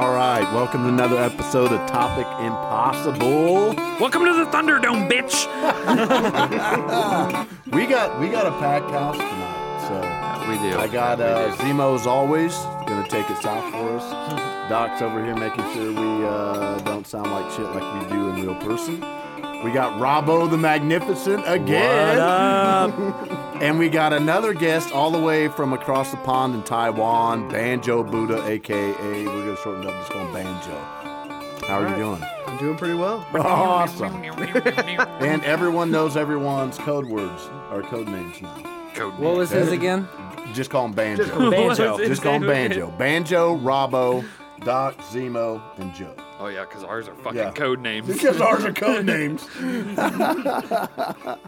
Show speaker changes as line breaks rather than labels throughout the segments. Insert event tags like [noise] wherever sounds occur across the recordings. Welcome to another episode of Topic Impossible.
Welcome to the Thunderdome, bitch.
We got we got a packed house tonight, so
We do.
I got uh, Zemo as always gonna take it south for us. Doc's over here making sure we uh, don't sound like shit like we do in real person. We got Robbo the Magnificent again. [laughs] And we got another guest all the way from across the pond in Taiwan, Banjo Buddha, aka we're gonna shorten it up just going Banjo. How are you doing?
I'm doing pretty well.
Awesome.
[laughs]
and everyone knows everyone's code words or code names now.
What was his again?
Just call them Banjo. Just
him Banjo.
[laughs] What was
Just call 'em Banjo. Banjo, Robbo, Doc, Zemo, and Joe.
Oh yeah, because ours are fucking
Yeah.
code names.
Because ours are code names. [laughs]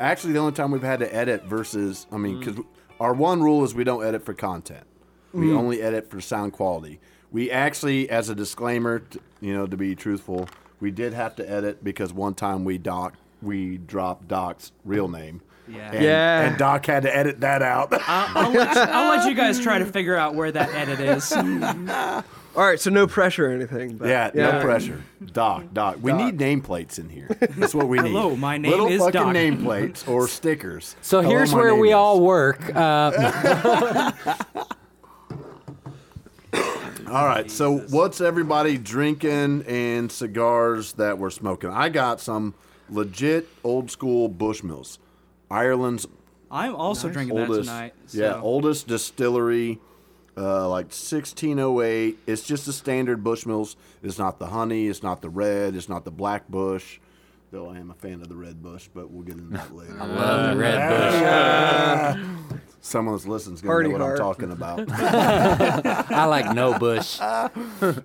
Actually, the only time we've had to edit versus, I mean, because our one rule is we don't edit for content. We only edit for sound quality. We actually, as a disclaimer, t- you know, to be truthful, we did have to edit because one time we doc we dropped Doc's real name. Yeah. And,
Yeah.
and Doc had to edit that out. [laughs]
I'll let, you, I'll let you guys try to figure out where that edit is.
All right, so no pressure or anything. But
Yeah, no pressure.
[laughs]
Doc, Doc. We need nameplates in here. That's what we need.
Hello, my name
Little
is
fucking
Doc.
nameplates
[laughs]
or stickers.
So
Hello,
here's
Oh, my
where
name
we
is.
all work. Uh,
All right. So what's everybody drinking and cigars that we're smoking? I got some legit old school Bushmills, Ireland's
I'm also drinking that
oldest.
tonight. So.
Yeah, oldest distillery. Uh, like 1608. It's just the standard Bushmills. It's not the honey. It's not the red. It's not the black bush. Though I am a fan of the red bush, but we'll get into that later.
love the red bush.
Someone that's listening is going
Party
to know what
hard.
I'm talking
[laughs]
about.
I like no bush.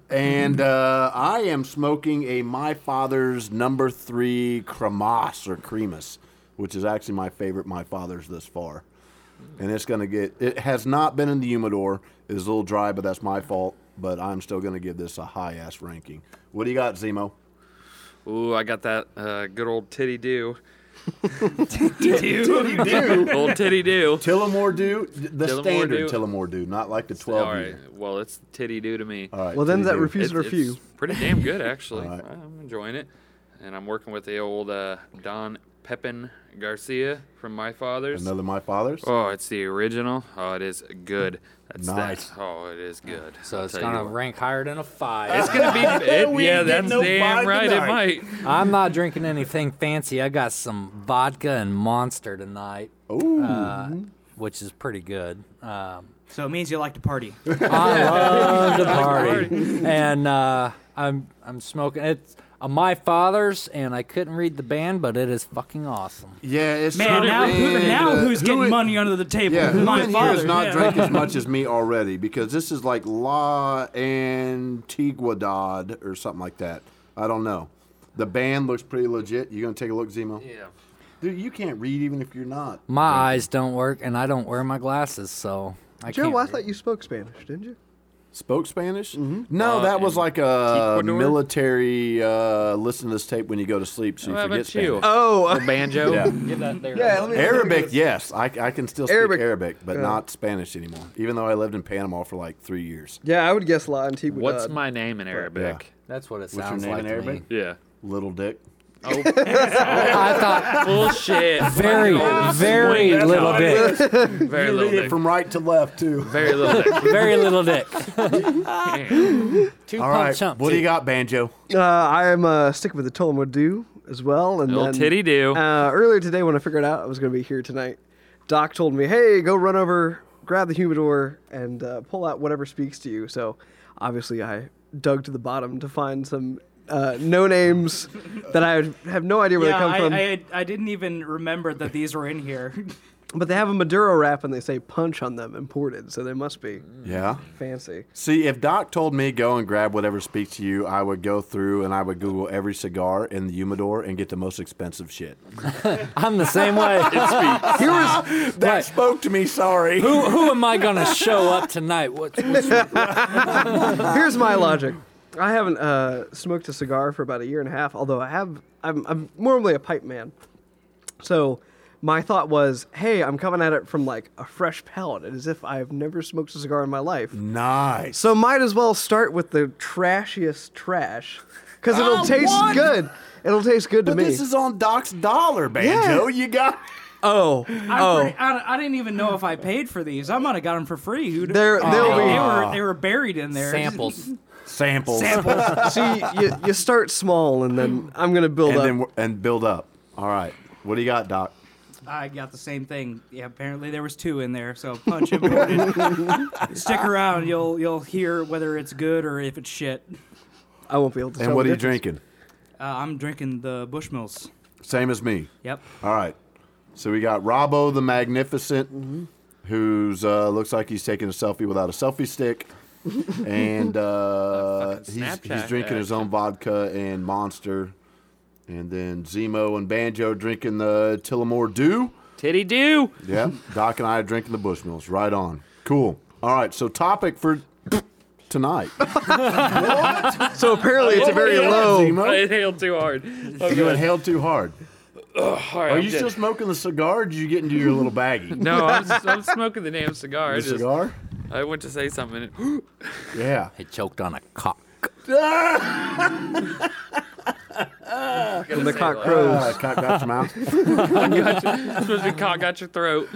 and uh, I am smoking a My Father's number three Cremas or Cremas, which is actually my favorite My Father's this far. And it's going to get, it has not been in the humidor. It is a little dry, but that's my fault. But I'm still going to give this a high ass ranking. What do you got, Zemo?
Ooh, I got that uh, good old titty do. [laughs]
Do
old titty do.
Tillamore do the
Tullamore
standard
Dew.
Tillamore do, not like the 12
All right.
year.
Well, it's titty do to me.
All right.
Well, then
Titty
that
Dew.
refuse
It-
or few.
It's pretty damn good actually.
All right.
I'm enjoying it, and I'm working with the old uh, Don Pepin Garcia from my father's.
Another My Father's.
Oh, it's the original. Oh, it is good. That's that.
Nice.
Oh, it is good.
So
I'll
it's
tell you
gonna
what.
rank higher than a five.
It's gonna [laughs] be. it-
We
yeah,
ain't getting
that's
no
damn
vibe
right.
tonight.
It might.
[laughs] I'm not drinking anything fancy. I got some vodka and Monster tonight,
Ooh.
uh, which is pretty good. Um,
So it means you like
[laughs]
to party.
I love the party, and uh, I'm I'm smoking. It's uh, my father's, and I couldn't read the band, but it is fucking awesome.
yeah, it's
Man, now, who,
And,
now
uh,
who's
who
getting
i-
money under the table?
Yeah, who
My
in
father.
here has not
yeah.
drank
[laughs]
as much as me already? Because this is like La Antiguadad or something like that. I don't know. The band looks pretty legit. You gonna take a look, Zemo?
Yeah.
Dude, you can't read even if you're not.
My eyes don't work, and I don't wear my glasses, so I
Joe,
can't.
I
read.
thought you spoke Spanish, didn't you?
Spoke Spanish? Mm-hmm. No, that was
Uh, in
like a
Ecuador?
military uh, listen to this tape when you go to sleep, so you
How
forget
about you?
Spanish.
Oh,
banjo. [laughs]
Yeah.
Give that there.
yeah. Let me,
Arabic, yes, I, I can still speak Arabic,
Arabic.
but
Yeah.
not Spanish anymore. Even though I lived in Panama for like three years.
Yeah, I would guess La Antigua.
What's my name in Arabic?
That's what it
What's
sounds
your name
like.
in
to me.
Arabic?
Yeah.
Little Dick.
I
[laughs]
thought
Bullshit.
very, very little dick,
Very
You
little
read it
dick.
from right to left too.
Very little dick.
very little [laughs] dick.
Damn.
Two
All
pump
right,
chump.
what do you
dick.
got, Banjo?
Uh, I am uh, sticking with the Tullamore Dew as well, and
Little
then
titty do.
Uh, earlier today, when I figured out I was going to be here tonight, Doc told me, "Hey, go run over, grab the humidor, and uh, pull out whatever speaks to you." So, obviously, I dug to the bottom to find some uh, no names that I have no idea where
Yeah,
they come
I,
from.
I, I didn't even remember that these were in here. [laughs]
But they have a Maduro wrap and they say punch on them, imported, so they must be
Yeah.
fancy.
See, if Doc told me go and grab whatever speaks to you, I would go through and I would Google every cigar in the humidor and get the most expensive shit.
I'm the same way.
Here was
[laughs] That
Right.
spoke to me. Sorry.
who, who am I gonna show up tonight? What, what's
here's my logic. I haven't uh, smoked a cigar for about a year and a half, although I have. I'm, I'm normally a pipe man, so my thought was, hey, I'm coming at it from like a fresh palate, as if I've never smoked a cigar in my
[laughs]
life.
Nice.
So might as well start with the trashiest trash, because it'll
Oh,
taste
what?
good. It'll taste good
But
to me.
this is on Doc's dollar, Banjo. You got.
oh,
I'm
oh,
pretty- I, I didn't even know if I paid for these. I might have got them for free. Who'd-
They're-
they,
they'll
they
be-
were they were buried in there.
Samples.
Samples.
See, you, you start small, and then I'm gonna build
and
up.
then w- and build up. All right. What do you got, Doc?
I got the same thing. Yeah, apparently there was two in there. So punch him. [laughs] Stick around. You'll you'll hear whether it's good or if it's shit. Uh,
I won't be able to.
And
tell
what
the
are you
difference.
drinking?
I'm drinking the Bushmills.
Same as me.
Yep.
All right. So we got Robbo the Magnificent, who's uh, looks like he's taking a selfie without a selfie stick, and uh,
Fucking
he's he's
Snapchat
drinking his own vodka and Monster, and then Zemo and Banjo drinking the Tillamore Dew.
Titty do.
Yeah, Doc and I are drinking the Bushmills. Right on. Cool. All right. So topic for
[laughs]
tonight.
Oh,
So apparently, it's a very
Yeah,
low.
Zemo.
[laughs] I inhaled too hard. Oh,
You
God.
inhaled too hard.
All right,
Are
I'm
you
dead.
still smoking the cigar? Or did you get into your little baggie?
No, I'm, s [laughs] am smoking the damn cigar. I,
the
just,
cigar?
I went to say something. [gasps]
[laughs] Yeah.
I choked on a cock.
And [gasps]
the cock crows.
Ah, cock got your [laughs] mouth.
supposed to be cock got your throat.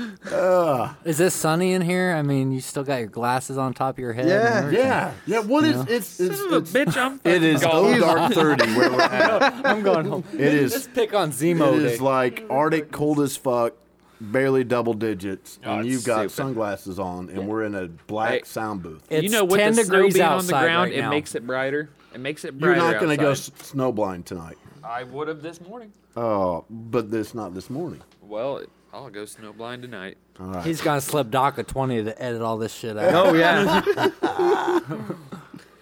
Is this sunny in here? I mean, you still got your glasses on top of your head.
Yeah.
and
Yeah. Yeah. What is it's it's,
Son of a
it's
bitch, I'm
it is
fucking
oh
gone.
dark thirty where we're
[laughs]
at.
everything. I'm going home.
[laughs] It
Let's
is
pick on
it
Zemo.
is
Day.
like Arctic cold as fuck, barely double digits,
Oh,
and
it's
you've got
stupid.
sunglasses on, and we're in a black
Hey.
sound booth.
it's
you know, with
10
the snow
degrees
being on
outside
the ground,
right
it
now.
makes it brighter. It makes it
You're
brighter.
not
going
gonna
to
go s- snowblind tonight.
I would have this morning.
Oh, but this not this morning.
Well, I'll go snowblind tonight.
He's gonna slip Doc a twenty to edit all this shit out.
Oh [laughs] yeah.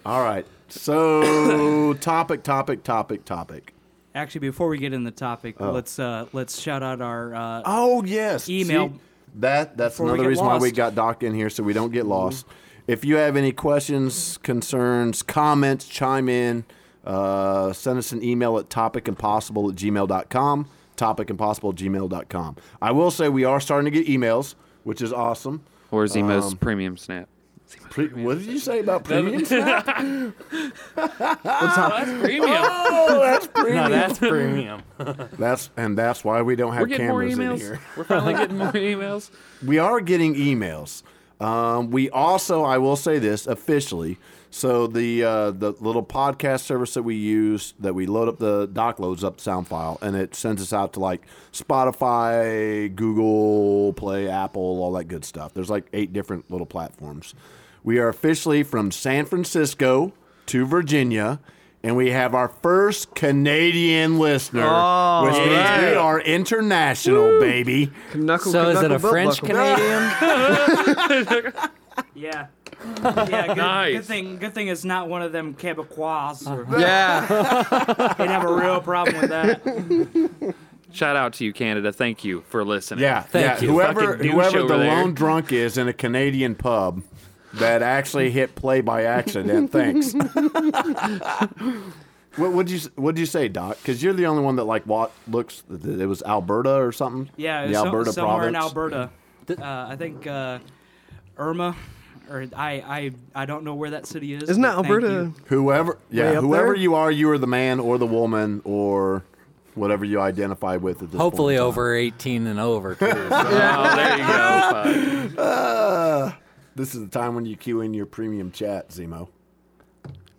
All right. So [coughs] topic, topic, topic, topic.
Actually, before we get in the topic, let's uh, let's shout out our uh,
Oh yes.
Email.
See, that that's
Before we
another
get
reason why we
lost. Mm-hmm.
got Doc in here so we don't get lost. If you have any questions, concerns, comments, chime in. Uh, send us an email at topicimpossible at gmail.com. Topicimpossible at gmail.com. I will say we are starting to get emails, which is awesome.
Or Zemo's premium snap.
Pre- what did you say about premium?
[laughs]
snap?
Oh, That's premium.
oh, that's premium.
no, that's [laughs] premium.
That's and that's why we don't have
We're getting more
cameras in
emails.
here.
We're finally getting more emails.
We are getting emails. Um, we also, I will say this officially. So the uh, the little podcast service that we use, that we load up the doc loads up the sound file, and it sends us out to like Spotify, Google Play, Apple, all that good stuff. There's like eight different little platforms. We are officially from San Francisco to Virginia, and we have our first Canadian listener, which means we are international, baby.
Knuckle,
[laughs] So is it
knuckle,
a
butt
French
knuckle.
Canadian?
yeah. Yeah, good,
Nice.
good thing. Good thing it's not one of them Quebecois. Or,
Uh-huh. Yeah.
they'd have a real problem with that.
Shout out to you, Canada. Thank you for listening.
Yeah,
Thank
yeah.
you.
Whoever
Fucking douche
whoever the
over there.
lone drunk is in a Canadian pub that actually hit play by accident. Thanks. [laughs] what would you What'd you say, Doc? Because you're the only one that like what looks. It was Alberta or something.
Yeah,
the
so-
Alberta
somewhere
province.
in Alberta. Uh, I think uh, Irma, or I, I, I don't know where that city is.
Isn't that
but thank
Alberta?
you.
Whoever, yeah,
Way up
whoever
there?
you are, you are the man or the woman or whatever you identify with at this
Hopefully
point in time.
over eighteen and over.
[laughs]
Too, so.
Oh, there you go. Fuck.
This is the time when you cue in your premium chat, Zemo.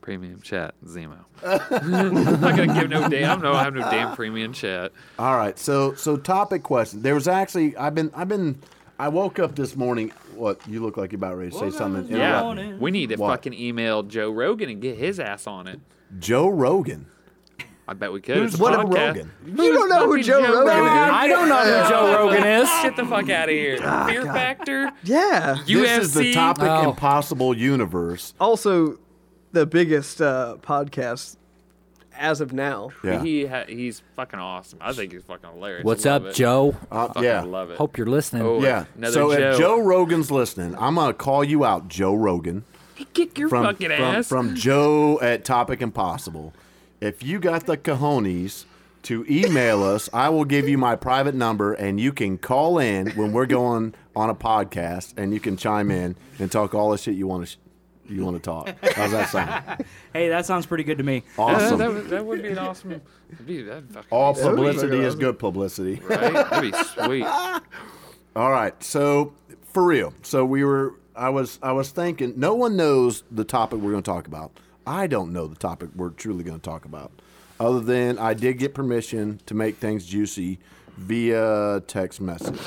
Premium chat, Zemo. [laughs] I'm not gonna give no damn. I'm no, I have no damn premium chat.
All right, so so topic question. There was actually I've been I've been I woke up this morning. What you look like you about ready to say something?
Yeah,
Interrupt me.
Morning.
we need to
What?
fucking email Joe Rogan and get his ass on it.
Joe Rogan.
I bet we could. It's a
what a
podcast.
Rogan?
You don't know who
fucking
Joe
Joe
Rogan
Rogan?
is.
I don't know who
[laughs]
Joe Rogan is.
Get the fuck out of here. Fear Factor.
Yeah.
UFC.
This is the topic
Oh.
impossible universe.
Also, the biggest uh, podcast as of now.
Yeah,
He ha- he's fucking awesome. I think he's fucking hilarious. I
What's
love
up,
it.
Joe?
Uh,
Fucking
yeah,
love it.
Hope you're listening.
Oh,
yeah.
Another
so if
Joe.
Joe Rogan's listening, I'm gonna call you out, Joe Rogan,
kick your
[laughs] from
fucking
from,
ass.
from Joe at Topic Impossible. If you got the cojones to email us. I will give you my private number, and you can call in when we're going on a podcast, and you can chime in and talk all the shit you want to. Sh- you want to talk? How's that sound?
Hey, that sounds pretty good to me.
Uh,
Awesome.
that, would, that would be an awesome. that'd Be, that'd fucking
all
be sweet,
publicity is good publicity.
right? That'd be
[laughs]
sweet.
All right. So for real. So we were I was I was thinking no one knows the topic we're going to talk about. I don't know the topic we're truly going to talk about. Other than I did get permission to make things juicy via text message.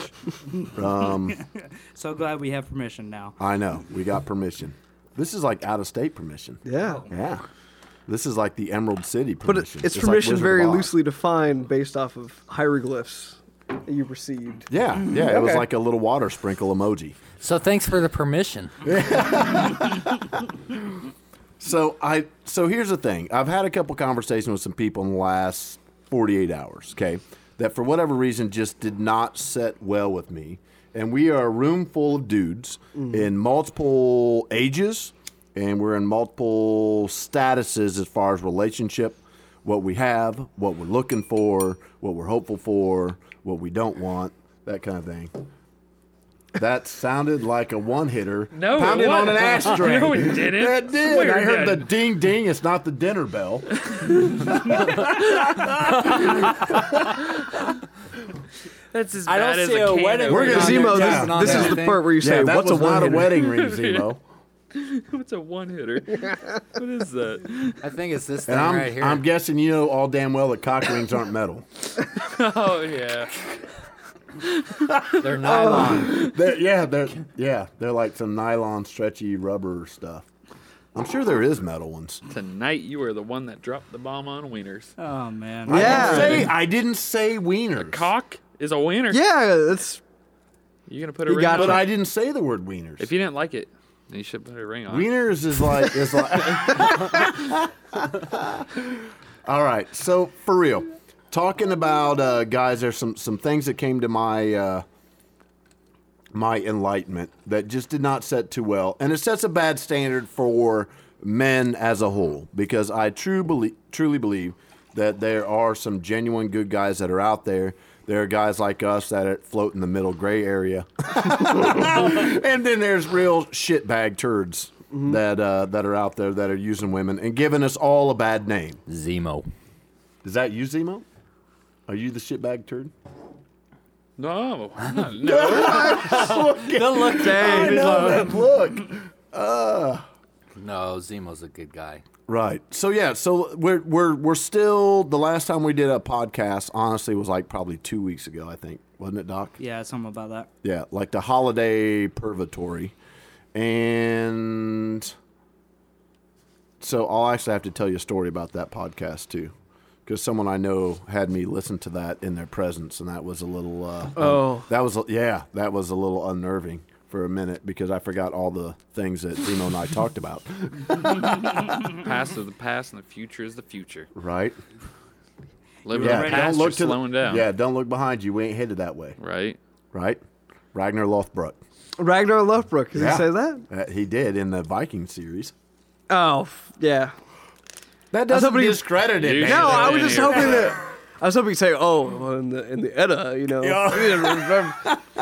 So glad we have permission now.
I know. We got permission. This is like out of state permission.
Yeah.
Yeah. This is like the Emerald City Oh, permission.
But it, it's
like
permission
Wizard of
very
Oz.
loosely defined based off of hieroglyphs that you received.
Yeah, yeah. It was
Okay.
like a little water sprinkle emoji.
So thanks for the permission.
So I so here's the thing. I've had a couple conversations with some people in the last 48 hours, okay? That for whatever reason just did not set well with me. And we are a room full of dudes in multiple ages and we're in multiple statuses as far as relationship, what we have, what we're looking for, what we're hopeful for, what we don't want, that kind of thing. That sounded like a one-hitter
No, it
pounded on an
wasn't. [laughs]
ashtray.
No, it didn't.
That did.
Swear
I
it
heard the
did.
ding ding. It's not the dinner bell.
That's as
I
bad
don't
as
see a
can
wedding
opener.
ring on
Zemo,
their
this-
jacket, on
this
their
is the
thing.
part where you say,
that
"What's a
was not a
one?"
wedding ring, Zemo.
It's a one
[laughs]
hitter. what is that?
I think it's this thing
[laughs] And I'm,
right here.
I'm guessing you know all damn well that cock rings aren't metal.
Oh yeah.
[laughs]
They're nylon.
They're, yeah, they're yeah, they're like some nylon stretchy rubber stuff. I'm sure there is metal ones.
Tonight you are the one that dropped the bomb on wieners.
Oh man.
I
Yeah.
didn't say, I didn't say wiener.
Cock is a wiener.
Yeah, that's
You gonna put a
You
ring
got
on
But
it?
I didn't say the word wieners.
If you didn't like it, then you should put a ring on. it.
Wieners is like is like. [laughs] All right, so for real, talking about uh, guys, there's some some things that came to my uh, my enlightenment that just did not set too well, and it sets a bad standard for men as a whole because I true belie- truly believe that there are some genuine good guys that are out there. There are guys like us that are- float in the middle gray area and then there's real shitbag turds that uh, that are out there that are using women and giving us all a bad name.
Zemo.
Is that you, Zemo? Are you the shitbag turd?
No,
[laughs]
I'm not- no,
The look, Dave.
that look.
No, Zemo's a good guy.
Right. So yeah. So we're we're we're still the last time we did a podcast. Honestly, was like probably two weeks ago. I think wasn't it, Doc?
Yeah, something about that.
Yeah, like the holiday purgatory. And so I'll actually have to tell you a story about that podcast too. Because someone I know had me listen to that in their presence, and that was a little. Uh,
Oh.
that was yeah, that was a little unnerving for a minute because I forgot all the things that Zemo and I talked about. [laughs]
the past
Mm-hmm.
is the past, and the future is the future.
Right?
Living in
Yeah.
the past,
Don't look
you're
to the-
slowing down.
Yeah, don't look behind you. We ain't headed that way.
Right.
Right? Ragnar Lothbrok.
Ragnar Lothbrok. Did
Yeah.
he say that?
Uh, he did in the Viking series.
Oh, f- yeah.
That
was
doesn't
hoping you-
discredit it.
You
man.
should
No,
have
I
been
was just
here.
hoping that. I was hoping you'd say, "Oh, well, in the in the Edda, you know." [laughs]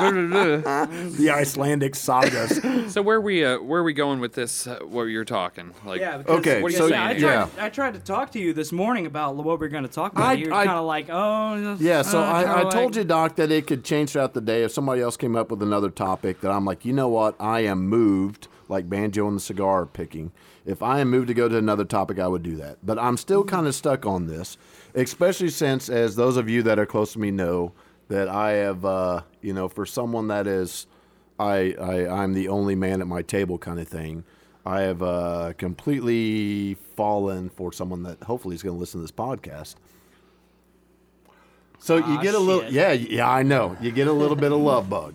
the Icelandic sagas.
So where we uh, where we going with this? Uh, what you're talking? Like,
Yeah. Because,
Okay,
What
so
so
you-
I tried,
yeah.
I tried to talk to you this morning about what we were going to talk
I-
about. You're
I-
kind of like, oh.
yeah, so
uh,
I, I
kinda
told
like-
you, Doc, that it could change throughout the day if somebody else came up with another topic that I'm like, you know what? I am moved, like banjo and the cigar picking. If I am moved to go to another topic, I would do that. But I'm still
Mm-hmm.
kind of stuck on this, especially since, as those of you that are close to me know, that I have, uh, you know, for someone that is, I, I, I'm the only man at my table kind of thing. I have uh, completely fallen for someone that hopefully is going to listen to this podcast. So you
Ah,
get a little,
shit.
yeah, yeah, I know. You get a little bit of love bug.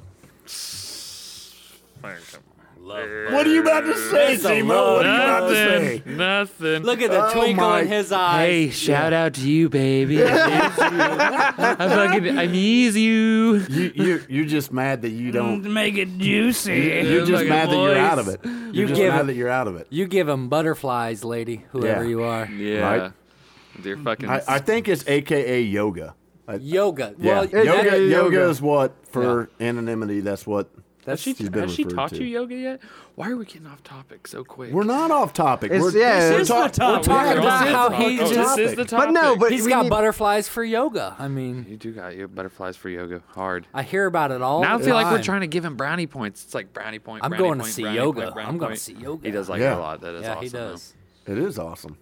What are you about to say,
It's a Zemo? love What are
Nothing. Nothing.
Look at the
Oh
twinkle
my-
in his eyes.
Hey, shout out to you, baby. I miss you. I fucking I miss you.
You, you, you're just mad that you don't.
Make it juicy.
You're just
Fucking
mad that you're
voice.
out of it. You're just
give
mad
it- [laughs]
that you're out of it.
You give him butterflies, lady, whoever
Yeah.
you are.
Yeah.
Oh, Right?
Your fucking.
I, I think it's AKA yoga. I-
Yoga.
yeah,
Well,
yoga, yoga.
that-
is what for anonymity. That's what.
has she,
she's been
has she
referred
taught
to.
you yoga yet? Why are we getting off topic so quick?
We're not off topic.
It's-
we're,
yeah,
we're
it's-
talk-
This is the topic.
talking
This
about
is
how
the-
he
oh,
just-
This is the
But
topic.
no, but
[laughs] he's
we
got
need-
butterflies for yoga. I mean,
You do got your butterflies for yoga hard.
I hear about it all.
Now I
the
feel like we're
time.
trying to give him brownie points. It's like brownie point.
I'm
brownie
going to
point,
see
brownie
yoga.
point, brownie
I'm going
point.
to see yoga.
He does like
Yeah.
it a lot. That is
Yeah,
awesome.
he
though.
does.
It is awesome.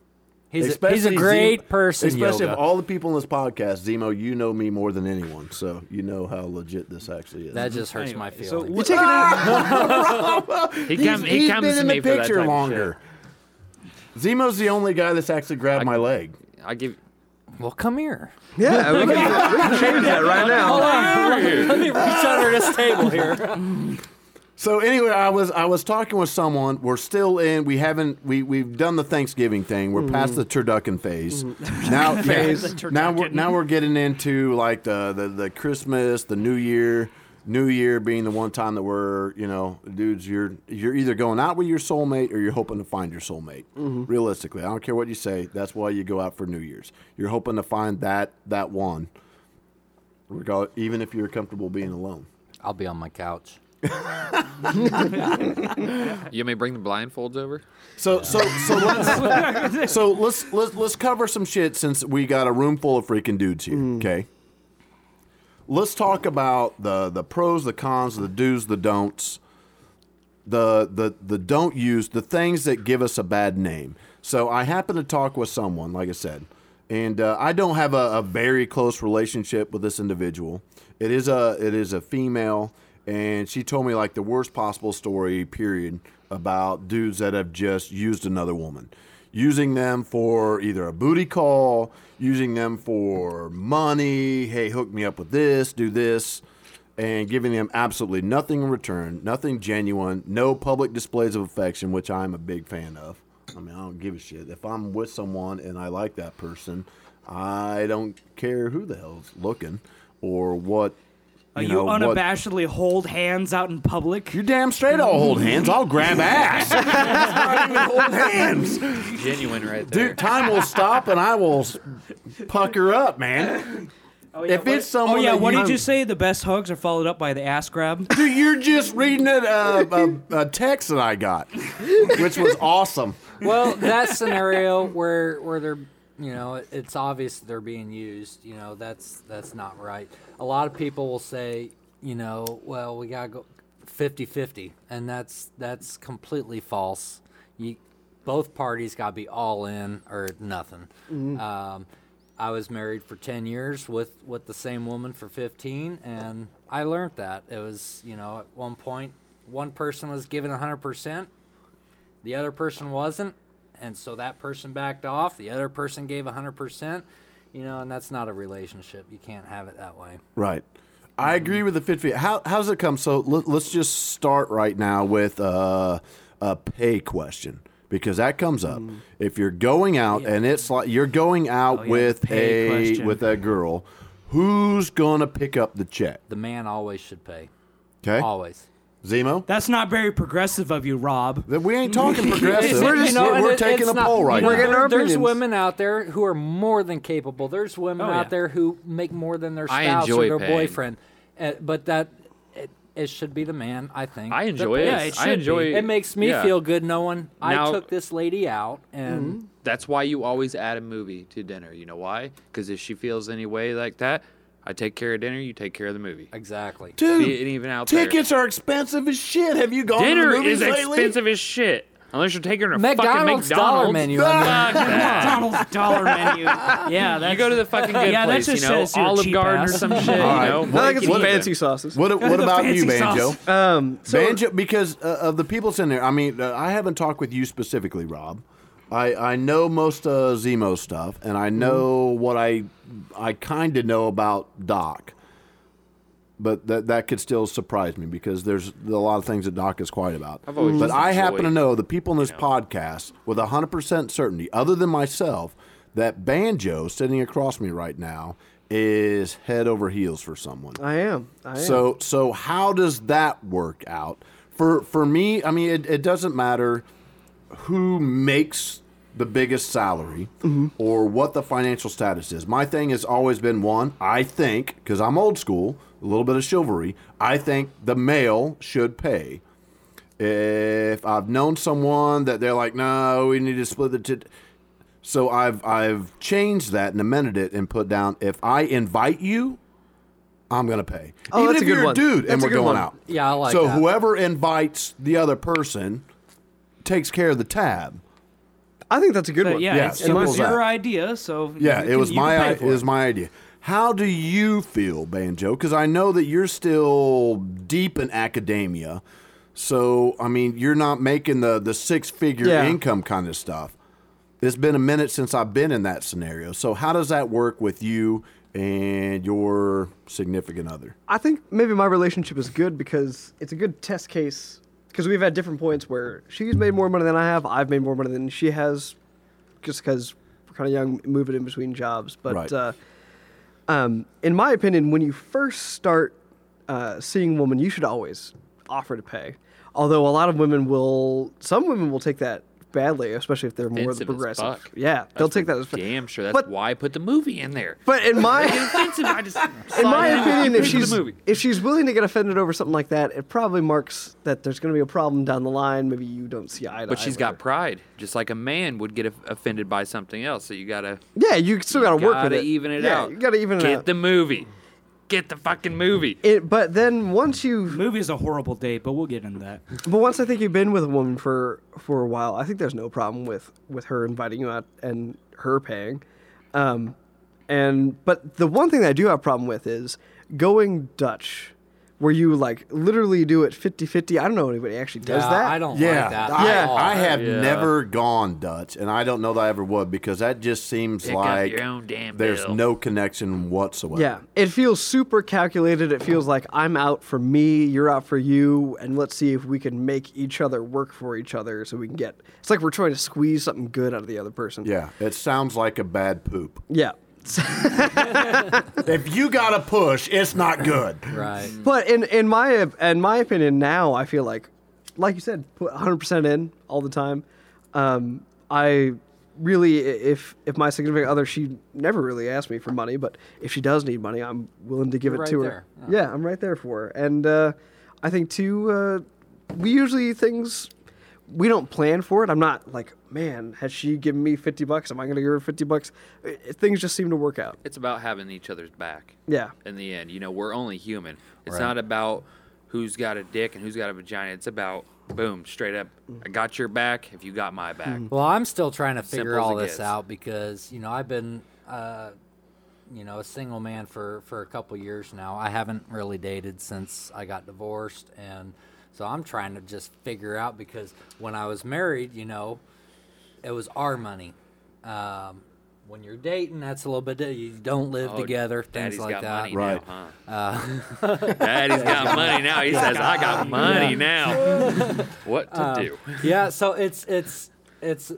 He's a, he's a
Especially
great
Zemo-
person.
Especially
yoga.
of all the people in this podcast, Zemo, you know me more than anyone, so you know how legit this actually is.
that just hurts my
Anyway,
feelings.
so
You taking it?
He,
He's-
come, he
he's
comes
been
to
in the
me for that type
picture
of
longer. Zemo's the only guy that's actually grabbed my leg.
shit. I give.
well, come here.
Yeah,
[laughs]
we can, we can [laughs] change that right now.
Let me reach under this table here.
So anyway, I was I was talking with someone. We're still in. We haven't. We we've done the Thanksgiving thing. We're past the turducken phase. [laughs] Now yeah.
phase.
now we're now we're getting into like the, the the Christmas, the New Year. New Year being the one time that we're you know, dudes, you're you're either going out with your soulmate or you're hoping to find your soulmate. Realistically, I don't care what you say. That's why you go out for New Year's. You're hoping to find that that one, regard even if you're comfortable being alone.
I'll be on my couch.
You may bring the blindfolds over.
So so so let's [laughs] so let's let's let's cover some shit since we got a room full of freaking dudes here. Okay. Let's talk about the the pros, the cons, the do's, the don'ts, the the the don't use, the things that give us a bad name. So I happened to talk with someone, like I said, and uh, I don't have a, a very close relationship with this individual. It is a it is a female, and she told me like the worst possible story. Period about dudes that have just used another woman, using them for either a booty call, using them for money. Hey, hook me up with this, do this and giving them absolutely nothing in return, nothing genuine, no public displays of affection, which I'm a big fan of. I mean, I don't give a shit. If I'm with someone and I like that person, I don't care who the hell's looking or what.
Uh,
You,
you
know, what-
unabashedly hold hands out in public.
You damn straight I'll hold hands. I'll grab [laughs] ass. I don't even hold hands.
Genuine right there.
Dude, time will stop and I will s- pucker up, man.
Oh, yeah,
If it's someone
oh yeah,
that
what
you-
did you say? The best hugs are followed up by the
[laughs]
ass grab.
Dude, you're just reading a, a, a, a text that I got, which was awesome.
Well, that scenario where where they're you know it- it's obvious they're being used. You know that's that's not right. A lot of people will say you know well we gotta go 50-50 and that's that's completely false. You both parties gotta be all in or nothing. Um, I was married for ten years with with the same woman for fifteen, and I learned that it was you know at one point one person was giving hundred percent the other person wasn't and so that person backed off the other person gave 100% you know and that's not a relationship you can't have it that way
Right. I agree with the 50. How, how's it come? So let, let's just start right now with uh, a pay question because that comes up. If you're going out and it's like you're going out
yeah,
with
pay
a
question.
with a girl, who's gonna pick up the check?
the man always should pay
Okay,
always
Zemo.
That's not very progressive of you, Rob.
That we ain't talking progressive. we're
You
just
know,
we're,
and
we're
it-
taking
it's
a
not-
poll
you
right
know,
We're
now.
getting our
there's
opinions.
women out there who are more than capable there's women
Oh,
out
yeah.
there who make more than their
I
spouse or
enjoy
their
paying.
boyfriend uh, but that it, it should be the man i think
I
that
enjoy it.
pays.
Yeah, it
I
should
enjoy
be.
it makes me
yeah.
feel good knowing i
Now- Mm-hmm.
took this lady out and
[laughs] That's why you always add a movie to dinner. You know why? Because if she feels any way like that, I take care of dinner. You take care of the movie.
exactly
Be it
Dude,
even out there.
tickets are expensive as shit. Have you gone
Dinner
to the movies
is
lately?
expensive as shit. Unless you're taking her to
McDonald's
fucking McDonald's
dollar menu, I mean.
Fuck
[laughs]
that.
McDonald's
[laughs]
dollar menu. Yeah, that's
You go to the fucking good
[laughs] Yeah, that
place,
just
you know,
says you're a
Olive
cheap
Garden or
ass. [laughs]
some shit.
All right.
You know,
Well,
I
Make
think
it
it's
What-
fancy sauces.
What, what
The
about you,
fancy sauce.
Banjo?
Um, so
Banjo, because uh, of the people sitting there. I mean, uh, I haven't talked with you specifically, Rob. I, I know most uh, Zemo stuff, and I know what I I kind of know about Doc. But that that could still surprise me because there's a lot of things that Doc is quiet about.
I've always
But
just
I happen to
enjoyed,
know the people in this podcast with 100% certainty, other than myself, that Banjo sitting across me right now is head over heels for someone.
I am. I am.
So so how does that work out? For for me, I mean it, it doesn't matter who makes the biggest salary
Mm-hmm.
or what the financial status is. My thing has always been one, I think, because I'm old school, a little bit of chivalry, I think the male should pay. If I've known someone that they're like, no, we need to split the. T-. So I've I've changed that and amended it and put down if I invite you, I'm gonna pay.
Oh,
Even
that's
if
a good
you're
one.
a dude and
That's a
we're
good
going
one.
out.
Yeah, I like
So
that.
whoever invites the other person takes care of the tab.
I think that's a good
But
one.
yeah,
Yeah,
it's, it
simple
was
as
your
that.
idea, so
Yeah,
you
it
can-
was
you can
my
pay
i- it
for
was my idea. How do you feel, Banjo? Because I know that you're still deep in academia, so I mean you're not making the the six figure
Yeah.
income kind of stuff. It's been a minute since I've been in that scenario. So how does that work with you and your significant other?
I think maybe my relationship is good because it's a good test case because we've had different points where she's made more money than I have, I've made more money than she has, just because we're kind of young, moving in between jobs. But
Right.
uh, um, in my opinion, when you first start uh, seeing women, you should always offer to pay. Although a lot of women will, some women will take that badly, especially if they're more the
Offensive as
progressive.
fuck.
Yeah, they'll take that as
Damn sure. That's
But-
why I put the movie in there.
But
[laughs]
in my
Offensive, I just.
in my opinion, if
paid for the
she's
movie.
if she's willing to get offended over something like that, it probably marks that there's going to be a problem down the line. Maybe you don't see eye to eye.
But she's
with
got
her.
pride, just like a man would get of- offended by something else. So you gotta
yeah. You still got to work with
gotta
it.
even it
yeah,
out.
You got to even it
get
out.
the movie, get the fucking movie.
It, but then once you,
it. Movie is a horrible date, but we'll get into that. Oh,
but once I think you've been with a woman for for a while, I think there's no problem with with her inviting you out and her paying. Um, and but the one thing that I do have a problem with is going Dutch, where you like literally do it 50-50. I don't know anybody actually does
Yeah,
that.
I don't like that.
I,
at all.
I have
Yeah.
never gone Dutch, and I don't know that I ever would because that just seems
Pick
like
up your own damn
there's
bill.
no connection whatsoever.
Yeah, it feels super calculated. It feels like I'm out for me, you're out for you, and let's see if we can make each other work for each other so we can get. It's like we're trying to squeeze something good out of the other person.
yeah, it sounds like a bad poop.
Yeah. [laughs]
if you got to push, it's not good.
Right.
But in in my op- in my opinion now, I feel like, like you said, put 100% in all the time. Um, I really, i- if if my significant other, she never really asked me for money, but if she does need money, I'm willing to give
You're
it
right
to
there.
her. Yeah, I'm right there for her. And uh, I think too, uh, we usually things. We don't plan for it. I'm not like, man, has she given me 50 bucks? Am I going to give her 50 bucks? I- I- things just seem to work out.
It's about having each other's back.
Yeah.
In the end, you know, we're only human. It's not about who's got a dick and who's got a vagina. It's about boom, straight up. I got your back. If you got my back,
Well, I'm still trying to figure
Simple as
all
it
this
gets.
out because you know I've been, uh, you know, a single man for for a couple years now. I haven't really dated since I got divorced, and so I'm trying to just figure out because when I was married, you know, it was our money. Um, when you're dating, that's a little bit. di- You don't live
Oh,
together, things
Daddy's got
like that. Uh,
money
Right.
now, huh? [laughs] Daddy's
[laughs]
got money now. He says, "I got money now." what
Uh,
to do?
yeah so it's it's it's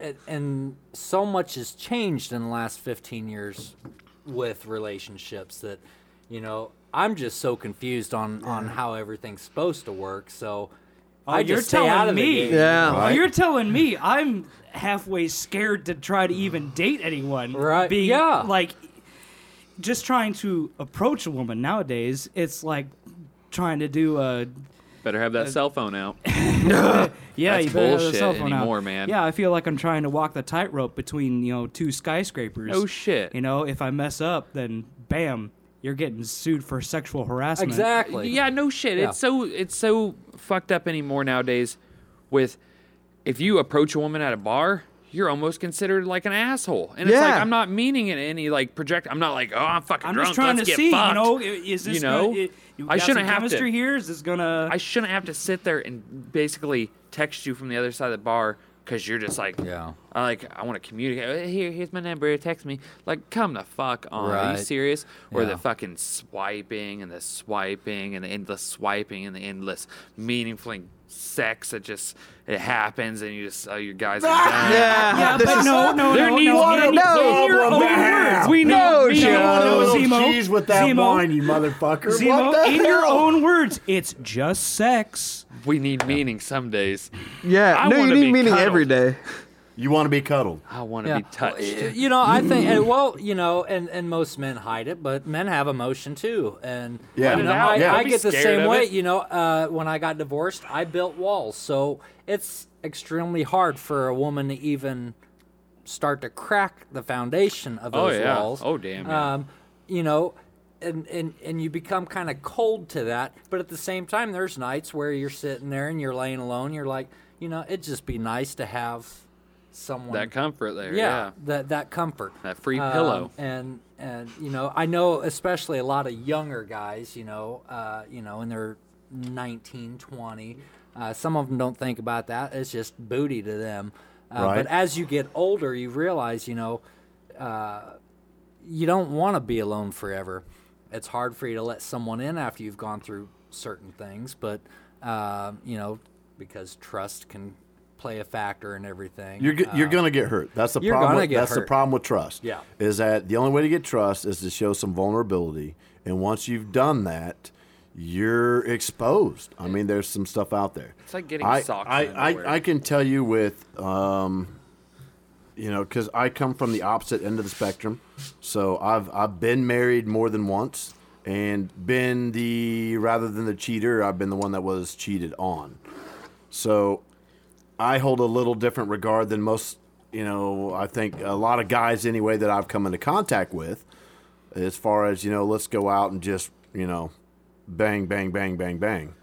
it, and so much has changed in the last 15 years with relationships that you know i'm just so confused on on how everything's supposed to work so
Oh,
i
you're
just stay
telling
out of
me.
the game.
Yeah.
Well, You're telling me I'm halfway scared to try to even date anyone.
Right,
Being,
yeah.
Like, just trying to approach a woman nowadays, it's like trying to do a.
Better have
uh,
that cell phone out.
Yeah,
That's
you better have the
bullshit
cell phone out.
anymore, man.
Yeah, I feel like I'm trying to walk the tightrope between you know two skyscrapers.
oh,
No shit.
You know, if I mess up, then bam, you're getting sued for sexual harassment.
exactly
Yeah, no shit.
Yeah.
It's so it's so fucked up anymore nowadays. With if you approach a woman at a bar, you're almost considered like an asshole, and it's like
Yeah.
I'm not meaning it any like project. I'm not like oh I'm fucking
I'm
drunk.
just trying
let's
to
get
see,
fucked.
you know, i- is this
You know?
gonna, i- you
I
got
shouldn't
some
have to.
chemistry here? Is this gonna?
I shouldn't have to sit there and basically text you from the other side of the bar because you're just like
Yeah.
I like I want to communicate. Here, here's my number. Text me. Like, come the fuck on. Are you
Right.
serious? Or
Yeah.
the fucking swiping and the swiping and the endless swiping and the endless meaningful sex that just it happens and you just oh your guys are done.
Yeah.
yeah,
this
but
is-
no, no,
There
no,
needs-
no,
What
no,
a
no,
problem
no,
to
no,
have.
words. We know,
No,
we know,
Oh,
no, Zemo.
Jeez, with that
Zemo,
wine, you motherfucker.
Zemo,
what the
in your
hell?
own words, it's just sex.
We need meaning some days.
Yeah,
I
no, you
wanna
need
be
meaning every
cuddled.
day.
You want to be cuddled.
I want to
Yeah.
be touched.
Well, You know, I
[laughs]
think and, well, you know, and, and most men hide it, but men have emotion too. And
Yeah.
you know,
Yeah.
I,
Yeah.
I
I'd
be
get the
scared
same
of
way.
it.
You know, uh, when I got divorced, I built walls, so it's extremely hard for a woman to even start to crack the foundation of
Oh,
those
yeah.
walls.
Oh, damn, yeah.
Um, you know. And, and, and you become kind of cold to that, but at the same time, there's nights where you're sitting there and you're laying alone. You're like, you know, it'd just be nice to have someone
that comfort there.
yeah,
Yeah.
that that comfort
That free pillow.
Um, and and you know i know especially a lot of younger guys you know uh, you know in their 19 20 uh, some of them don't think about that it's just booty to them uh,
Right.
but as you get older you realize you know uh, you don't want to be alone forever it's hard for you to let someone in after you've gone through certain things but um, you know because trust can play a factor in everything
You're, g- you're gonna get hurt. That's the
um, you're
problem.
gonna
With,
get
that's the
hurt.
problem with trust.
Yeah.
is that the only way to get trust is to show some vulnerability, and once you've done that, you're exposed. I mean, there's some stuff out there.
It's like getting
I,
socks
I,
and underwear.
I, I can tell you with, um, you know, because I come from the opposite end of the spectrum, so I've I've been married more than once, and been the rather than the cheater, I've been the one that was cheated on. So I hold a little different regard than most, you know, I think a lot of guys anyway that I've come into contact with as far as, you know, let's go out and just, you know, bang, bang, bang, bang, bang.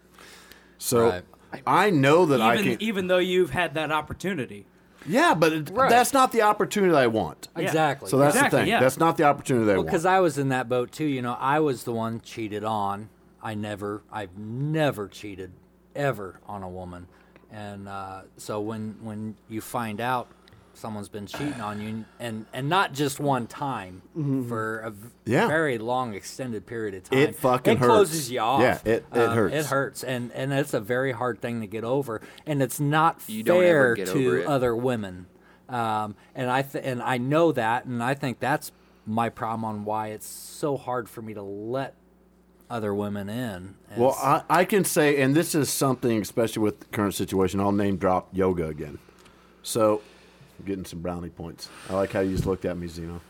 So
Right.
I know that I
even e-
can.
even though you've had that opportunity.
yeah, but it,
Right.
that's not the opportunity I want.
exactly
So that's
Exactly,
the thing.
yeah.
That's not the opportunity I want.
because I was in that boat too. You know, I was the one cheated on. I never, I've never cheated ever on a woman, and uh, so when when you find out someone's been cheating on you, and and not just one time for a v-
Mm-hmm. Yeah.
very long extended period of time,
It fucking
it closes
hurts.
you off.
Yeah, it- it
Um, It
hurts.
hurts, and and it's a very hard thing to get over, and it's not
You don't ever
fair
get over
to
it.
other women, um, and I th- and I know that, and I think that's my problem on why it's so hard for me to let other women in. And
Well,
it's-
I, I can say, and this is something, especially with the current situation, I'll name drop yoga again. So, I'm getting some brownie points. I like how you just looked at me, Zeno.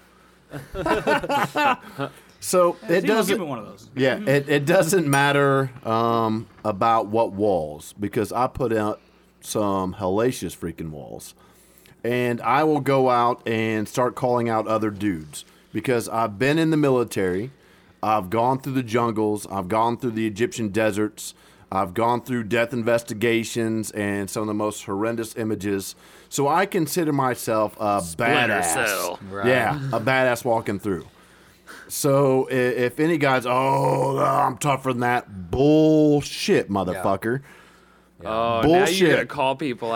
so it
See,
doesn't.
give me one of those.
Yeah,
Mm-hmm.
it, it doesn't matter um, about what walls because I put out some hellacious freaking walls. And I will go out and start calling out other dudes because I've been in the military. I've gone through the jungles. I've gone through the Egyptian deserts. I've gone through death investigations and some of the most horrendous images. So I consider myself a
Splinter
badass.
cell.
Right.
Yeah, a badass walking through. So i- if any guy's, oh, I'm tougher than that, bullshit, motherfucker.
Oh, now you're gonna
Bullshit.
call people
Oh,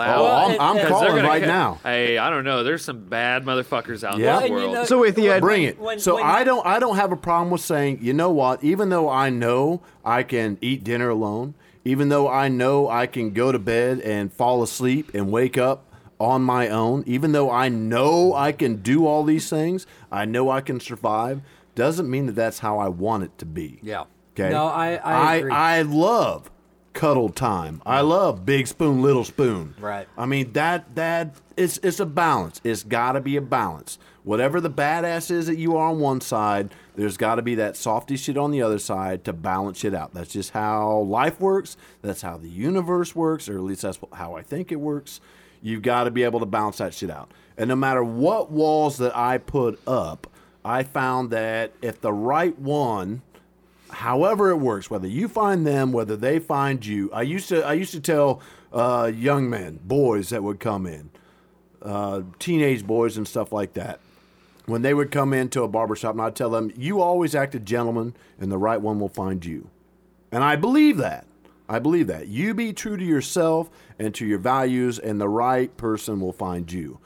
I'm,
out.
it-
I'm
it-
'Cause they're
calling
gonna
right
ca-
now.
Hey, I don't know. There's some bad motherfuckers out
Yeah. Well,
in the
and you
world.
[laughs]
know-
So wait, the
Bring it.
when-
so
when-
I don't I don't have a problem with saying, you know what? Even though I know I can eat dinner alone, even though I know I can go to bed and fall asleep and wake up on my own, even though I know I can do all these things, I know I can survive, doesn't mean that that's how I want it to be.
yeah,
Okay.
no, I I, agree.
I, love cuddle time. I love big spoon, little spoon.
Right.
I mean that that it's it's a balance. It's got to be a balance. Whatever the badass is that you are on one side, there's got to be that softy shit on the other side to balance it out. That's just how life works. That's how the universe works, or at least that's wh- how I think it works. You've got to be able to balance that shit out. And no matter what walls that I put up, I found that if the right one however it works, whether you find them, whether they find you. I used to I used to tell uh, young men, boys that would come in, uh, teenage boys and stuff like that, when they would come into a barbershop, and I'd tell them, "You always act a gentleman, and the right one will find you." And I believe that. I believe that. You be true to yourself and to your values, and the right person will find you.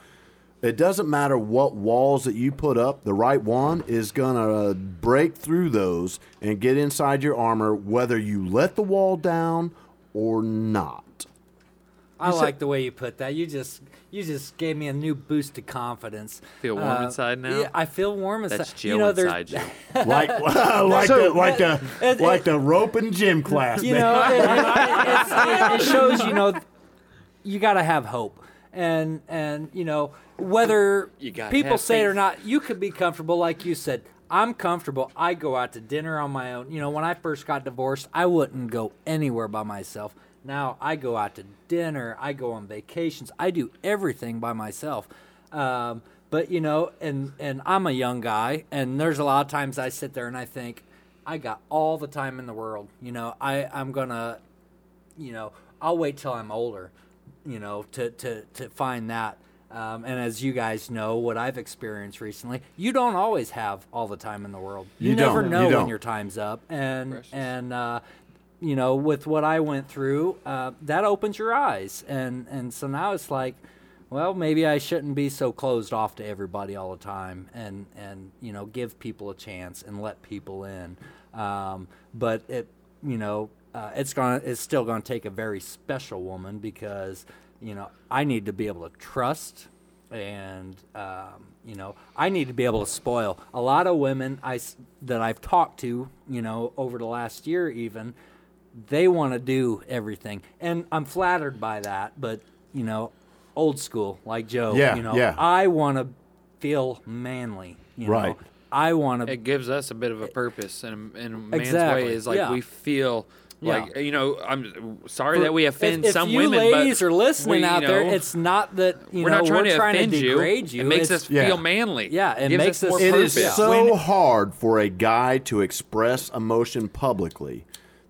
It doesn't matter what walls that you put up, the right one is going to break through those and get inside your armor, whether you let the wall down or not.
I like the way you put that. You just you just gave me a new boost of confidence. Uh,
Feel warm inside now?
Yeah, I feel warm inside.
That's
you
Jill
know, there's-
inside you.
Like, [laughs] like, the, like, the,
it-
like the rope and gym class,
you
man.
know, it, it, it, it's- it- it shows you know you got to have hope, and and you know whether
You gotta
people
have
say it or
faith.
not, you could be comfortable, like you said. I'm comfortable. I go out to dinner on my own. You know, when I first got divorced, I wouldn't go anywhere by myself. Now I go out to dinner. I go on vacations. I do everything by myself. Um, but you know, and and I'm a young guy, and there's a lot of times I sit there and I think, I got all the time in the world. You know, I I'm gonna you know, I'll wait till I'm older, you know, to to to find that. Um, and as you guys know, what I've experienced recently, you don't always have all the time in the world. You,
You
never
don't. You
know when
don't.
your time's up, and and uh, you know, with what I went through, uh, that opens your eyes, and and so now it's like. Well, maybe I shouldn't be so closed off to everybody all the time, and and you know, give people a chance and let people in. Um, but it, you know, uh, it's gonna it's still gonna take a very special woman because you know I need to be able to trust and um, you know I need to be able to spoil a lot of women I s- that I've talked to you know over the last year even they want to do everything and I'm flattered by that but you know old school like Joe
Yeah,
you know
yeah.
I want to feel manly you
Right.
know? I want to
it gives us a bit of a purpose and a, and a man's
Exactly,
way is like
yeah.
we feel
Yeah.
like you know i'm sorry
for-
that we offend
if, if
some
you
women
ladies
but
are listening
we, you
out there,
know,
it's not that you
we're
know
not trying
we're
to
trying
offend
to degrade you.
it makes
It's-
us
Yeah.
feel manly
Yeah, it
Gives
makes us
more
It
It is
purpose.
so
When-
hard for a guy to express emotion publicly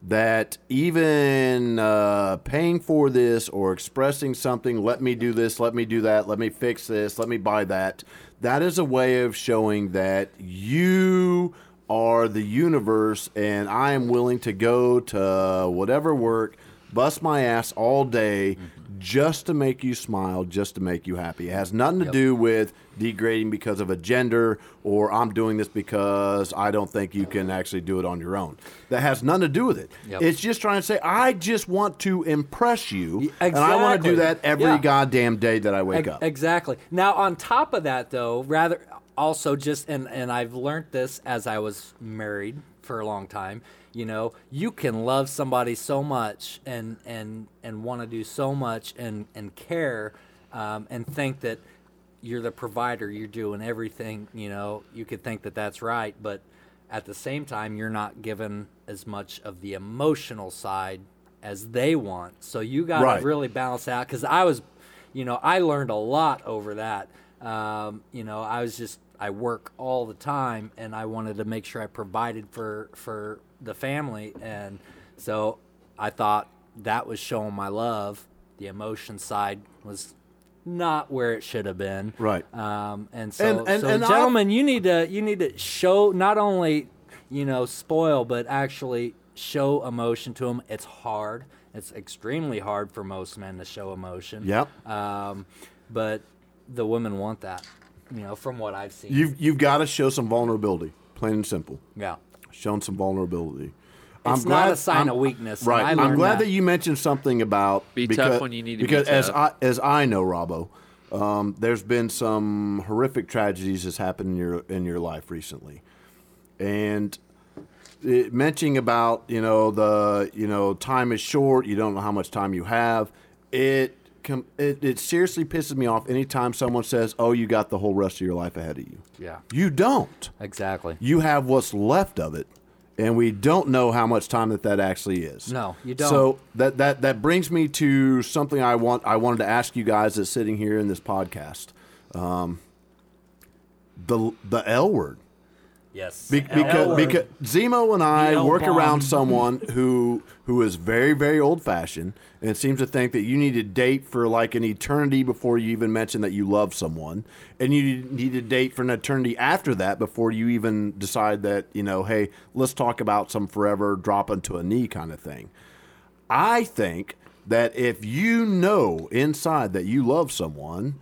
that even uh, paying for this or expressing something, let me do this, let me do that, let me fix this, let me buy that, that is a way of showing that you are the universe and I am willing to go to whatever work. Bust my ass all day just to make you smile, just to make you happy. It has nothing to do with degrading because of a gender or I'm doing this because I don't think you can actually do it on your own. That has nothing to do with it.
Yep.
It's just trying to say, I just want to impress you.
Y-
And I want to do
exactly.
that every
Yeah.
goddamn day that I wake
Ex-
up.
Exactly. Now, on top of that, though, rather also just and and I've learned this as I was married for a long time. You know, you can love somebody so much and and and want to do so much and and care um, and think that you're the provider, you're doing everything. You know, you could think that that's right, but at the same time, you're not given as much of the emotional side as they want. So you got to
Right.
really really balance out because I was, you know, I learned a lot over that. Um, you know, I was just I work all the time, and I wanted to make sure I provided for for the family, and so I thought that was showing my love. The emotion side was not where it should have been,
Right.
Um, and so,
And- and-
so
and I'll-
gentlemen, you need to you need to show not only you know spoil, but actually show emotion to them. It's hard. It's extremely hard for most men to show emotion.
Yep.
Um, but the women want that. You know, from what I've seen.
You've, you've got to show some vulnerability, plain and simple.
yeah.
shown some vulnerability.
It's not a sign of weakness, and
Right.
I
am
learned
glad that.
that.
you mentioned something about
Be tough when you need to be
because as I
tough.
as I know, Robbo, um, there's been some horrific tragedies that's happened in your in your life recently, and it, mentioning about you know the you know time is short you don't know how much time you have it com- it, it seriously pisses me off anytime someone says oh you got the whole rest of your life ahead of you
Yeah.
you don't
Exactly.
you have what's left of it and we don't know how much time that that actually is
No, you don't.
so that that that brings me to something i want i wanted to ask you guys that's sitting here in this podcast um the the l word
Yes.
Be- because,
L-word.
because Zemo and I
L
work
bomb.
around someone who who is very very old fashioned and seems to think that you need to date for like an eternity before you even mention that you love someone, and you need to date for an eternity after that before you even decide that you know, hey, let's talk about some forever drop into a knee kind of thing. I think that if you know inside that you love someone,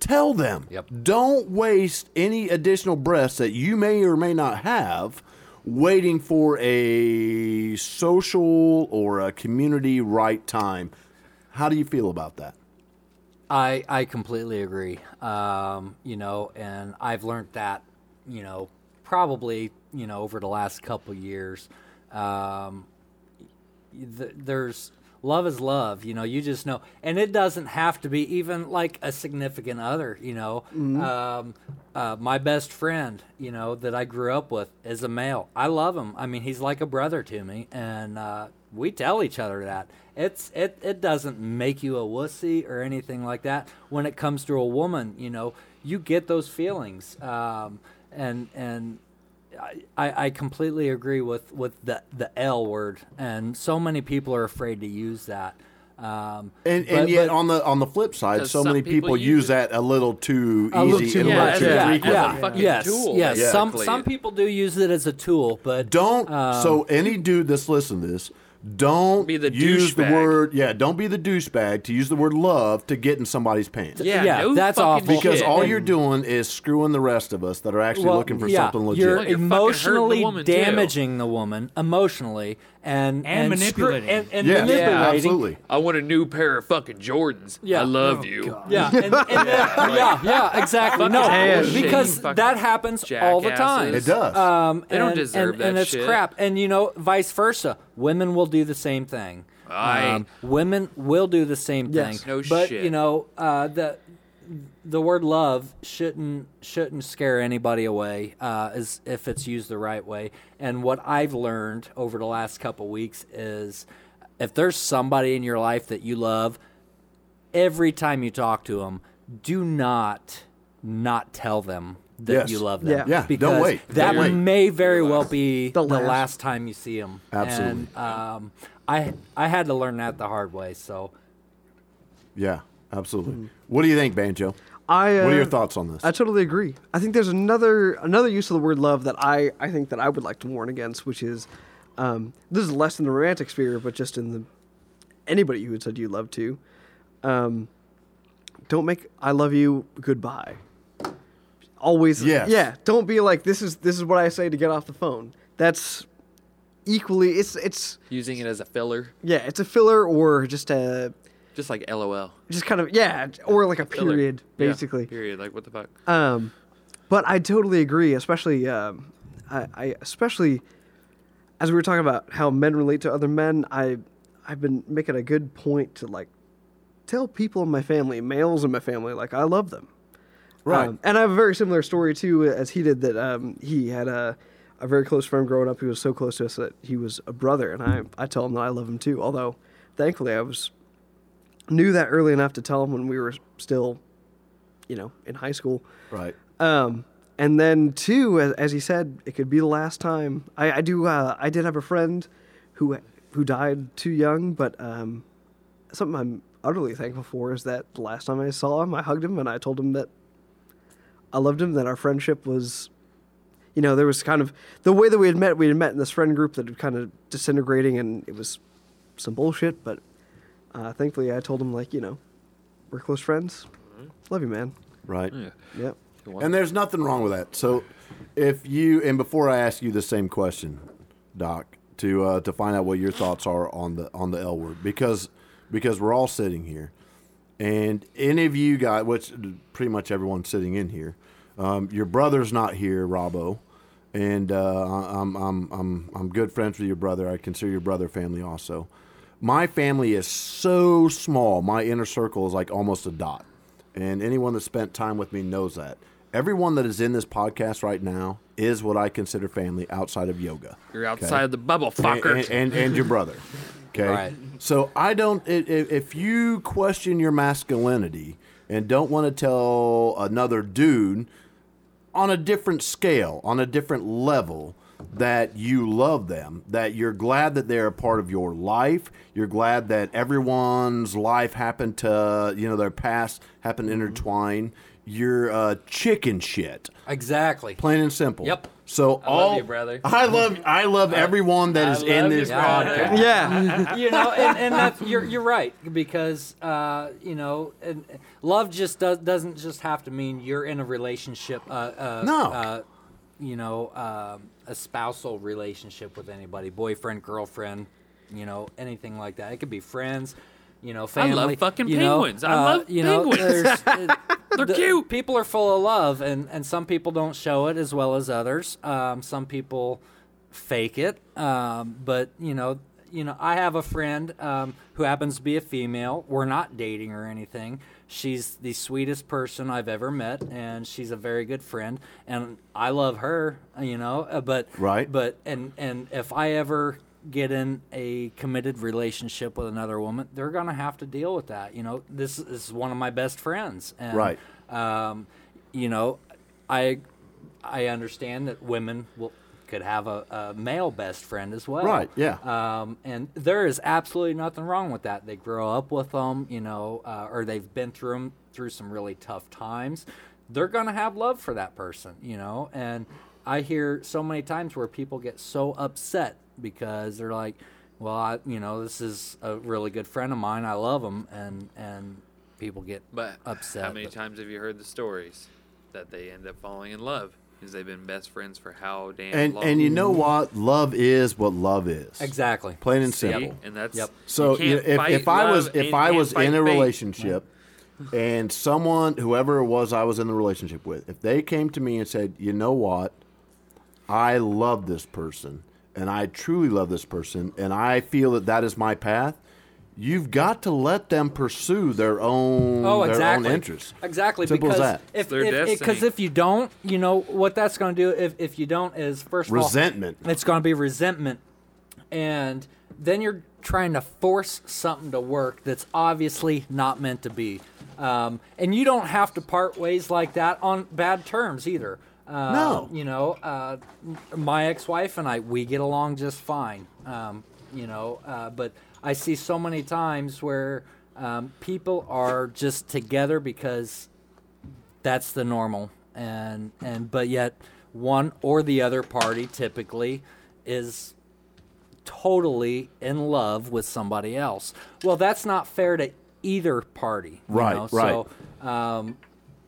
tell them.
Yep.
Don't waste any additional breaths that you may or may not have waiting for a social or a community right time. How do you feel about that?
I I completely agree. Um, you know, and I've learned that, you know, probably you know over the last couple years, um, th- there's love is love. You know, you just know, and it doesn't have to be even like a significant other. You know, um, uh, my best friend, you know, that I grew up with is a male. I love him. I mean, he's like a brother to me, and uh, we tell each other that. It's it it doesn't make you a wussy or anything like that. When it comes to a woman, you know, you get those feelings, um, and and I, I I completely agree with, with the, the L word, and so many people are afraid to use that. Um,
And,
but-
and yet
but-
on the on the flip side,
Does
so
some
many
people
people
use
use that a little too
A little
easy,
too
and a
much,
little too
yeah.
frequently.
Yeah. as a fucking
yes,
tool,
yes. Some
basically.
some people do use it as a tool, but
Don't.
um,
so any dude that's listening to this, don't
Be the
use the
douchebag.
word. Yeah, don't be the douchebag to use the word love to get in somebody's pants.
Yeah,
yeah,
no
that's
fucking
awful.
Because
shit.
all
And-
you're doing is screwing the rest of us that are actually
well,
looking for
yeah,
something legit.
You're
Well, you're fucking hurting
emotionally
the woman, too.
damaging the woman emotionally, and
And
screw-
manipulating.
and, and
yeah,
manipulating.
absolutely.
I want a new pair of fucking Jordans.
Yeah. Oh,
I love you.
Yeah,
[laughs]
and, and then- yeah, yeah, exactly. No,
Fucking bullshit,
because
you fucking
that happens all the time.
It
jackasses.
does.
Um,
They
and,
don't deserve
and, and
that
it's
shit.
crap. And you know, vice versa. Women will do the same thing.
Aye.
Um, women will do the same
Yes.
thing.
No
but
shit.
you know, uh, the the word love shouldn't shouldn't scare anybody away, uh, as if it's used the right way. And what I've learned over the last couple weeks is, if there's somebody in your life that you love, every time you talk to them, do not not tell them that
Yes.
you love them.
Yeah. Yeah, don't
because
wait.
That
Don't wait.
may very well be the
The
last,
last.
time you see them.
Absolutely.
And, um, I I had to learn that the hard way. So
yeah,
Hmm.
absolutely. What do you think, Banjo?
I, uh,
what are your thoughts on this?
I totally agree. I think there's another another use of the word love that I, I think that I would like to warn against, which is um, this is less in the romantic sphere, but just in the anybody who had said you love to. Um, don't make I love you goodbye. Always
Yes.
yeah. Don't be like this is this is what I say to get off the phone. That's equally it's it's
Using it as a filler,
yeah, it's a filler or just a
just like LOL.
just kind of yeah, or like a
Filler.
period
Yeah,
basically.
period. Like what the fuck?
Um, but I totally agree, especially um, I, I especially as we were talking about how men relate to other men. I I've been making a good point to like tell people in my family, males in my family, like I love them.
Right.
Um, and I have a very similar story too, as he did. That um, he had a a very close friend growing up who was so close to us that he was a brother, and I I tell him that I love him too. Although, thankfully, I was knew that early enough to tell him when we were still, you know, in high school.
right.
Um, and then too, as, as he said, it could be the last time. I, I do. Uh, I did have a friend who who died too young, but um, something I'm utterly thankful for is that the last time I saw him, I hugged him and I told him that I loved him. That our friendship was, you know, there was kind of the way that we had met. We had met in this friend group that had kind of disintegrating, and it was some bullshit. But uh, thankfully, I told him like, you know, we're close friends. Love you, man.
Right.
Yep.
And there's nothing wrong with that. So, if you and before I ask you the same question, Doc, to uh, to find out what your thoughts are on the on the L word, because because we're all sitting here, and any of you guys, which pretty much everyone sitting in here, um, your brother's not here, Robbo, and uh, I- I'm I'm I'm I'm good friends with your brother. I consider your brother family also. My family is so small. My inner circle is like almost a dot. And anyone that spent time with me knows that. Everyone that is in this podcast right now is what I consider family outside of yoga.
You're
Okay?
outside the bubble,
And,
fucker.
and, and, and your brother. Okay.
Right.
So I don't, if, if you question your masculinity and don't want to tell another dude on a different scale, on a different level, that you love them, that you're glad that they're a part of your life, you're glad that everyone's life happened to, you know, their past happened to intertwine. You're uh, chicken shit,
exactly.
plain and simple.
Yep.
So
love
all
you, brother.
I love I love everyone that is in
love
this
you,
podcast.
brother.
Yeah.
[laughs] you know, and, and that's, you're you're right because uh, you know, and love just does, doesn't just have to mean you're in a relationship. Uh, uh,
No.
uh, you know, um, a spousal relationship with anybody, boyfriend, girlfriend, you know, anything like that. It could be friends. You know,
I
family.
love fucking
you know,
penguins. I
uh,
love
you know,
penguins.
there's-
[laughs]
uh,
They're
the-
cute.
People are full of love, and, and some people don't show it as well as others. Um, some people fake it, um, but you know, you know, I have a friend um, who happens to be a female. We're not dating or anything. She's the sweetest person I've ever met, and she's a very good friend, and I love her. You know, uh, but
Right.
but and and if I ever get in a committed relationship with another woman, they're gonna have to deal with that. You know, this is one of my best friends, and
Right.
um, you know, I I understand that women will, could have a, a male best friend as well.
Right, yeah.
Um, and there is absolutely nothing wrong with that. They grow up with them, you know, uh, or they've been through 'em- through some really tough times. They're going to have love for that person, you know. And I hear so many times where people get so upset because they're like, "Well, I, you know, this is a really good friend of mine. I love him," and and people get
But
upset.
How many
but-
times have you heard the stories that they end up falling in love because they've been best friends for how damn
And
long?
and you know what? Love is what love is.
Exactly.
Plain and
See?
simple.
and that's
Yep.
So
you
you know,
can't
if,
fight
if I was
love and
if
you
I
can't
was
fight
in a
fate.
relationship
[laughs]
and someone whoever it was I was in the relationship with, if they came to me and said, "You know what? I love this person and I truly love this person and I feel that that is my path." You've got to let them pursue their own
oh,
their
exactly.
own interests.
Exactly.
Simple as
because
that.
If,
Their
Because
destiny.
if you don't, you know what that's going to do. If, if you don't, is first of all,
Resentment.
it's going to be resentment, and then you're trying to force something to work that's obviously not meant to be. Um, and you don't have to part ways like that on bad terms either. Uh,
No.
you know, uh, my ex-wife and I, we get along just fine. Um, you know, uh, but I see so many times where um, people are just together because that's the normal, and and but yet one or the other party typically is totally in love with somebody else. Well, that's not fair to either party. you
Right,
know?
right.
So, um,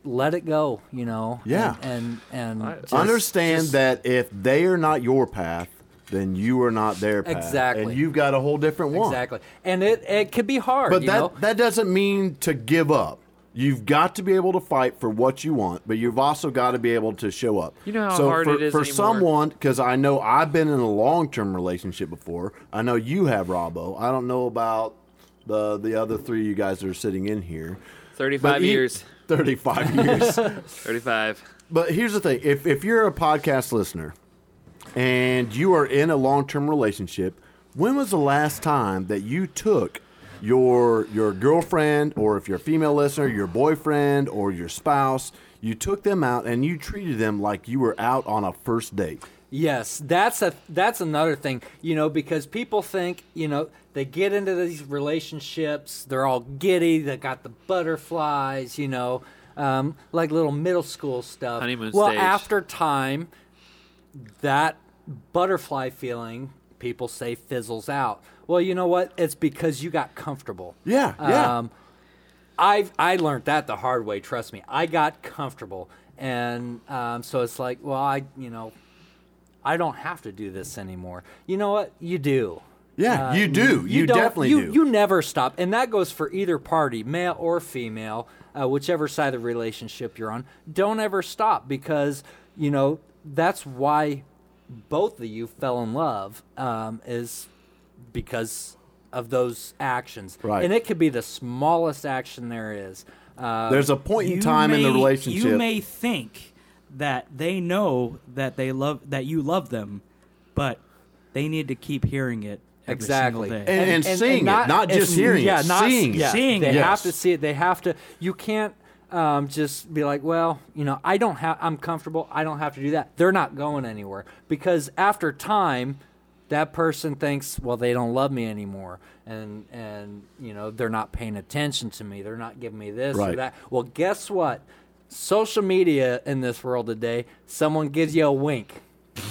let it go. You know.
Yeah.
And and, and just-
Understand
just-
that if they are not your path, then you are not their path.
Exactly.
And you've got a whole different one.
Exactly, and it it could be hard.
But
you
that
know?
that doesn't mean to give up. You've got to be able to fight for what you want, but you've also got to be able to show up.
You know how
so
hard
for,
it is
for
anymore.
someone because I know I've been in a long term relationship before. I know you have Robbo. I don't know about the the other three you guys that are sitting in here. But
35
e- [laughs]
years.
Thirty five years.
35.
But here's the thing: if if you're a podcast listener and you are in a long term relationship, when was the last time that you took your your girlfriend, or if you're a female listener, your boyfriend or your spouse, you took them out and you treated them like you were out on a first date?
Yes, that's a that's another thing, you know, because people think, you know, they get into these relationships, they're all giddy, they got the butterflies, you know, um, like little middle school stuff.
Honeymoon
well,
stage.
after time, that butterfly feeling, people say, fizzles out. Well, you know what? It's because you got comfortable.
Yeah, yeah.
Um, I've I learned that the hard way. Trust me, I got comfortable, and um, so it's like, well, I you know, I don't have to do this anymore. You know what? You do.
Yeah, you do. You,
don't-
definitely
uh, you,
do.
You never stop, and that goes for either party, male or female, uh, whichever side of the relationship you're on. Don't ever stop because you know that's why both of you fell in love um, is because of those actions,
Right.
and it could be the smallest action there is. Uh,
There's a point in
[laughs] You
time in the
may-
relationship.
You may think that they know that they love that you love them, but they need to keep hearing it every single
exactly
day.
And- seeing it, not just
it's-
hearing it,
yeah, not,
seeing it.
yeah,
Seeing
they
it.
have
Yes.
to see it they have to you can't um, just be like well you know i don't have i'm comfortable i don't have to do that they're not going anywhere because after time that person thinks well they don't love me anymore and and you know they're not paying attention to me they're not giving me this or
Right.
that well guess what social media in this world today someone gives you a wink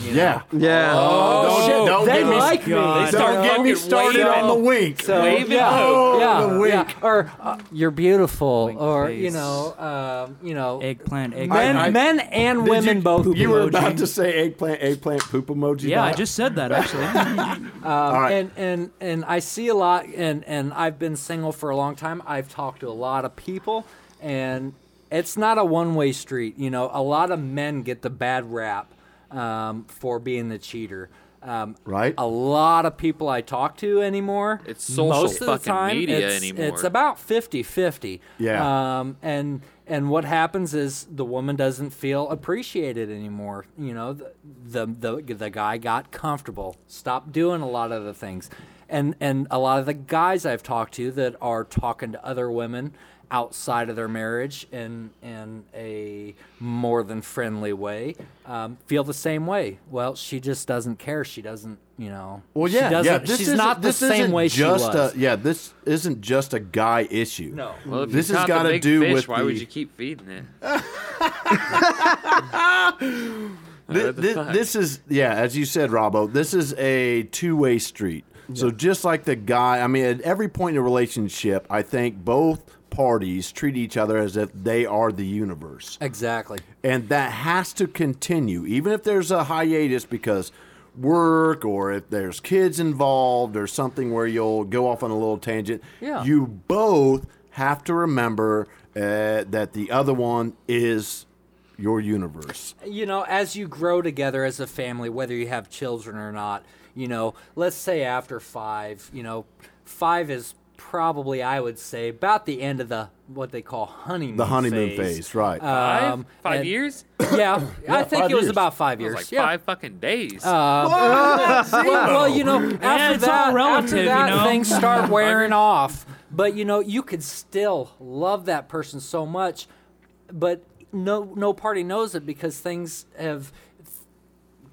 yeah.
Yeah.
Don't-
shit,
don't
they
get me-
like me.
Oh, God.
They start
Don't get
fucking
me
waving.
started on the wink.
So
Wave
yeah,
it out.
yeah,
The wink.
yeah. or uh, you're beautiful, or
face.
you know, um, you know,
eggplant,
men,
eggplant.
I-
men and
Did
women
you,
both.
You were
emoji.
about to say eggplant, eggplant poop emoji.
yeah, I
dog?
just said that actually.
[laughs] All right.
and and and I see a lot, and and I've been single for a long time. I've talked to a lot of people, and it's not a one-way street. You know, a lot of men get the bad rap um, for being the cheater. Um,
Right.
A lot of people I talk to anymore.
It's social
most of the
fucking
time,
media
it's,
anymore.
It's about 50-50.
Yeah.
Um, and and what happens is the woman doesn't feel appreciated anymore. You know, the the the, the guy got comfortable, stopped doing a lot of the things. And and a lot of the guys I've talked to that are talking to other women outside of their marriage in in a more than friendly way um, feel the same way. Well, she just doesn't care. She doesn't, you know.
Well, yeah,
she doesn't,
yeah. This
she's
isn't-
not the
this
same
isn't
way
just
she was.
A, yeah, this isn't just a guy issue.
No.
Well, if
this
you
has
caught the
got to
big
do
fish,
with
why
the,
would you keep
[laughs]
feeding it?
thi-
What the
thi-
fuck?
this is yeah, as you said, Robbo. This is a two-way street. So just like the guy, I mean, at every point in a relationship, I think both parties treat each other as if they are the universe.
Exactly.
and that has to continue even if there's a hiatus because work or if there's kids involved or something where you'll go off on a little tangent
Yeah.
you both have to remember uh, that the other one is your universe
you know, as you grow together as a family, whether you have children or not, you know, let's say after five, you know, five is probably, I would say, about the end of the what they call honeymoon.
the honeymoon phase right
Five?
Um,
five
and-
years?
[coughs]
Yeah, I think
five
it was
years.
about five
It
years.
was like
yeah. Uh,
five fucking days.
Well, well, you know, after
it's all
that,
relative,
after
you
that
know?
things start wearing off. But you know, you could still love that person so much, but no, no party knows it because things have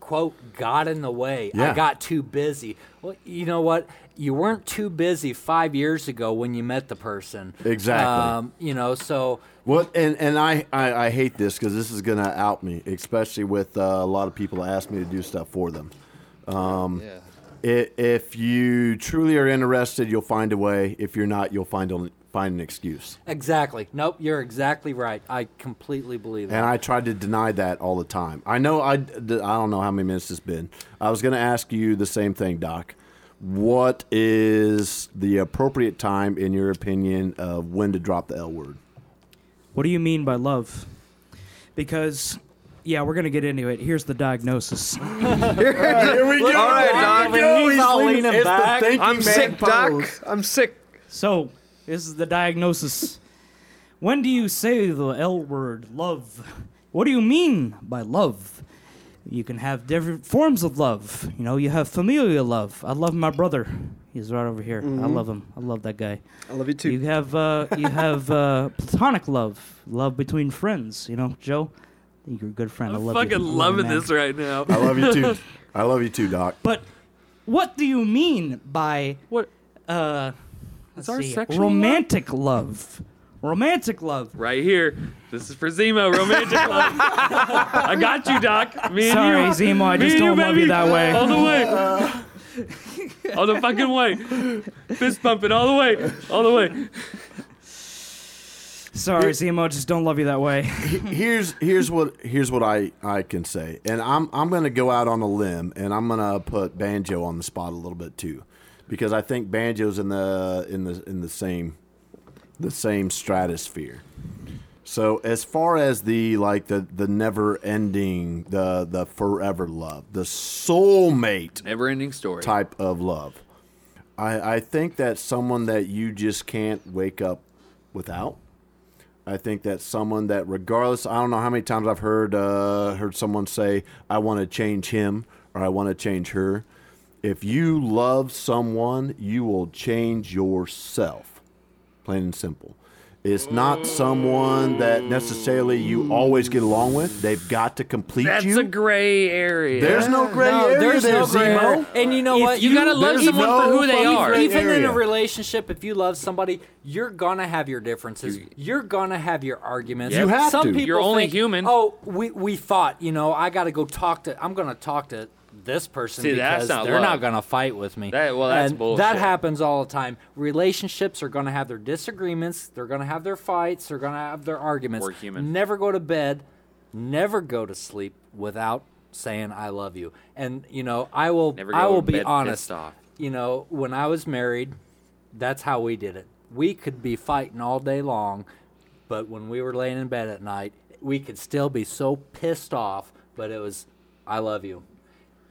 quote got in the way.
Yeah.
I got too busy. Well, you know what? You weren't too busy five years ago when you met the person.
Exactly.
Um, you know, so
Well, and and I I, I hate this because this is gonna out me, especially with uh, a lot of people that ask me to do stuff for them. Um,
Yeah.
i- If you truly are interested, you'll find a way. If you're not, you'll find a, find an excuse.
exactly. Nope, you're exactly right. I completely believe that.
And I tried to deny that all the time. I know I d- I don't know how many minutes it's been. I was gonna ask you the same thing, Doc. What is the appropriate time, in your opinion, of when to drop the L word?
What do you mean by love? Because, yeah, we're gonna get into it. Here's the diagnosis.
Here we go. All
right, Doc.
He's all leaning back.
I'm sick, Doc. I'm sick.
So, this is the diagnosis. When do you say the L word, love? What do you mean by love? You can have different forms of love. You know, you have familial love. I love my brother. He's right over here. I love him. I love that guy.
I love you
You
too.
have uh, you have uh, platonic love, love between friends. You know, Joe, you're a good friend. i
I'm
love you.
fucking
I love you,
loving
man.
this right now.
I love you too. I love you too, Doc.
But what do you mean by
[laughs] What?
uh,
It's
let's
our
see,
sexual
romantic love? Romantic love.
Right here. This is for Zemo, romantic love. I got you, Doc. Me and
Sorry,
you.
Zemo, I
Me
just
and
don't love
baby.
you that [laughs] way.
All the way. all the fucking way. Fist bumping all the way. All the way.
Sorry, Zemo, just don't love you that way. [laughs]
here's here's what here's what I, I can say, and I'm I'm gonna go out on a limb, and I'm gonna put banjo on the spot a little bit too, because I think banjo's in the in the in the same the same stratosphere. So as far as the like the the never ending the the forever love the soulmate
Never ending story.
type of love, I I think that's someone that you just can't wake up without. I think that's someone that, regardless, I don't know how many times I've heard uh, heard someone say, "I want to change him" or "I want to change her." If you love someone, you will change yourself. Plain and simple. It's not someone that necessarily you always get along with. They've got to complete
That's
you.
a gray area.
there's no gray area
there's
there,
no gray
Zemo.
area. And you know
If
what?
you gotta love
There's someone for no who they
even-
are. gray
Even in
area.
a relationship, if you love somebody, you're gonna have your differences. You're gonna have your arguments.
You have
Some
to.
people
You're
only
think,
human.
Oh, we we thought, you know, I gotta go talk to. I'm gonna talk to this person
See, that's
because
not
they're
love.
not gonna fight with me.
That- well, that's
And That
bullshit.
happens all the time. Relationships are gonna have their disagreements. They're gonna have their fights. They're gonna have their arguments.
We're human.
Never go to bed. Never go to sleep without saying I love you. And you know, I will
Never
I
go
will
to
be
bed
honest.
pissed off.
You know, when I was married, that's how we did it. We could be fighting all day long, but when we were laying in bed at night, we could still be so pissed off, but it was I love you.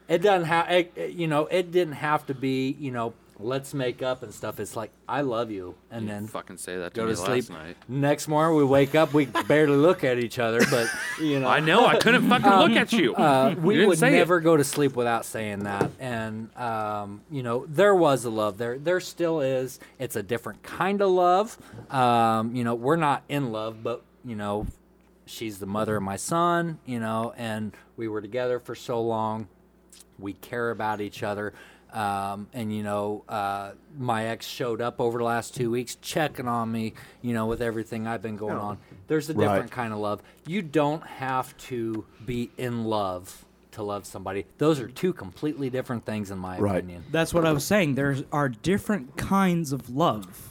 It doesn't have, it, it- you know, it didn't have to be, you know, let's make up and stuff. It's like I love you, and
Didn't
then
fucking say that to
go
me
to
last
sleep.
night.
Next morning we wake up, we barely look at each other,
[laughs]
but you know,
I know. I couldn't fucking look at you. [laughs]
uh,
You
we
didn't
would
say it.
never go to sleep without saying that. And um, you know, there was a love there. There still is. It's a different kind of love. Um, you know, we're not in love, but you know, she's the mother of my son. You know, and we were together for so long. We care about each other. Um, and you know, uh, my ex showed up over the last two weeks checking on me. You know, with everything I've been
Oh.
going on. There's a
Right.
different kind of love. You don't have to be in love to love somebody. Those are two completely different things, in my
Right.
opinion.
That's what I was saying. There are different kinds of love.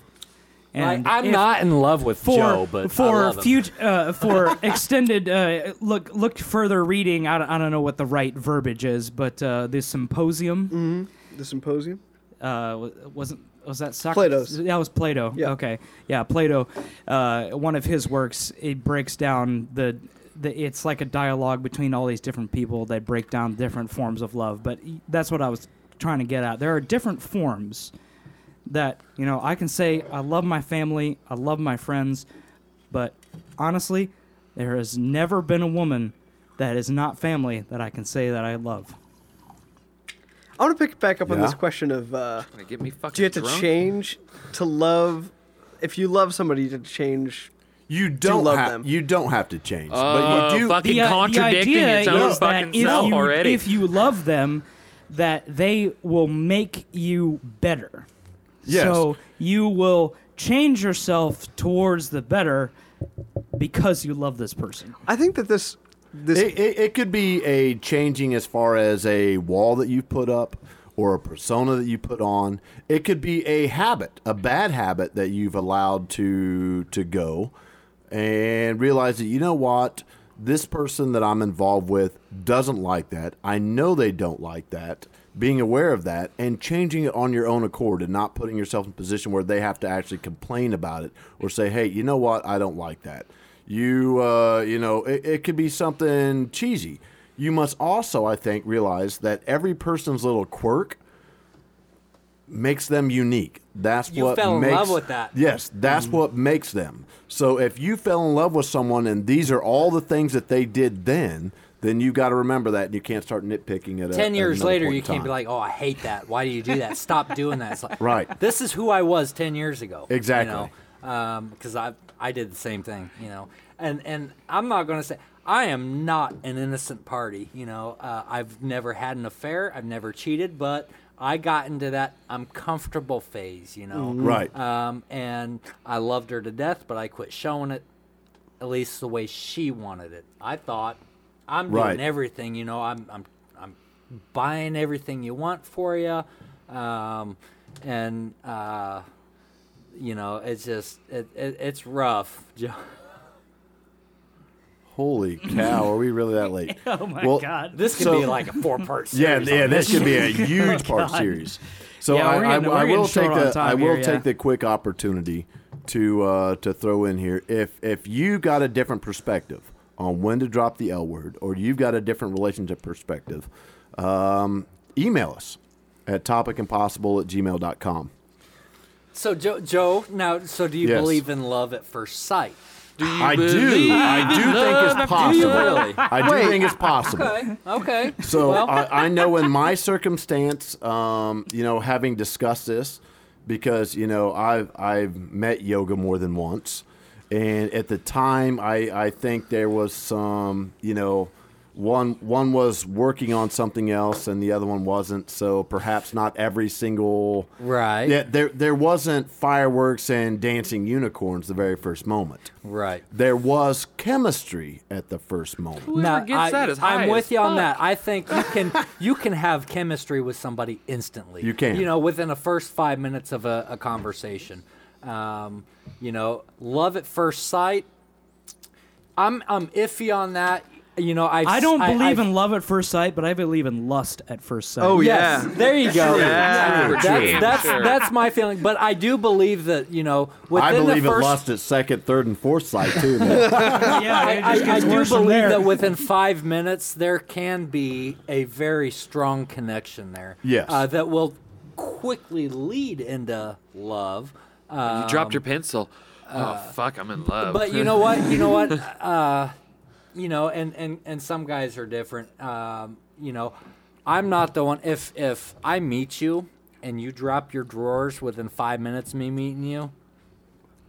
Like,
And
I'm
if-
not in love with
for
Joe, but I
for
love him.
future
[laughs]
uh, for extended uh, look look further reading. I don't, I don't know what the right verbiage is, but uh, the symposium
The symposium.
uh, wa- wasn't was that Socrates?
Plato's.
That was Plato.
Yeah.
Okay, yeah, Plato. Uh, one of his works it breaks down the. The, it's like a dialogue between all these different people that break down different forms of love. But y- that's what I was trying to get at. There are different forms that you know I can say I love my family, I love my friends, but honestly, there has never been a woman that is not family that I can say that I love.
I want to pick back up on this
Yeah.
question of uh,
Gonna get me fucking
do you have to
drunk?
change to love? If you love somebody, you have to change.
You don't
love
have
them.
you don't have to change,
Oh,
but you do.
fucking
i-
contradicting its own
uh, is that
fucking
if
self
you,
already.
If you love them, that they will make you better.
Yes.
So you will change yourself towards the better because you love this person.
I think that this this
It, it, it could be a changing as far as a wall that you put up or a persona that you put on. It could be a habit, a bad habit that you've allowed to to go and realize that you know what this person that I'm involved with doesn't like that. I know they don't like that. Being aware of that and changing it on your own accord and not putting yourself in a position where they have to actually complain about it or say, "Hey, you know what? I don't like that." You, uh, you know, it, it could be something cheesy. You must also, I think, realize that every person's little quirk makes them unique. That's
You
what
fell in
makes,
love with that. Mm.
Yes, that's what makes them. So if you fell in love with someone and these are all the things that they did then, then you got to remember that and you can't start nitpicking it.
Ten years later, you can't be like, "Oh, I hate that. Why do you do
[laughs]
that? Stop doing that." It's like,
Right.
This is who I was ten years ago.
Exactly.
Because I I did the same thing. You know, and and I'm not gonna say I am not an innocent party. You know, uh, I've never had an affair. I've never cheated, but I got into that I'm comfortable phase. You know,
Mm-hmm. Right.
Um, and I loved her to death, but I quit showing it at least the way she wanted it. I thought I'm
Right.
doing everything, you know, I'm I'm I'm buying everything you want for you, um, and uh, you know, it's just it, it it's rough. Jo- [laughs]
"Holy cow, are we really that late?"
Oh my
Well,
God.
This could
So-
be like a
[laughs]
four part series.
Yeah, yeah,
on
this could
[laughs]
be a huge part series. So
Oh, Yeah,
I,
we're
I,
getting-
I
we're
will
getting short
take
on
the
time
I will
here, yeah.
take the quick opportunity to uh, to throw in here. If if you got a different perspective on when to drop the L word, or you've got a different relationship perspective, um, email us at topicimpossible at gmail.com.
So Joe, Joe, now, so do you
Yes.
believe in love at first sight?
I do. I do think it's
Do you
possible.
really?
I do think it's possible.
Okay. Okay.
So
well,
I, I know in my circumstance, um, you know, having discussed this, because you know I've I've met yoga more than once, and at the time I I think there was some you know. One one was working on something else, and the other one wasn't. So perhaps not every single
Right.
Yeah, there there wasn't fireworks and dancing unicorns the very first moment.
right.
There was chemistry at the first moment.
Whoever gets
I,
that is high
I'm
as
with you on
fuck.
that. I think you can you can have chemistry with somebody instantly.
You can.
You know, within the first five minutes of a, a conversation. Um, you know, love at first sight. I'm I'm iffy on that. you know, I've,
I don't
s-
believe
I've-
in love at first sight, but I believe in lust at first sight.
Oh,
Yes,
Yeah.
there you go.
Yeah.
True,
That's
true.
that's
Sure.
that's my feeling, but I do believe that you know within
I believe
the
it
first
lost its second, third, and fourth sight too.
[laughs]
man.
yeah, it
I,
just
I
gets
do
worse
believe
from there.
that within five minutes there can be a very strong connection there.
Yes.
uh, that will quickly lead into love. Uh,
You dropped your pencil. oh fuck, I'm in love. [laughs]
but you know what? You know what? [laughs] Uh, you know, and and and some guys are different. Um, you know, I'm not the one. If if I meet you and you drop your drawers within five minutes, of me meeting you,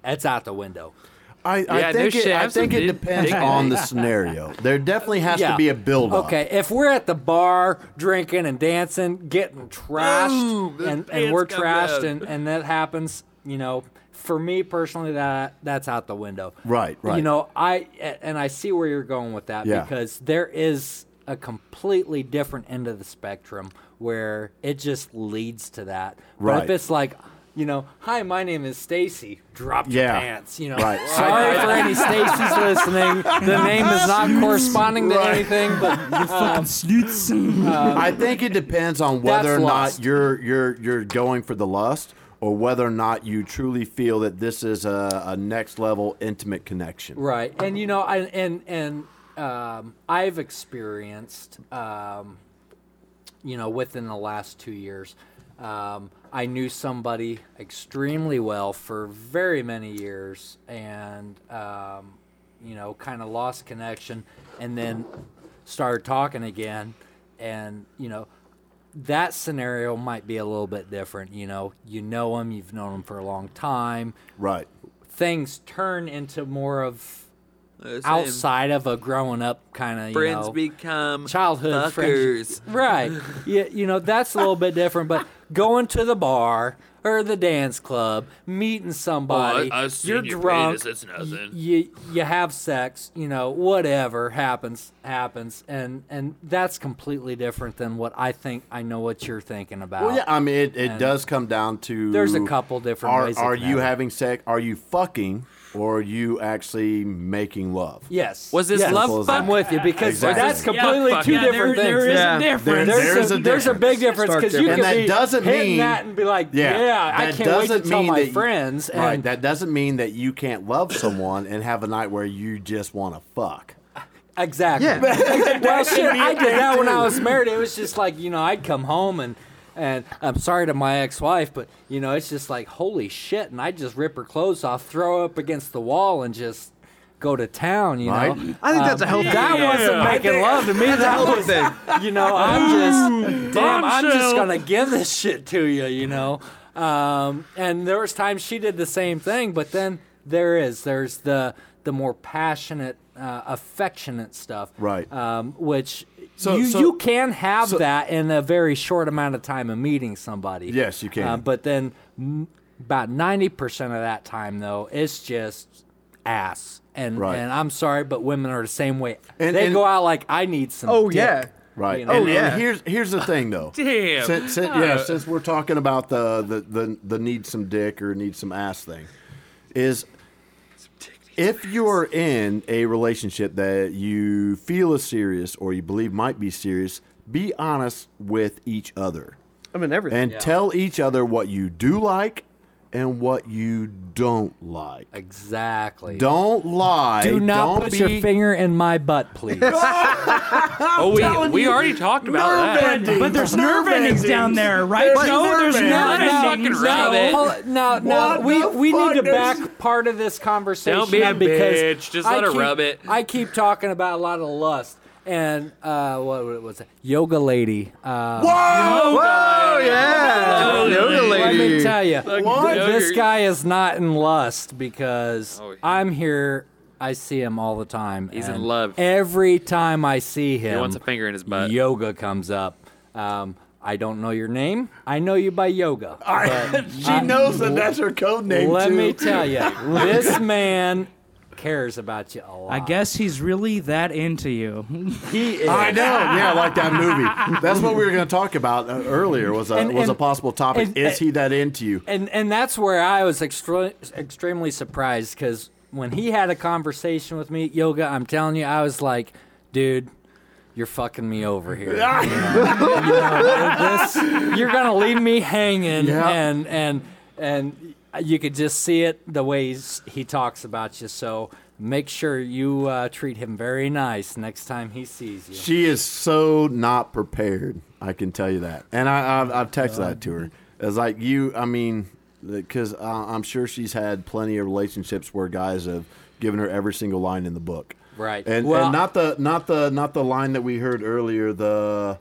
that's out the window.
[laughs] I, I
Yeah, no
think, it,
shit,
I
have some
think it
dig-
depends
dig-
on the scenario. There definitely has
Yeah.
to be a build up.
Okay, if we're at the bar drinking and dancing, getting trashed,
Ooh, the
and, and
pants
we're
come
trashed,
down.
and, and that happens, you know, for me personally, that that's out the window.
Right, right.
You know, I and I see where you're going with that
Yeah.
because there is a completely different end of the spectrum where it just leads to that. But
Right.
if it's like. You know, hi, my name is Stacy. Drop your
Yeah.
pants. You know, [laughs]
Right.
sorry for any Stacy's listening. The name is not corresponding to
Right.
anything, but
fucking snoots.
I think it depends on whether or
That's
not
lust.
you're you're you're going for the lust or whether or not you truly feel that this is a, a next level intimate connection.
Right, and you know, I, and and um, I've experienced, um, you know, within the last two years, um, I knew somebody extremely well for very many years, and um, you know, kind of lost connection, and then started talking again, and you know. That scenario might be a little bit different, you know. You know them, you've known them for a long time
Right.
things turn into more of
Listen,
outside of a growing up kind of you
friends
know,
become fuckers.
childhood friends. [laughs] Right. yeah, you know, that's a little bit different, but going to the bar or the dance club, meeting somebody,
Oh, I- I've seen
you're
your
drunk,
penis, it's nothing.
You, you have sex, you know, whatever happens happens and and that's completely different than what I think I know what you're thinking about.
Well, yeah, I mean, it, it
And
does come down to
There's a couple different
are,
ways. it
Are
can
you
happen.
having sex? Are you fucking, or are you actually making love?
Yes.
Was this
yes.
love
Simple as
fuck?
I'm with you because
Exactly.
that's completely
fuck.
two
Yeah,
there,
different things.
There is
Yeah.
a difference.
There-
There's,
There's
a,
a
there's a big difference
Stark
because you
difference.
could
And that
be
doesn't
hitting
mean-
that and be like,
Yeah,
yeah, I
that
can't wait to
doesn't
tell
mean
my
that you-
friends. And
right. That doesn't mean that you can't love someone and have a night where you just want to fuck.
exactly.
Yeah.
[laughs]
[laughs]
well, shit, I did that when I was married. It was just like you know, I'd come home and. And I'm sorry to my ex-wife, but you know it's just like holy shit, and I just rip her clothes off, throw her up against the wall, and just go to town. You
Right.
know,
I think that's a healthy
that
thing.
wasn't making love to me.
That's a
That
healthy
was
thing.
you
[laughs]
know, I'm just damn. I'm just gonna give this shit to you, you know. Um, and there was times she did the same thing, but then there is there's the the more passionate, uh, affectionate stuff,
Right.
Um, which
So-
you
so-
you can have
so-
that in a very short amount of time of meeting somebody.
Yes, you can.
Uh, but then m- about ninety percent of that time though, it's just ass. And,
Right.
and I'm sorry, but women are the same way.
And-
they
and-
go out like I need some.
Oh,
dick."
yeah.
Right.
You know?
and,
Oh,
and
yeah. Uh.
here's here's the thing
[laughs]
though.
Damn.
Since, since- yeah, since we're talking about the, the the the need some dick or need some ass thing, is if you're in a relationship that you feel is serious or you believe might be serious, be honest with each other
I mean, everything.
and tell each other what you do like and what you don't like.
Exactly.
Don't lie.
Do not
Don't
put
be,
your finger in my butt, [laughs] please.
Oh, we, we already talked about that.
But, but there's nerve endings down there, right?
There's
no,
nerve
there's
endings.
nerve
Not fucking
endings.
rub it.
hold on. no, no,
What
we,
the
we need to
fuck?
back
There's-
part of this conversation
Don't be a
up because
bitch. Just
I
let her
keep-
rub it.
I keep talking about a lot of lust and uh, what was it? Yoga lady. Uh,
Whoa!
Oh, yeah. Yoga
Let me
lady.
tell you,
What?
this guy is not in lust because
Oh, he-
I'm here. I see him all the time.
He's
and
in love.
Every time I see him,
He wants a finger in his butt.
yoga comes up. Um, I don't know your name. I know you
[laughs]
by yoga. but
she
I-
knows that that's her code name
Let
too.
me tell you,
[laughs]
this man cares about you a lot.
I guess he's really that into you.
he is.
I know. Yeah, like that movie. That's what we were going to talk about uh, earlier. Was a
And-
was a
and-
possible topic.
and-
Is he that into you?
and and that's where I was extra, extremely surprised because when he had a conversation with me, yoga, I'm telling you, I was like, dude, you're fucking me over here. You know, you know, this- you're gonna leave me hanging,
Yeah.
and and and you could just see it the way he's, he talks about you. So make sure you uh, treat him very nice next time he sees you.
She is so not prepared. I can tell you that. And I, I've, I've texted that to her. It's like you. I mean, because I'm sure she's had plenty of relationships where guys have given her every single line in the book.
Right.
And,
Well-
and not the not the not the line that we heard earlier. The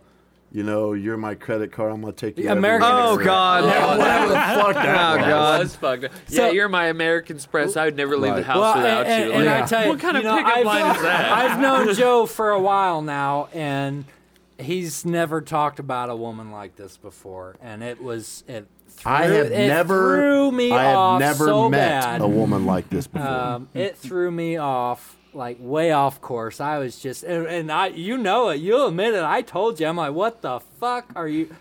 you know, you're my credit card. I'm gonna take you.
American
everywhere."
Oh
Express.
God.
that was
Fuck that.
Oh,
one.
God.
was fucked up.
So-
yeah, you're my American Express. I would never leave the
Right.
house without
and,
you.
and- and
Like,
I tell you,
what kind
you
of
know,
pickup
I've,
line is that? [laughs]
I've known Joe for a while now, and he's never talked about a woman like this before, and it was it. Threw,
I have
it
never.
threw me
I
off
have never
so
met
bad.
a woman like this before.
Um, it threw me off like way off course. I was just and, and I you know it, you admit it. I told you, I'm like, what the fuck are you?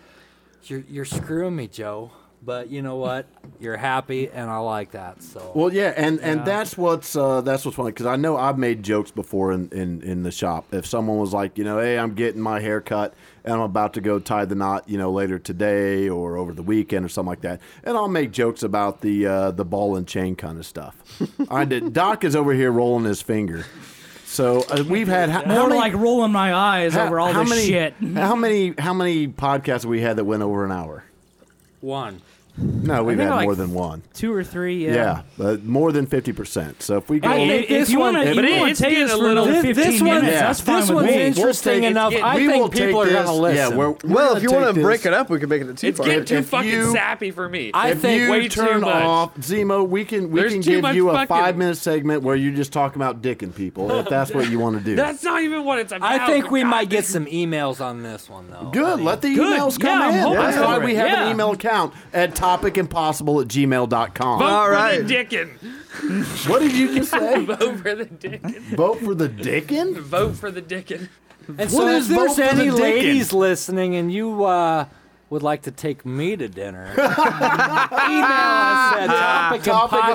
You're you're screwing me, Joe. But you know what? You're happy, and I like that. So
Well, yeah, and and that's what's uh, that's what's funny because I know I've made jokes before in, in in the shop. If someone was like, you know, hey, I'm getting my hair cut and I'm about to go tie the knot, you know, later today or over the weekend or something like that, and I'll make jokes about the uh, the ball and chain kind of stuff. I
[laughs]
did. Doc is over here rolling his finger. So uh, we've had how, how
[laughs] More
many,
like rolling my eyes
how,
over all
how
this
many,
shit. [laughs]
How many how many podcasts we had that went over an hour?
one.
No, we've
think
had
like-
more than one.
Two or three,
Yeah,
yeah.
but more than fifty percent. So if we go.
I-
think
if
this
you
one-
want to,
But it-
you want
it's
to take
getting
us
a
for
little-
another
This-
15
this one-
minutes.
Yeah.
That's fine
this
with
one's
me.
interesting enough. I
we
think
will take
people are gonna
this-
listen.
Yeah, we're, we're
Well,
gonna
if you want
take
to
this-
break it up, we can make it a two
it's
part.
getting too
if
fucking
you-
sappy for me.
I
If
think
you
way too
turn
much.
off Zemo, we can we
There's
can
too
give
much
you a
fucking-
five minute segment where you just talk about dicking people if that's what you want to do.
That's not even what it's about.
I think we
God.
might get some emails on this one though. I
Good.
mean,
Let the
Good,
emails
yeah, I'm
come in.
hoping
That's
for
why
it,
we have an
yeah.
email account at topicimpossible at gmail.com.
Vote
com.
All
for
right.
the Dickin.
what did you just
[laughs]
say?
Vote for the Dickin.
Vote for the dickin?
Vote for the Dickin.
And
Well,
so if
let's
there's
vote for the
any
Dickens.
ladies listening and you uh, would like to take me
[laughs]
to dinner, email us at
Ah,
topic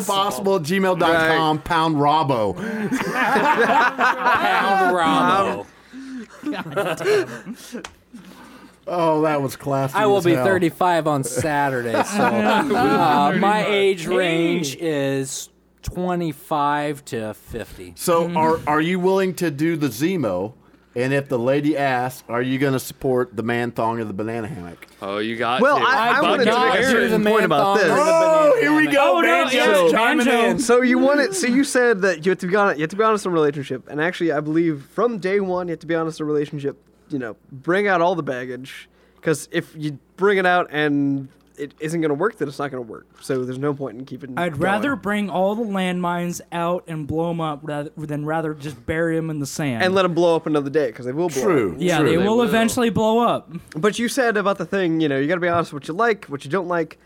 Topicimpossible
impossible.
at gmail.com, pound Robbo.
Pound Romo.
Oh, that was classy.
I will
as
be
hell.
35 on Saturday,
[laughs]
so uh, my age range is 25 to 50.
So are are you willing to do the Zemo? And if the lady asks, are you going to support the man thong or the banana hammock?
Oh, you got.
Well,
to.
I- I
Fuck
wanted to
no,
make a
Aaron.
certain point about this.
Oh, here we go,
Oh, no,
banjo.
yeah,
Chiming
banjo.
[laughs]
in.
So you want it? So you said that you have to be honest. You have to be honest in a relationship, and actually, I believe from day one you have to be honest in a relationship. You know, bring out all the baggage, because if you bring it out and it isn't going to work, then it's not going to work. So there's no point in keeping.
I'd
going.
rather bring all the landmines out and blow them up rather, than rather just bury them in the sand.
and let them blow up another day because they will blow.
True.
Up.
yeah,
True,
they,
they
will,
will.
eventually blow up.
But you said about the thing. You know, you got to be honest with what you like, what you don't like.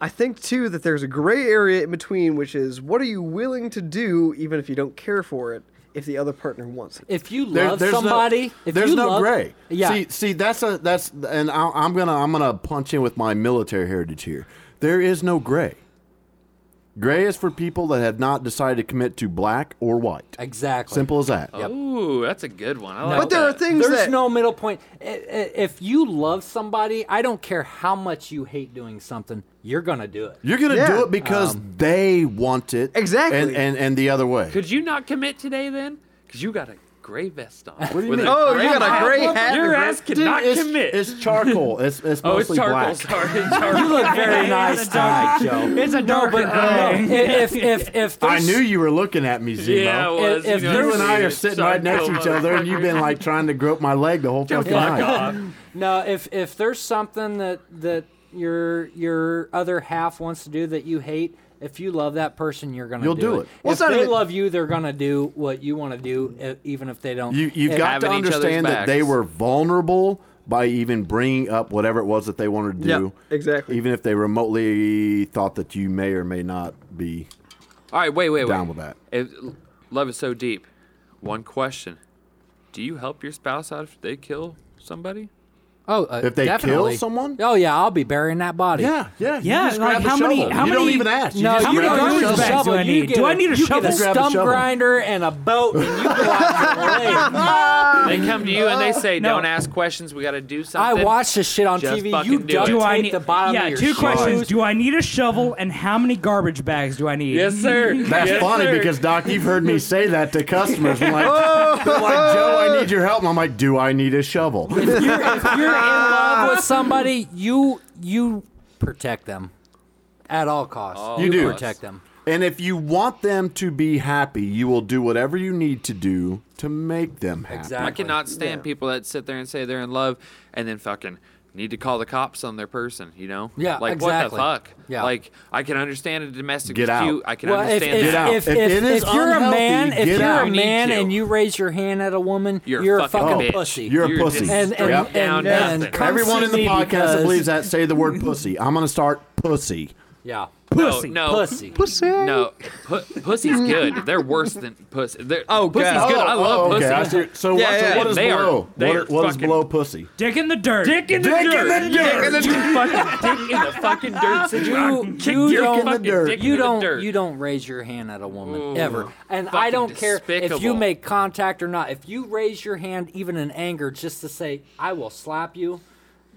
I think too that there's a gray area in between, which is what are you willing to do, even if you don't care for it, if the other partner wants it.
If you
There-
love somebody,
No,
if
there's
you
no
love-
gray.
Yeah.
See, see, that's a that's and I, I'm gonna I'm gonna punch in with my military heritage here. There is no gray. Gray is for people that have not decided to commit to black or white.
exactly.
Simple as that.
Ooh, that's a good one. I like
But there are
that.
things
There's
that
no middle point. I- I- If you love somebody, I don't care how much you hate doing something, you're gonna do it.
You're gonna
Yeah.
do it because they want it
Exactly.
and and, and the other way.
Could you not commit today then? Because you got a gray vest on. What
do you mean?
Oh, you got a gray hat.
Your ass
Dude,
cannot
it's,
commit.
It's charcoal. It's it's
oh, it's
mostly
charcoal.
black.
Sorry, charcoal.
You look very nice
[laughs]
tonight, Joe.
It's a darker
But uh,
gray.
[laughs] if, if if if
I
there's-
knew you were looking at me, Zemo.
Yeah, it was.
If- if
know,
you
You and I
it's
are sitting right next to each
charcoal,
other, and you've been like trying to grope my leg the whole fucking
Fuck
night.
[laughs]
off.
No, if if there's something that that your your other half wants to do that you hate, if you love that person, you're gonna
You'll do
do
it.
it.
Well,
if
it's not
they
even-
love you, they're gonna do what you want to do, e- even if they don't. Eh,
You, you've
if-
got to
Having each other's
understand that they
backs.
were vulnerable by even bringing up whatever it was that they wanted to do.
Yeah, exactly.
Even if they remotely thought that you may or may not be.
All right, wait, wait, wait.
Down with that.
If, love is so deep. One question: Do you help your spouse out if they kill somebody?
Oh, uh,
If they kill
definitely.
someone?
Oh yeah, I'll be burying that body.
Yeah, yeah, you
Yeah,
just
like,
grab a
how many-
shovel.
how
you
many-
don't even ask. You
No,
just
How
you
many
grab a
don't need
garbage
a
shovel.
bags
shovel.
do I
You
need?
get
Do I need a
you
shovel?
Get a
Grab a
stump
shovel.
grinder and a boat, and you go
[laughs]
out your lake.
They come to you and they say,
No.
"Don't ask questions. We got to do
I
something."
watch this shit on
Just
TV.
fucking
You
do
duct
it.
Do I
tape
need
the bottom
Yeah,
of your
two
shoes.
questions. Do I need a shovel and how many garbage bags do I need?
Yes, sir.
That's
yes,
funny
sir.
because Doc, you've heard me say that to customers. I'm like, [laughs] they're like, Joe, I need your help. And I'm like, do I need a shovel? [laughs]
If you're, if you're in
Ah.
love with somebody, you you protect them at all costs.
Oh,
You do.
protect them.
And if you want them to be happy, you will do whatever you need to do to make them happy.
Exactly.
I cannot stand people that sit there and say they're in love and then fucking need to call the cops on their person, you know?
Yeah,
Like
exactly.
what the fuck?
Yeah.
Like I can understand a domestic
Get out.
dispute. I can
Well, if,
understand
if,
Get
that.
out.
if,
If
if,
it is
if you're a
unhealthy,
man, if
get
you're
out.
a
You
need
man
to.
and you raise your hand at a woman,
You're,
you're,
a fucking, bitch.
pussy.
You're a pussy.
just
And- and-
straight down
and- and-
nothing.
come
Everyone
see
in the
me
podcast that
because-
believes that say the word pussy. I'm gonna start pussy.
yeah,
Pussy.
No, no, [laughs]
pussy.
Pussy.
No, pu- pussy's good. They're worse than pussy. They're, oh, pussy's
Oh,
good. I love
oh,
pussy.
okay. I see- so,
Yeah,
what, so
yeah,
what is
they are-
blow?
they
what
are
is- what is
fucking-
blow pussy?
Dick in the dirt. Dick in
the Dick in dirt. the dirt.
Dick in the dirt. [laughs] Fucking dick in the
fucking dirt situation.
You,
Kick
you
your
don't,
fucking
dirt.
dick
you
into the
don't,
dirt.
you don't raise your hand at a woman
Ooh,
ever, and I
fucking
don't care if you
despicable.
make contact or not. If you raise your hand, even in anger, just to say "I will slap you,"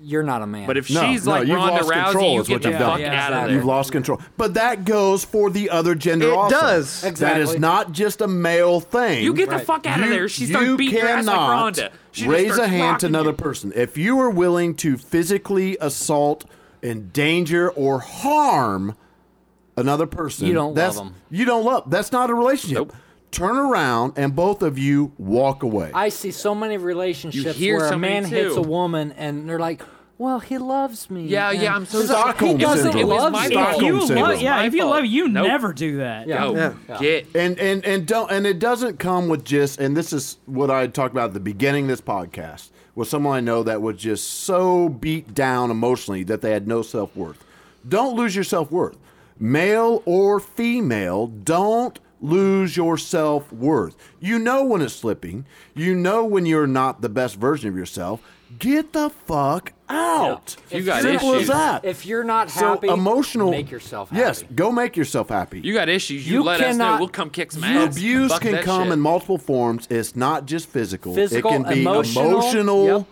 you're not a man.
But if
No,
she's
no,
like
you've
Ronda
lost
Rousey,
control
you
is
get
what
the
you've done.
fuck
Yeah,
out of
exactly.
there.
You've lost control. But that goes for the other gender
It
also.
does.
That is
Exactly.
not just a male thing.
You get the
Right.
fuck out of
You-
there. She
you
starts beating your ass like
cannot
Ronda. She just
raise a
starts
hand to
rocking
another
you.
person. If you are willing to physically assault, endanger, or harm another person,
You don't love
that's,
'em.
You don't love. That's not a relationship.
Nope.
Turn around and both of you walk away.
I see so many relationships
hear
where
so
a
many
man hits
too.
a woman and they're like, "Well, he loves me."
Yeah, yeah,
and
I'm so
it's like,
Stockholm
He doesn't
syndrome.
love
It was my
me.
fault.
If you
Stockholm
love,
syndrome.
yeah,
My
if you
fault.
love, it, you
Nope.
never do that.
Yeah.
Go.
Yeah.
Get.
and and and don't and it doesn't come with just and this is what I had talked about at the beginning of this podcast with someone I know that was just so beat down emotionally that they had no self worth. Don't lose your self worth, male or female. Don't lose your self worth. You know when it's slipping. You know when you're not the best version of yourself. Get the fuck out.
You got
Simple
issues.
as that.
If you're not
so
happy,
emotional.
make yourself happy.
Yes, go make yourself happy.
You got issues. You,
You
let us know.
cannot-
We'll come kick some
you-
ass.
Abuse
Fuck
can
that
come
shit.
in multiple forms. It's not just physical.
Physical,
it can be
emotional. Yep.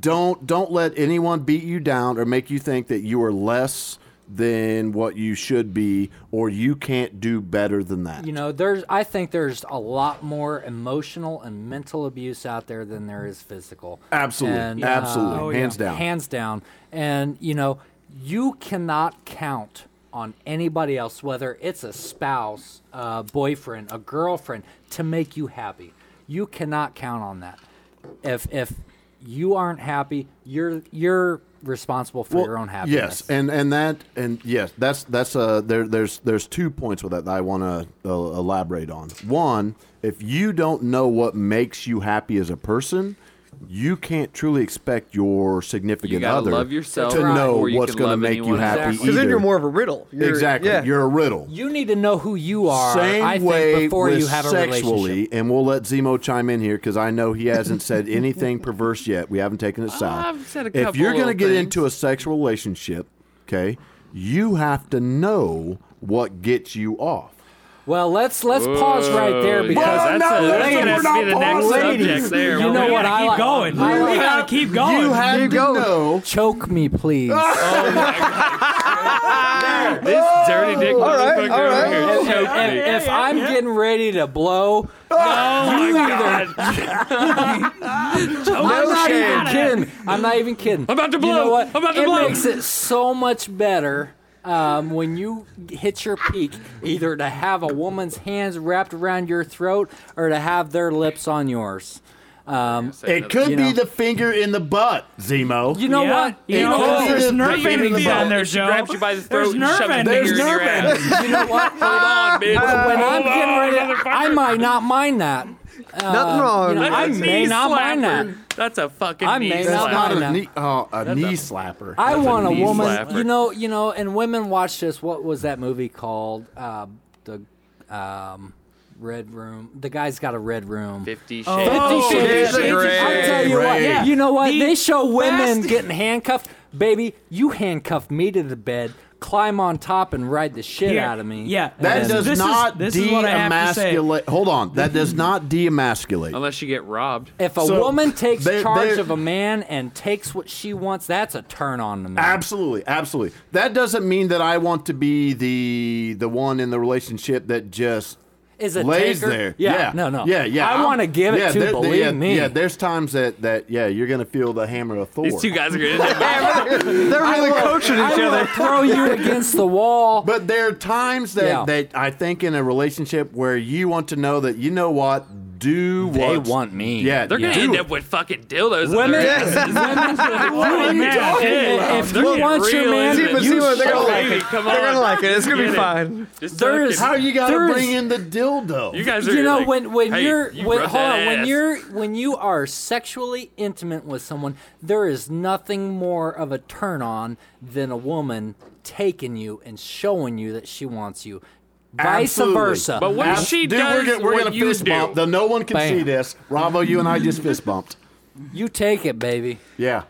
Don't don't let anyone beat you down or make you think that you are less than what you should be or you can't do better than that.
You know, there's. I think there's a lot more emotional and mental abuse out there than there is physical.
Absolutely.
And, uh,
Absolutely.
Oh, yeah.
Hands down.
Hands down. And you know, you cannot count on anybody else, whether it's a spouse, a boyfriend, a girlfriend, to make you happy. You cannot count on that. If if you aren't happy, you're you're responsible for your own happiness.
Yes, and and that and yes, that's that's uh there there's there's two points with that that I want to uh, elaborate on. One, if you don't know what makes you happy as a person, you can't truly expect your
You
significant
gotta
other
love yourself
to know
before you
what's
can
gonna
love
make you
anyone else.
happy.
Exactly.
Because then
either.
you're more of a riddle. You're-
exactly,
yeah.
you're a riddle.
you need to know who you are.
Same
I think
way
before
with
you have a relationship.
sexually, and we'll let Zemo chime in here because I know he hasn't said anything perverse yet. We haven't taken his side.
I've said a
if
couple
you're gonna
little
get
things.
into a sexual relationship, okay, you have to know what gets you off.
Well, let's let's pause right there
Whoa,
because
Well, no,
that's,
listen,
a, that's
we're
gonna be
not
the next
pausing.
subject there.
You
We
know
gotta
what I
keep
like-
going.
I
we
like-
gotta keep going.
You have to know.
choke
[laughs]
me, please.
This dirty dick
right,
motherfucker
all
over
right.
here
if,
choked
if-
me. Oh
if I'm getting ready to blow, you either.
[laughs]
[laughs] I'm not even kidding. I'm not even kidding.
I'm about to
You
blow.
know what?
I'm about to
it
blow.
makes it so much better. Um, when you hit your peak, either to have a woman's hands wrapped around your throat or to have their lips on yours. Um,
It could
You
be
know.
the finger in the butt, Zemo.
you know
yeah.
what?
You
It
know
could
what?
be
There's
the
nerve
beginning
endings
of the
down
ball.
there,
She
Joe.
grabs you by the throat
There's
and
nerve
shoves a
endings.
finger in your ass.
You know what?
Hold on, bitch.
when I'm getting ready,
motherfucker.
I might not mind that.
Nothing wrong.
you know,
That's
I
a
may
knee
not mind
slapper.
that.
That's a fucking
I
knee
may
slapper.
not
That's not
mind
a
that.
knee, oh, a knee slapper.
I
That's a
want a,
knee
woman.
slapper.
slapper.
You know, you know, and women watch this. What was that movie called? Uh, the um, red room. The guy's got a red room.
Fifty Shades. Shades
Oh, Shades
of
of
Grey.
I'll tell you what.
Right.
You know what?
The
they show women
best-
getting handcuffed. Baby, you handcuff me to the bed, climb on top, and ride the shit
Here.
out of me.
Yeah.
And
That
This-
does
this is-
not
this is what I have to say.
de-emasculate. Hold on. That does not de-emasculate.
Unless you get robbed.
If a
So,
woman takes
they-
charge
they-
of a man and takes what she wants, that's a turn on to me.
Absolutely, absolutely. That doesn't mean that I want to be the the one in the relationship that just
Is a
lays
taker?
there.
Yeah,
Yeah,
no, no.
Yeah, yeah.
I
I'm-
wanna give it to-
there-
believe
yeah,
me.
Yeah, there's times that that yeah, you're gonna feel the hammer of Thor.
These two guys are gonna.
They're really coaching each
I
other.
will throw you against the wall.
But there are times that,
Yeah.
that I think in a relationship where you want to know that you know what do
they
what's-
want me.
Yeah,
They're gonna
do
end
it.
up with fucking dildos. in
Women,
their-
[laughs] are you talking about? If
They're
you
getting
want your
real
man,
into
See, but
it.
see what they're gonna
Baby,
like. It.
come
They're gonna
on.
like it. It's gonna
Get
be
it.
fine.
Just
There
suck
is-
it.
How you gotta
There's-
bring in the dildo?
You guys are.
you know
like,
when when
hey,
you're
you
when,
rub
hold
that
on, when
ass.
you're when you are sexually intimate with someone, there is nothing more of a turn on than a woman taking you and showing you that she wants you. Vice
Absolutely.
versa.
But what
Abs-
if she
Dude,
does
we're gonna, we're
what
gonna
you
fist
do?
bump. Though no one can
Bam.
see this. Robo, you and I just fist bumped.
you take it, baby.
Yeah.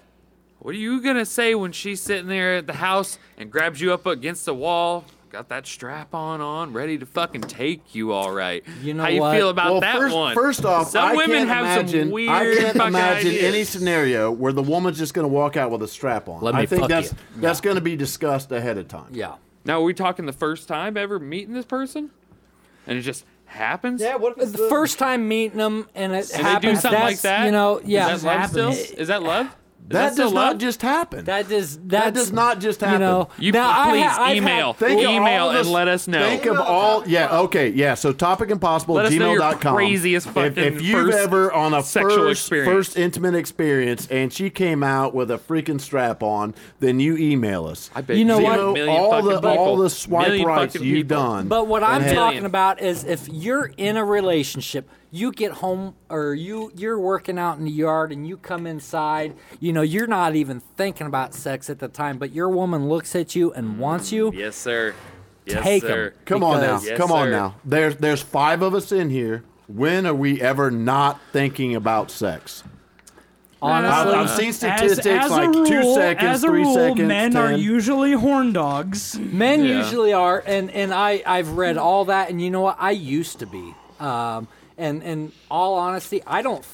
What are you gonna say when she's sitting there at the house and grabs you up against the wall? Got that strap on on, ready to fucking take you all right.
You know
how you
what?
feel about
well,
that
first,
one.
first off,
some
I
women
can't
have
imagine,
some weird
I can't
fucking
imagine
ideas.
any scenario where the woman's just gonna walk out with a strap on.
Let me
I think
fuck
that's
you.
that's gonna be discussed ahead of time.
Yeah.
Now, are we talking the first time ever meeting this person? And it just happens?
what
The first time meeting them and it
And
happens.
they do something
that's,
like that?
You know, yeah.
Is that love still?
happens.
Is that love? Is
That,
still
does not
love?
just happen.
That is that's,
That does not just happen.
You know,
You
now, I
please
ha- I've had-
email.
Think of
email
all the-
and let us know.
Think of all, yeah, okay, yeah. So topic impossible,
Let us know your
gmail.com.
craziest
if, if
fucking
you've
first
ever on a
sexual
first,
experience.
first intimate experience and she came out with a freaking strap on, then you email us.
I bet
You know
zero
what?
million
all
fucking
the
people.
all the swipe
Million
rights
fucking
you've
people.
done.
But what I'm
and-
talking about is if you're in a relationship, you get home or you you're working out in the yard and you come inside, you know, you're not even thinking about sex at the time, but your woman looks at you and wants you.
Yes, sir. Yes,
Take 'em.
sir.
Come on now,
because-
Yes,
come on
sir.
now. There's there's five of us in here. When are we ever not thinking about sex? I've,
Honestly,
I've seen
As,
statistics
as
like
a rule,
two seconds,
as a
three
rule,
seconds.
men are
10.
usually horn dogs.
men
Yeah.
usually are and and I I've read all that and you know what? I used to be. Um and and all honesty, I don't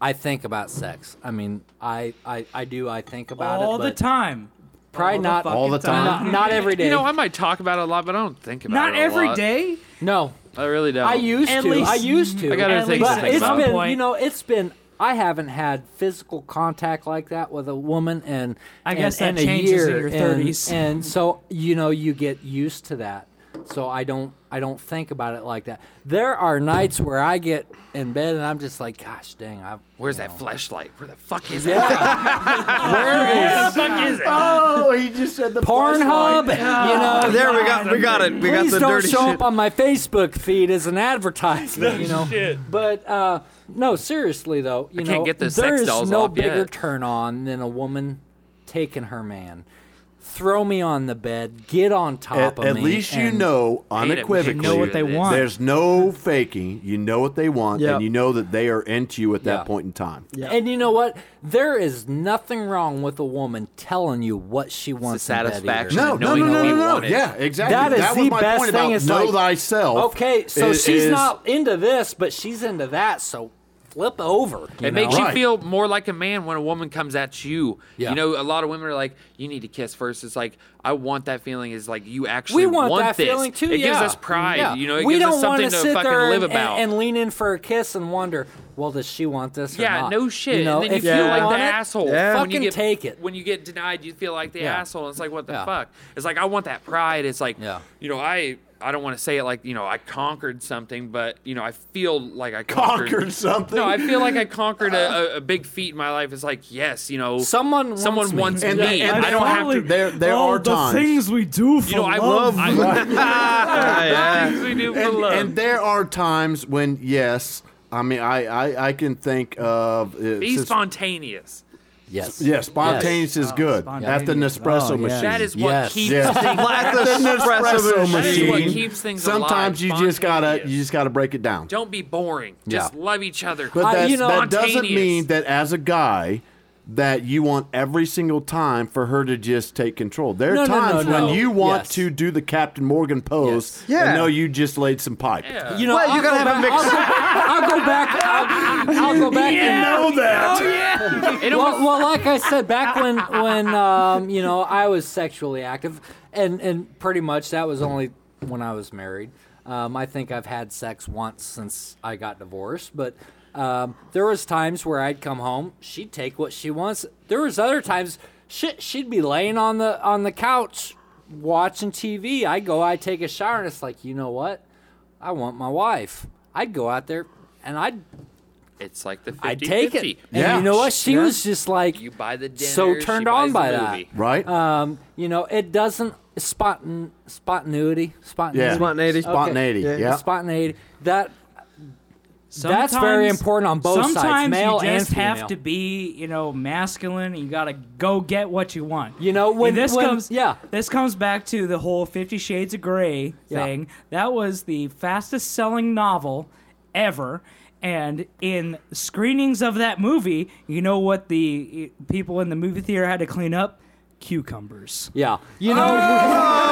I think about sex. I mean, I I, I do I think about it
all the
but
time.
Probably not-
fucking
All the time.
Not, not every day.
You know, I might talk about it a lot, but I don't think about
Not
it a
every
lot.
day.
no.
I really don't.
I used
At
to. I
least-
used to.
I got other
At
things to
least
but
think
at
it's
some
about.
been,
point.
you know, it's been. I haven't had physical contact like that with a woman, and
I guess
and,
that
and
changes in
a
your
year, and-
30s.
And, so you know, you get used to that. So I don't, I don't think about it like that. There are nights where I get in bed and I'm just like, gosh, dang, I.
Where's
you
that
know.
flashlight? Where the fuck is it?
[laughs]
Where the fuck is it?
Oh, he just said the
Pornhub, you know.
Oh, There we got we got it. We got
Please
the
don't
dirty
show
shit.
up on my Facebook feed as an advertisement, you know. But uh, no, seriously though, you
can't
know,
get those
there
sex
is
dolls
no
off
bigger
yet.
turn on than a woman taking her man. Throw me on the bed, get on top
At,
of
at
me.
least you
and-
know
Hate it when
unequivocally.
you
know what
do
they
this.
want.
There's no faking. You know what they want,
Yeah.
and you know that they are into you at that
Yeah.
point in time.
And you know what? There is nothing wrong with a woman telling you what she wants. in bed either.
satisfaction.
No,
And
no,
knowing
no, no,
what
no,
you
no.
wanted.
Yeah, exactly.
That
That,
is
was
the
my
best
point
thing.
about
It's
know
like-
thyself.
Okay, so
is-
she's
is-
not into this, but she's into that. So flip over. you
It makes
know?
you
Right.
feel more like a man when a woman comes at you.
Yeah.
You know, a lot of women are like, "You need to kiss first. It's like, "I want that feeling." Is like, you actually
we want, that
this.
feeling too.
It
yeah.
gives us pride.
Yeah.
You know, it
we
gives
don't
us something
wanna
to
sit
fucking
there
live
and,
about.
And, and lean in for a kiss and wonder, well, does she want this? or
yeah,
not?
no shit.
You know,
and then
if
you feel
you
like
want
the
it,
asshole.
Yeah.
When you
fucking
get,
take it.
When you get denied, you feel like the
Yeah.
asshole. It's like, what the
Yeah.
fuck? It's like I want that pride. It's like,
Yeah.
you know, I I don't want to say it like you know I conquered something, but you know I feel like I conquered,
Conquered something?
No, I feel like I conquered a, a, a big feat in my life. It's like yes, you know,
Someone wants
someone
me.
wants
And-
me.
and
I don't have
Finally,
to.
There- there
oh,
are
the
times.
things we do for
You know, I
love.
love. I
[laughs]
love things we do for
and,
love.
and there are times when yes, I mean I I, I can think of uh,
Be
since-
spontaneous.
Yes.
Yeah, spontaneous is good. At the
spontaneous.
Nespresso
Oh, yeah.
machine.
That is what
Yes.
keeps [laughs]
Yeah.
things.
Black the
Nespresso
That is what
machine.
keeps things alive.
Sometimes you just gotta
Spontaneous.
you just gotta break it down.
Don't be boring. Just
Yeah.
love each other.
But that's,
you know-
that doesn't
Spontaneous.
mean that as a guy that you want every single time for her to just take control. There are
No, no, no,
times
no.
when you want
Yes.
to do the Captain Morgan pose
Yes.
Yeah.
and know you just laid some pipe.
Yeah.
You know,
Well, you
I'll
gotta
go
have a
back-
mix-
I'll go, I'll go back. I'll, I'll
[laughs]
go back and
know that.
It almost-
well, well, like I said,
[laughs]
back when when um, you know I was sexually active, and and pretty much that was only when I was married. Um, I think I've had sex once since I got divorced, but um, there was times where I'd come home, she'd take what she wants. There was other times, shit, she'd be laying on the on the couch watching TV. I go, I take a shower, and it's like, you know what? I want my wife. I'd go out there and I'd
it's like the 50
I'd take it. And
Yeah.
you know what? She
Yeah.
was just like
You buy the dinner.
so
she
turned
buys
on
the
by that.
movie.
Right?
Um, you know, it doesn't spontan spontaneity,
yeah.
spontaneity,
Spontaneity. Okay.
Spontaneity.
Yeah.
Yeah.
spontaneity. That That's very
Sometimes-
important on both sides,
sometimes
male
you
and
just
female.
have to be, you know, masculine. And you gotta go get what you want.
You know,
And
when-
this
when-
comes,
yeah.
this comes back to the whole Fifty Shades of Grey
Yeah.
thing. That was the fastest selling novel ever. And in screenings of that movie, you know what the eh, people in the movie theater had to clean up? Cucumbers.
yeah. You know,
Oh!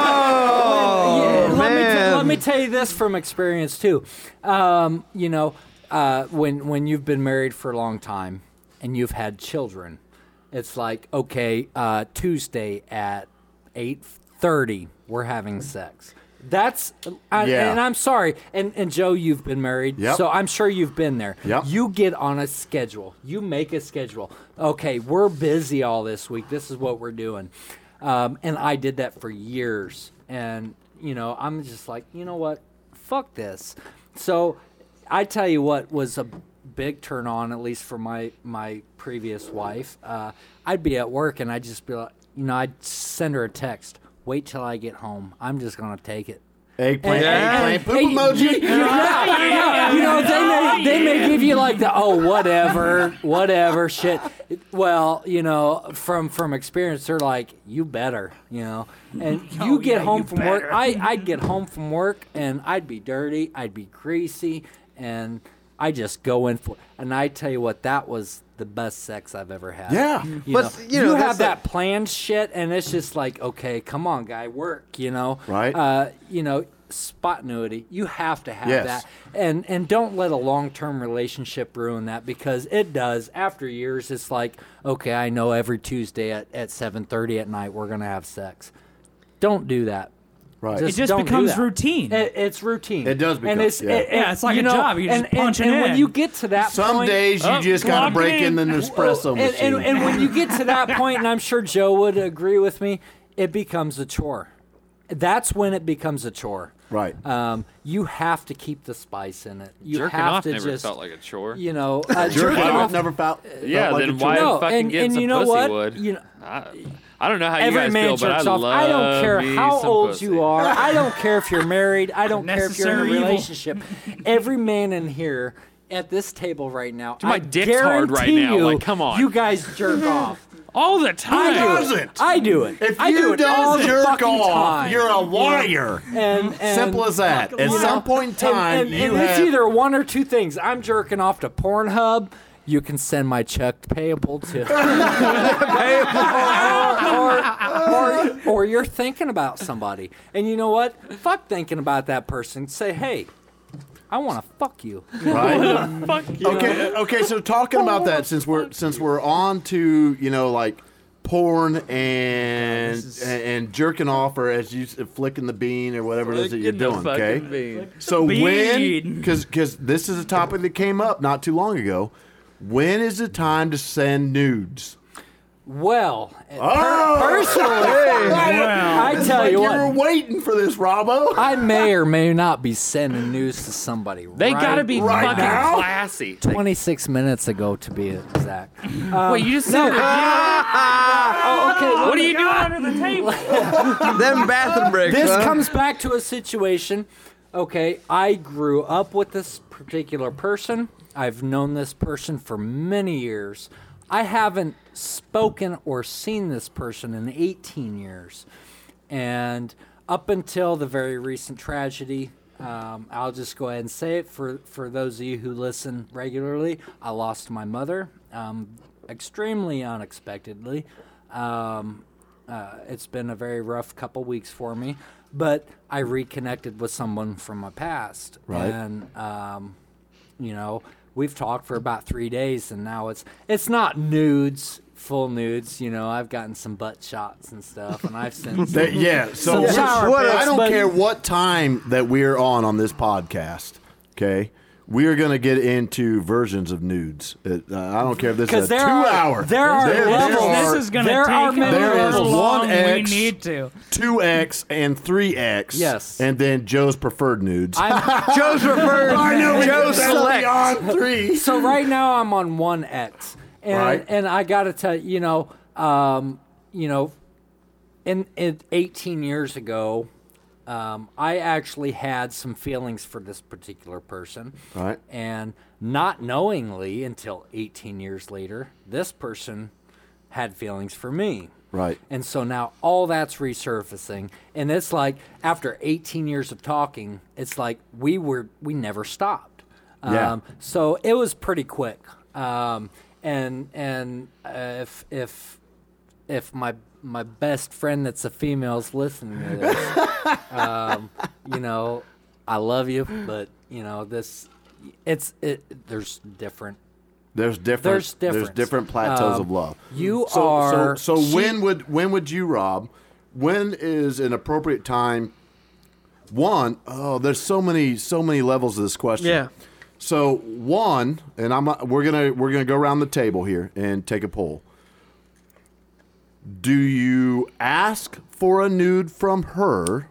[laughs] Yeah, let, me
man.
t- let me tell you this from experience too. Um, you know, uh, when when you've been married for a long time and you've had children, it's like okay, uh, Tuesday at eight thirty, we're having sex. That's I,
Yeah.
and I'm sorry. And and Joe, you've been married,
Yep.
so I'm sure you've been there.
Yep.
You get on a schedule. You make a schedule. Okay, we're busy all this week. This is what we're doing. Um, and I did that for years. And, you know, I'm just like, you know what? Fuck this. So I tell you what was a big turn on, at least for my, my previous wife. Uh, I'd be at work and I'd just be like, you know, I'd send her a text. Wait till I get home. I'm just going to take it.
Eggplant, eggplant, poop
Hey,
emoji.
You, you know, you know, they may they may give you like the oh whatever whatever shit. Well, you know, from from experience, they're like you better, you know. And you get
yeah,
home
you
from work.
better.
I I'd get home from work and I'd be dirty, I'd be greasy, and I just go in for. And I tell you what, that was the best sex I've ever had.
Yeah.
You
But,
know,
you know,
you
that's
have
the-
that planned shit, and it's just like, okay, come on, guy, work, you know?
Right.
Uh, you know, spontaneity. You have to have
Yes.
that. And and don't let a long term relationship ruin that because it does. After years, it's like, okay, I know every Tuesday at, at seven thirty at night we're gonna have sex. Don't do that.
Right.
It just
don't do
becomes
that.
routine.
It, it's routine.
It does become-
and it's,
yeah.
it- it-
Yeah, it's like
you
a
know,
job. You just
and, and-
punch it
and
in.
when you get to that
Some
point,
days you
Oh,
just gotta
lock
break
it
in
in.
the
Oh,
Nespresso
and,
machine.
and, and when you get to that point, and I'm sure Joe would agree with me, it becomes a chore. That's when it becomes a chore.
Right.
Um, you have to keep the spice in it. You
Jerking
have
off
to
never
just,
felt like a chore.
[laughs]
you know, uh,
Jerk
jerking
off
off.
never felt.
Yeah,
felt like
then
a
why
chore.
No,
fucking
and-
get
and
some
you know
pussy
what?
would?
You know-
I, I don't know how you
Every
guys
man
feel, but I
jerks off.
love
I don't care
me
how
some
old
pussy.
you
[laughs]
are. I don't care if you're married. I don't care if you're in a
Necessary evil.
relationship. Every man in here at this table right now,
my
I
dick's hard right
guarantee
now.
you,
Like, come on.
you guys jerk off.
all the
I
time.
do it.
doesn't?
I do it.
If
I
you
do it
don't
all the
jerk
fucking
off,
time.
you're a liar.
and, and,
Simple as that. At
you know,
some point in time,
and, and,
you
and
have.
it's either one or two things. I'm jerking off to Pornhub. You can send my check
[laughs]
payable to. or, or, or, or you're thinking about somebody, and you know what? Fuck thinking about that person. Say, hey, I want to fuck you.
right?
Fuck you.
Okay, okay. So talking about that, since we're since we're on to you know like porn and
is-
and, and jerking off, or as you s- flicking the bean or whatever it is that you're doing. Okay. So
the
when,
bean.
because because this is a topic that came up not too long ago. When is the time to send nudes?
Well, per-
Oh!
personally, I tell
Like
you
you
what.
were waiting for this, Robbo.
I may or may not be sending news to somebody.
They
right
gotta be
right
fucking
now?
classy.
26 minutes ago, to be exact.
Wait, you just said
oh, okay.
what are you doing?
Under the table.
Them bathroom breaks.
This
huh?
comes back to a situation. Okay, I grew up with this particular person. I've known this person for many years. I haven't spoken or seen this person in 18 years. And up until the very recent tragedy, um, I'll just go ahead and say it for, for those of you who listen regularly. I lost my mother um, extremely unexpectedly. Um, uh, it's been a very rough couple weeks for me, but I reconnected with someone from my past.
Right.
And um, you know we've talked for about three days and now it's it's not nudes full nudes you know i've gotten some butt shots and stuff and i've sent
[laughs]
some, [laughs]
That- yeah. So
some shower
What-
pics,
I don't
but-
care what time that we're on on this podcast. Okay. We are going to get into versions of nudes. It, uh, I don't care if this is a
because there
two
are
hour.
there are
There- there
levels.
are-
This is gonna
there
take
are
a
many
There is
little
levels.
one
long. We
X.
need to.
2X and 3X.
Yes.
And then Joe's preferred nudes.
I'm,
[laughs]
Joe's referred. I know Joe's select.
on three.
[laughs] so right now i'm on one x and
Right.
and i gotta tell you you know um you know in, in 18 years ago um, I actually had some feelings for this particular person.
Right.
And not knowingly until 18 years later, this person had feelings for me.
Right.
And so now all that's resurfacing. And it's like after 18 years of talking, it's like we were, we never stopped.
Yeah.
Um, so it was pretty quick. Um, and, and uh, if, if, if my my best friend that's a female is listening to this,
[laughs]
um, you know, I love you, but you know this, it's it. There's different.
There's different.
There's
There's,
difference.
different plateaus
Um,
of love.
you
so,
are-
So, so
she-
when would when would you, Rob? When is an appropriate time? One, oh, there's so many so many levels of this question.
Yeah.
So one, and I'm we're gonna we're gonna go around the table here and take a poll. Do you ask for a nude from her,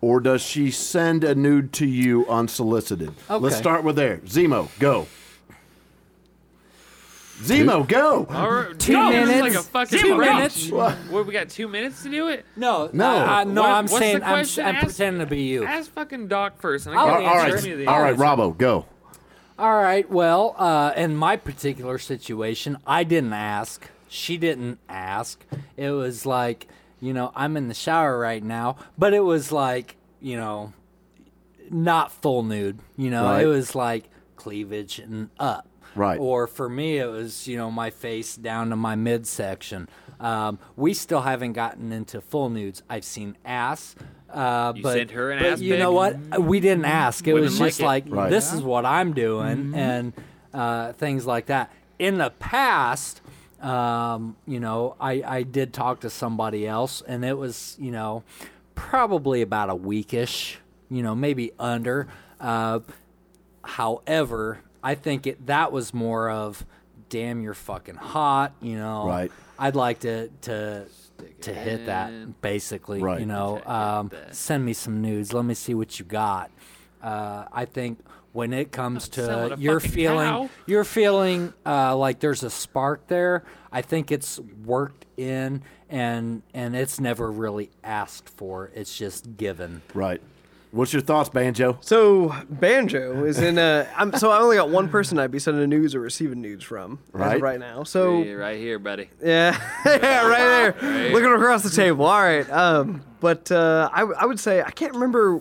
or does she send a nude to you unsolicited? Let's
Okay.
start with there. Zemo, go. Zemo, go.
All right,
Two
no, this is Like a
minutes.
fucking
Two
wrench.
minutes.
What, we got two minutes to do it.
No,
No.
I, I, no.
What-
I'm
what's the
saying I'm,
question?
I'm
Ask-
pretending to be you.
Ask fucking Doc first. And
I'll
I
All right,
can
answer
all
answer
right,
any of these.
all right, Robbo, go.
All right. Well, uh, in my particular situation, I didn't ask. She didn't ask. It was like, you know, I'm in the shower right now, but it was like, you know, not full nude. You know,
Right.
it was like cleavage and up.
Right.
Or for me, it was, you know, my face down to my midsection. Um, we still haven't gotten into full nudes. I've seen ass. Uh,
You
but,
sent her an
but
ass
you
pic?
know what? We didn't ask. It
Women
was
like
just
it.
like
Right.
this is what I'm doing and uh, things like that. In the past, um, you know, I, I did talk to somebody else, and it was, you know, probably about a weekish, you know, maybe under. Uh, however, I think it that was more of, damn, you're fucking hot, you know.
Right.
I'd like to to to hit
in.
that basically,
Right.
you know. Um,
that.
send me some nudes. Let me see what you got. Uh, I think when it comes
selling
to
a
your
fucking
feeling,
cow.
you're feeling uh, like there's a spark there. I think it's worked in, and and it's never really asked for. It's just given.
Right. What's your thoughts, Banjo?
So banjo is in. Uh, I'm, so I only got one person I'd be sending nudes or receiving nudes from as of
Right.
right now. So
Yeah, right here, buddy.
Yeah, [laughs] yeah,
[laughs]
right there.
Right.
Looking across the table. All right. Um, but uh, I, w- I would say I can't remember.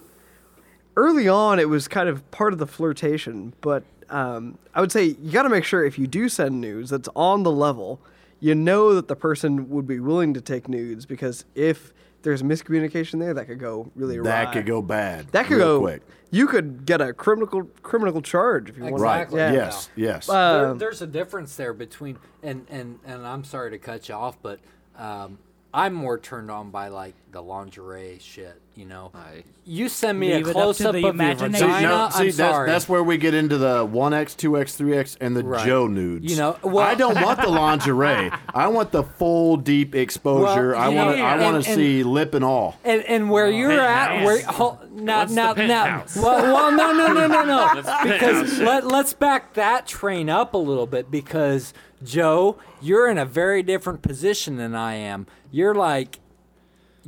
Early on, it was kind of part of the flirtation, but um, I would say you got to make sure if you do send nudes, that's on the level. You know that the person would be willing to take nudes because if there's miscommunication there, that could go really awry.
That could go bad.
That could
real
go
quick.
You could get a criminal criminal charge if you want.
Right.
Exactly.
Yeah.
Yes. Yes.
There-
Um,
there's a difference there between and and and I'm sorry to cut you off, but um, I'm more turned on by like the lingerie shit. You know,
Aye.
you send me
Leave it
a
up to
close up,
the
of your
imagination.
See,
See,
vagina.
no, see
I'm
that's,
sorry.
that's where we get into the 1X, 2X, 3X, and the
Right.
Joe nudes.
You know, well-
I don't want the
[laughs]
lingerie. I want the full, deep exposure.
Well,
I want to.
yeah,
I want
and-
to
and-
see lip and all.
and, and
Oh,
where you're at, where
penthouse.
hol- now
What's the
now now,
penthouse?
well, well, no, no, no, no, no,
penthouse
because let, let's back that train up a little bit because Joe, you're in a very different position than I am. You're like,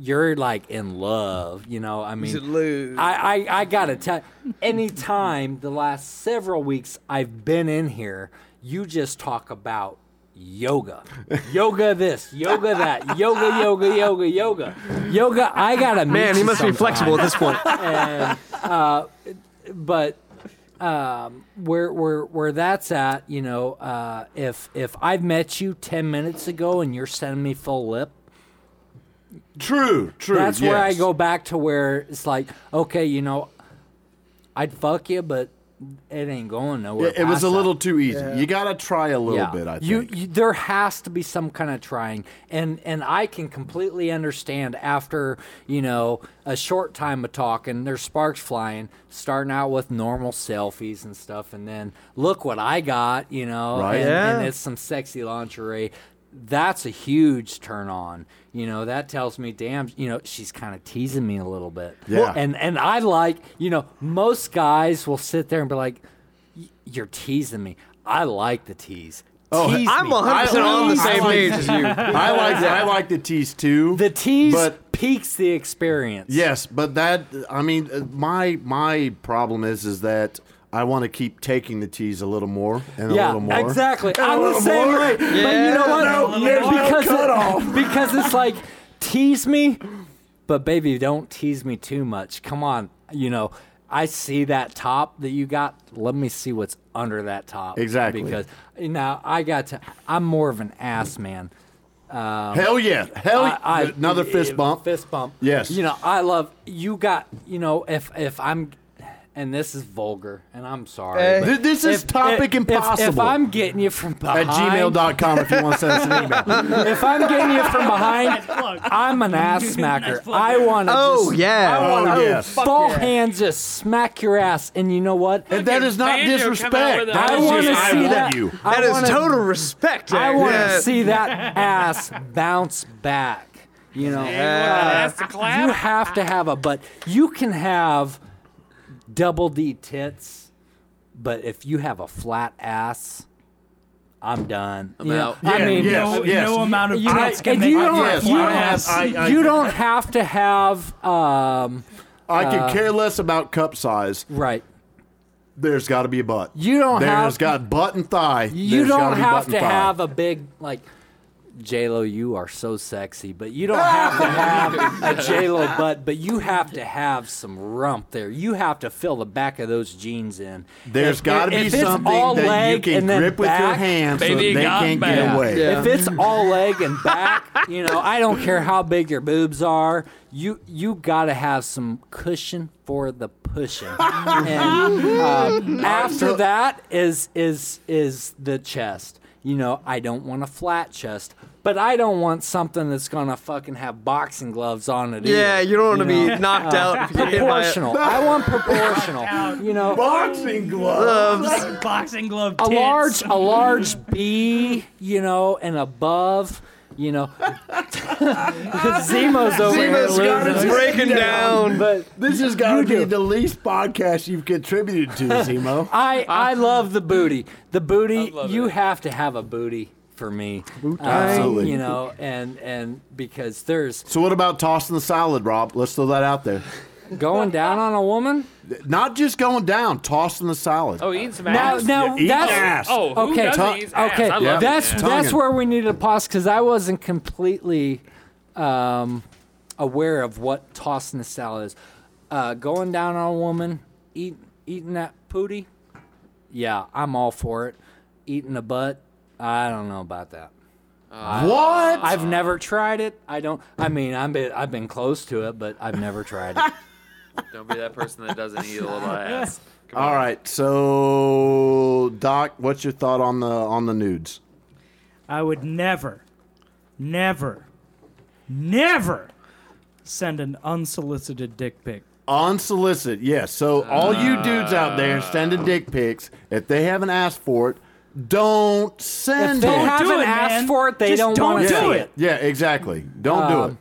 you're like in love, you know. I mean,
Is it lewd?
I, I, I gotta tell anytime the last several weeks I've been in here, you just talk about yoga. Yoga this, yoga that, yoga, yoga, yoga, yoga. Yoga, I gotta meet
Man, he
you
must be
sometime.
flexible at this point.
and, uh, but um, where where where that's at, you know, uh, if if I've met you ten minutes ago and you're sending me full lip,
True, true.
that's where I
yes.
go back to where it's like, okay, you know, I'd fuck you, but it ain't going nowhere.
It, it was
past
a little
that.
too easy. You got to try a little bit, I think.
You, you there has to be some kind of trying, and and I can completely understand after you know a short time of talking, there's sparks flying, starting out with normal selfies and stuff, and then look what I got, you know,
Right.
and, and
Yeah.
it's some sexy lingerie. That's a huge turn on. You know, that tells me, damn, you know, she's kind of teasing me a little bit.
Yeah.
And and I like, you know, most guys will sit there and be like, "Y- you're teasing me. I like the tease.
Oh,
Tease
I'm
me.
100% on the
I
same
like-
page as
[laughs]
you.
I like I like the tease too.
The tease
but
peaks the experience.
Yes, but that I mean uh, my my problem is is that I want to keep taking the teas a little more and a
Yeah,
little more.
exactly. I'm
little
the same
more.
way. but you know what?
no, no,
because,
cut off.
because it's like tease me, but baby, don't tease me too much. Come on, you know. I see that top that you got. Let me see what's under that top.
Exactly.
Because now I got to. I'm more of an ass man.
Hell yeah. Hell
I- I-
Oh, another fist
eh,
bump.
Fist bump.
Yes.
You know, I love you got you know, if if I'm and this is vulgar and I'm sorry.
Eh.
but
Th- this is topic
if- If,
impossible.
I'm getting you from
at
behind
gmail.com if you want to send us an
[laughs]
email.
if I'm getting you from behind, I'm an ass smacker. I wanna
Oh,
just
yeah.
I
Oh,
wanna
yes.
full
yeah.
hands just smack your ass and you know what?
And that is not
Banjo come out
disrespect.
with a-
That
I
is
want to
just,
see
love
that.
you.
I
That is
wanna-
total respect.
I
Jack.
want to
Yeah.
see that ass bounce back. You know, Uh,
ass to
you
clap?
have to have a butt. You can have double D tits, but if you have a flat ass, I'm done. You know,
out.
I
Yeah,
mean,
yeah. Yes,
no,
yes.
no amount of
You
tits
know,
can
and
make
you
me
don't-
get
you
my
don't-
ass.
I- I-
you don't have to have. Um,
I could care less about cup size.
right.
There's got to be a butt.
You don't
There's
have-
got butt and thigh.
You
There's gotta
don't
be
have
butt and
to
thigh.
have a big like J Lo. You are so sexy, but you don't have to
[laughs]
have a J Lo butt. But you have to have some rump there. You have to fill the back of those jeans in.
There's
If-
got to
if
be
it's all
something that you
leg
can
and then
grip with your
back-
hand so
Baby
they
got
can't get
back.
away.
Yeah.
If it's all leg and back, you know, I don't care how big your boobs are, you you gotta have some cushion for the pushing. And uh, after that is is is the chest. You know, I don't want a flat chest, but I don't want something that's gonna fucking have boxing gloves on it.
Yeah,
either,
you don't want to
know?
be knocked out if you get hit by a-
proportional. I
[laughs]
want proportional. you know,
Boxing glove.
Boxing glove
a
tits.
large a large B, you know, and above, you know. [laughs] Zemo's over
Zemo's
here
got
losing
it's
it.
breaking down.
But
This has got to
do.
be the least podcast you've contributed
[laughs]
to, Zemo.
I I love the booty. The booty
I love
you
it.
have to have a booty for me. Um,
Absolutely.
You know, and and because there's
so what about tossing the salad, Rob? Let's throw that out there.
going down on a woman.
Not just going down, tossing the salad.
Oh, eating some
Now
ass.
now
eat
that's
ass.
Oh, who
okay.
doesn't
Tongue-
eat ass?
Okay,
I love it,
that's
man.
that's
Tonguing.
where we needed to pause because I wasn't completely um, aware of what tossing a salad is. Uh, going down on a woman, eat, eating that pooty, yeah, I'm all for it. Eating a butt, I don't know about that.
what?
I've never tried it. I don't. I mean, I'm been, I've been close to it, but I've never
[laughs]
tried it.
Don't be that person that doesn't eat a
[laughs]
little ass. Come
All
on.
right. So, Doc, what's your thought on the on the nudes?
I would never, never, never send an unsolicited dick pic.
Unsolicited, yes. So, all you
Uh.
dudes out there sending dick pics, if they haven't asked for it, don't
if
send
they
it.
haven't
do it,
asked
man.
for it, they
Just
don't,
don't
want to
do
yeah.
see
it.
it. Um,
Yeah, exactly. Don't do it.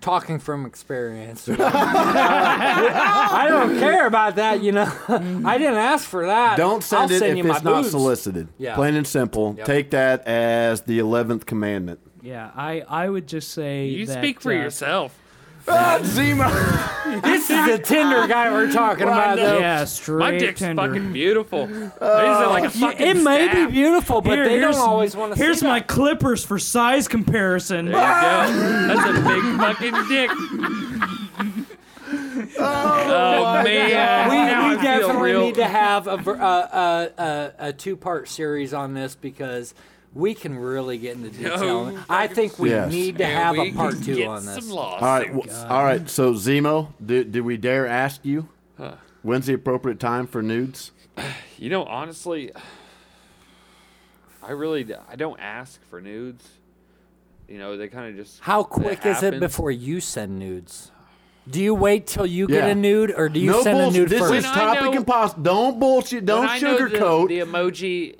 talking from experience. [laughs] I don't care about that, you know. I didn't ask for that.
Don't
I'll
send it
send
if
you my
it's not
boobs.
solicited.
Yeah.
Plain and simple.
Yep.
Take that as the eleventh commandment.
Yeah, I, I would just say
You
that,
speak for
uh,
yourself.
Ah, Zemo.
This is the Tinder guy we're talking about, though.
yeah, straight
My dick's
tender.
fucking
[laughs]
beautiful. These are like a
Oh, Yeah,
fucking
it may
staff.
be beautiful, but
Here,
they don't
here's-
always want to.
Here's
see
my
That.
clippers for size comparison.
There you go. That's a big fucking
[laughs]
dick. Oh, man.
We,
Now I
we
feel
definitely
real-
need to have a, ver- uh, uh, uh, a two-part series on this because we can really get into detail.
No
I think we
Yes.
need to
Yeah,
have
we
a part
can
two
get
on this.
Some lawsuits.
All right,
Oh,
w- all right. So Zemo, do, do we dare ask you when's the appropriate time for nudes?
You know, honestly, I really d- I don't ask for nudes. You know, they kind of just
How quick is it
happens.
before you send nudes? Do you wait till you get
Yeah.
a nude, or do you
no
send a
bullshit.
nude
This
first?
is
When I
topic
know-
impossible. Don't bullshit. Don't
When I know the-
sugarcoat.
The, emoji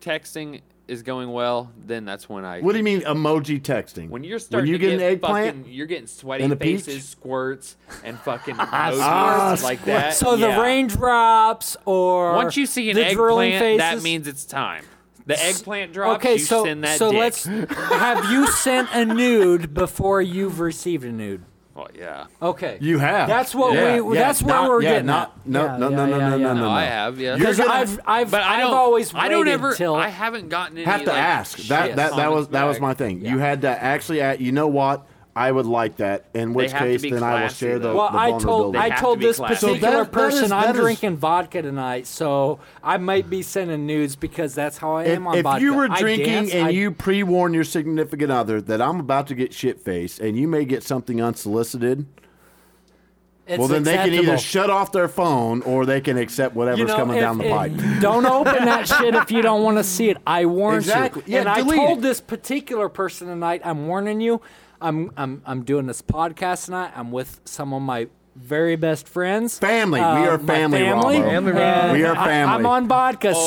texting is going well. Then that's when I.
what do you mean emoji texting?
When you're starting
you
to
get an
get
eggplant
fucking, you're getting sweaty
and a peach? Ah,
faces, squirts, and
[laughs]
fucking emojis like
squirts.
that.
So
yeah.
the raindrops or
Once you see an
the drilling
eggplant, that
faces?
means it's time. The eggplant drops.
okay.
you
So
send that
so
dick.
let's have you sent a nude before you've received a nude.
Well, yeah.
Okay,
you have.
That's what
Yeah,
we.
yeah,
that's where
not-
we're
yeah,
getting.
not,
at.
No,
Yeah,
no, no, no,
yeah, yeah,
no, no,
yeah.
no,
No,
no.
I have. Yeah.
You're
Because
gonna-
I've I've
but I
I've
don't.
always
I don't
waited
ever.
till
I haven't gotten any.
have to
like,
ask. That
shit
that that was that was
back.
my thing. You had to actually. Ask, you know what? I would like that. In which
have to
case,
be
then I will
classy,
share the,
though.
Well,
the
I
vulnerability.
told
They
I
have
told
to be
this
classy. So
particular
that- that
person
is-
I'm
that is-
drinking vodka tonight, so I might be sending nudes because that's how I
if,
am on
if
vodka.
you were
I
drinking
dance,
and
I-
you pre-warn your significant other that I'm about to get shit faced and you may get something unsolicited,
it's
well then they can either
acceptable.
shut off their phone or they can accept whatever's
You know,
coming
if-
down the
if-
pipe.
[laughs] Don't open that shit if you don't want to see it. I warn
Exactly.
you.
Yeah,
and I
delete
told
it.
this particular person tonight, I'm warning you. I'm I'm I'm doing this podcast tonight. I'm with some of my very best friends. Uh,
Family. We are
my
family,
family.
Robbo. Family, Robbo.
And
We are
I,
family.
am on vodka,
Oh.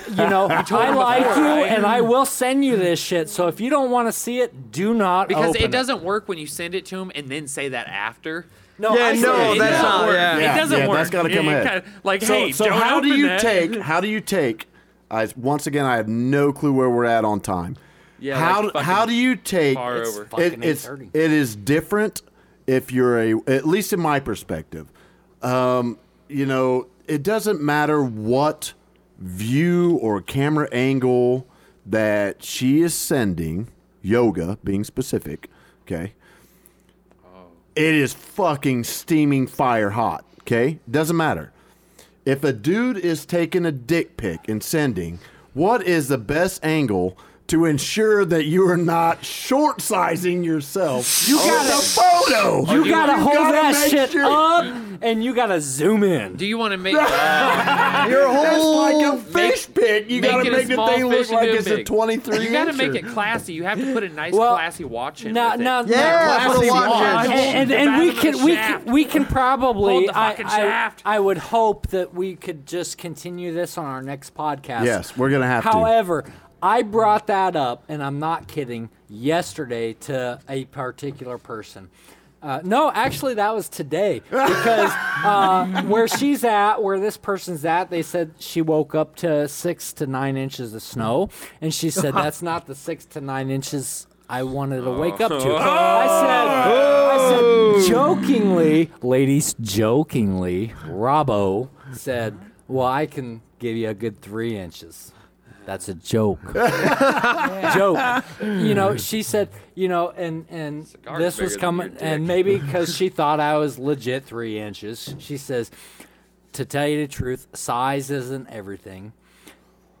so you
[laughs]
know I like you, and I will send you this shit. So if you don't want to see it, do not
Because
open
it doesn't work when you send it to him and then say that after.
No,
Yeah,
I
no,
said it.
that's
doesn't
not-
work.
yeah.
Yeah,
It doesn't
yeah,
work.
that's gotta come
You
ahead.
kinda- like,
So,
hey,
so
don't
how do
open
you
that.
take?
[laughs]
How do you take? I once again, I have no clue where we're at on time.
Yeah,
How
like fucking
how do you take?
far It's over.
fucking
it- it's
8:30.
it is different if you're a at least in my perspective. Um, you know, it doesn't matter what view or camera angle that she is sending. Yoga, being specific, okay. It is fucking steaming fire hot. Okay, doesn't matter. If a dude is taking a dick pic and sending, what is the best angle to ensure that you are not short sizing yourself? You got the photo.
You gotta hold
gotta
that
make
shit
sure-
up, and you gotta zoom in.
Do you want
[laughs]
to make? Uh,
Your whole like a
Make-
fish pic. You
make
gotta
it a
make the
small
thing look
fish and
like
do it
it's a
big.
twenty-three.
you got to
incher.
make it classy. You have to put a nice
Well,
classy watch in.
No,
with it.
no,
Yeah,
no,
put the
no,
watch
and,
in.
and,
The
and
bottom
we
of the
can we
shaft.
can, we can probably
Hold the
I,
fucking
I,
shaft.
I would hope that we could just continue this on our next podcast.
Yes, we're gonna have to.
However, I brought that up, and I'm not kidding. Yesterday to a particular person. Uh, no, actually, that was today because uh, where she's at, where this person's at, they said she woke up to six to nine inches of snow, and she said that's not the six to nine inches I wanted to wake up to. I said, I said jokingly, ladies, jokingly, Robbo said, "Well, I can give you a good three inches." That's a joke. joke. You know, she said, you know, and and
Cigar's
this was
bigger than
coming,
your
and
dick. [laughs]
maybe because she thought I was legit three inches, she says, to tell you the truth, size isn't everything.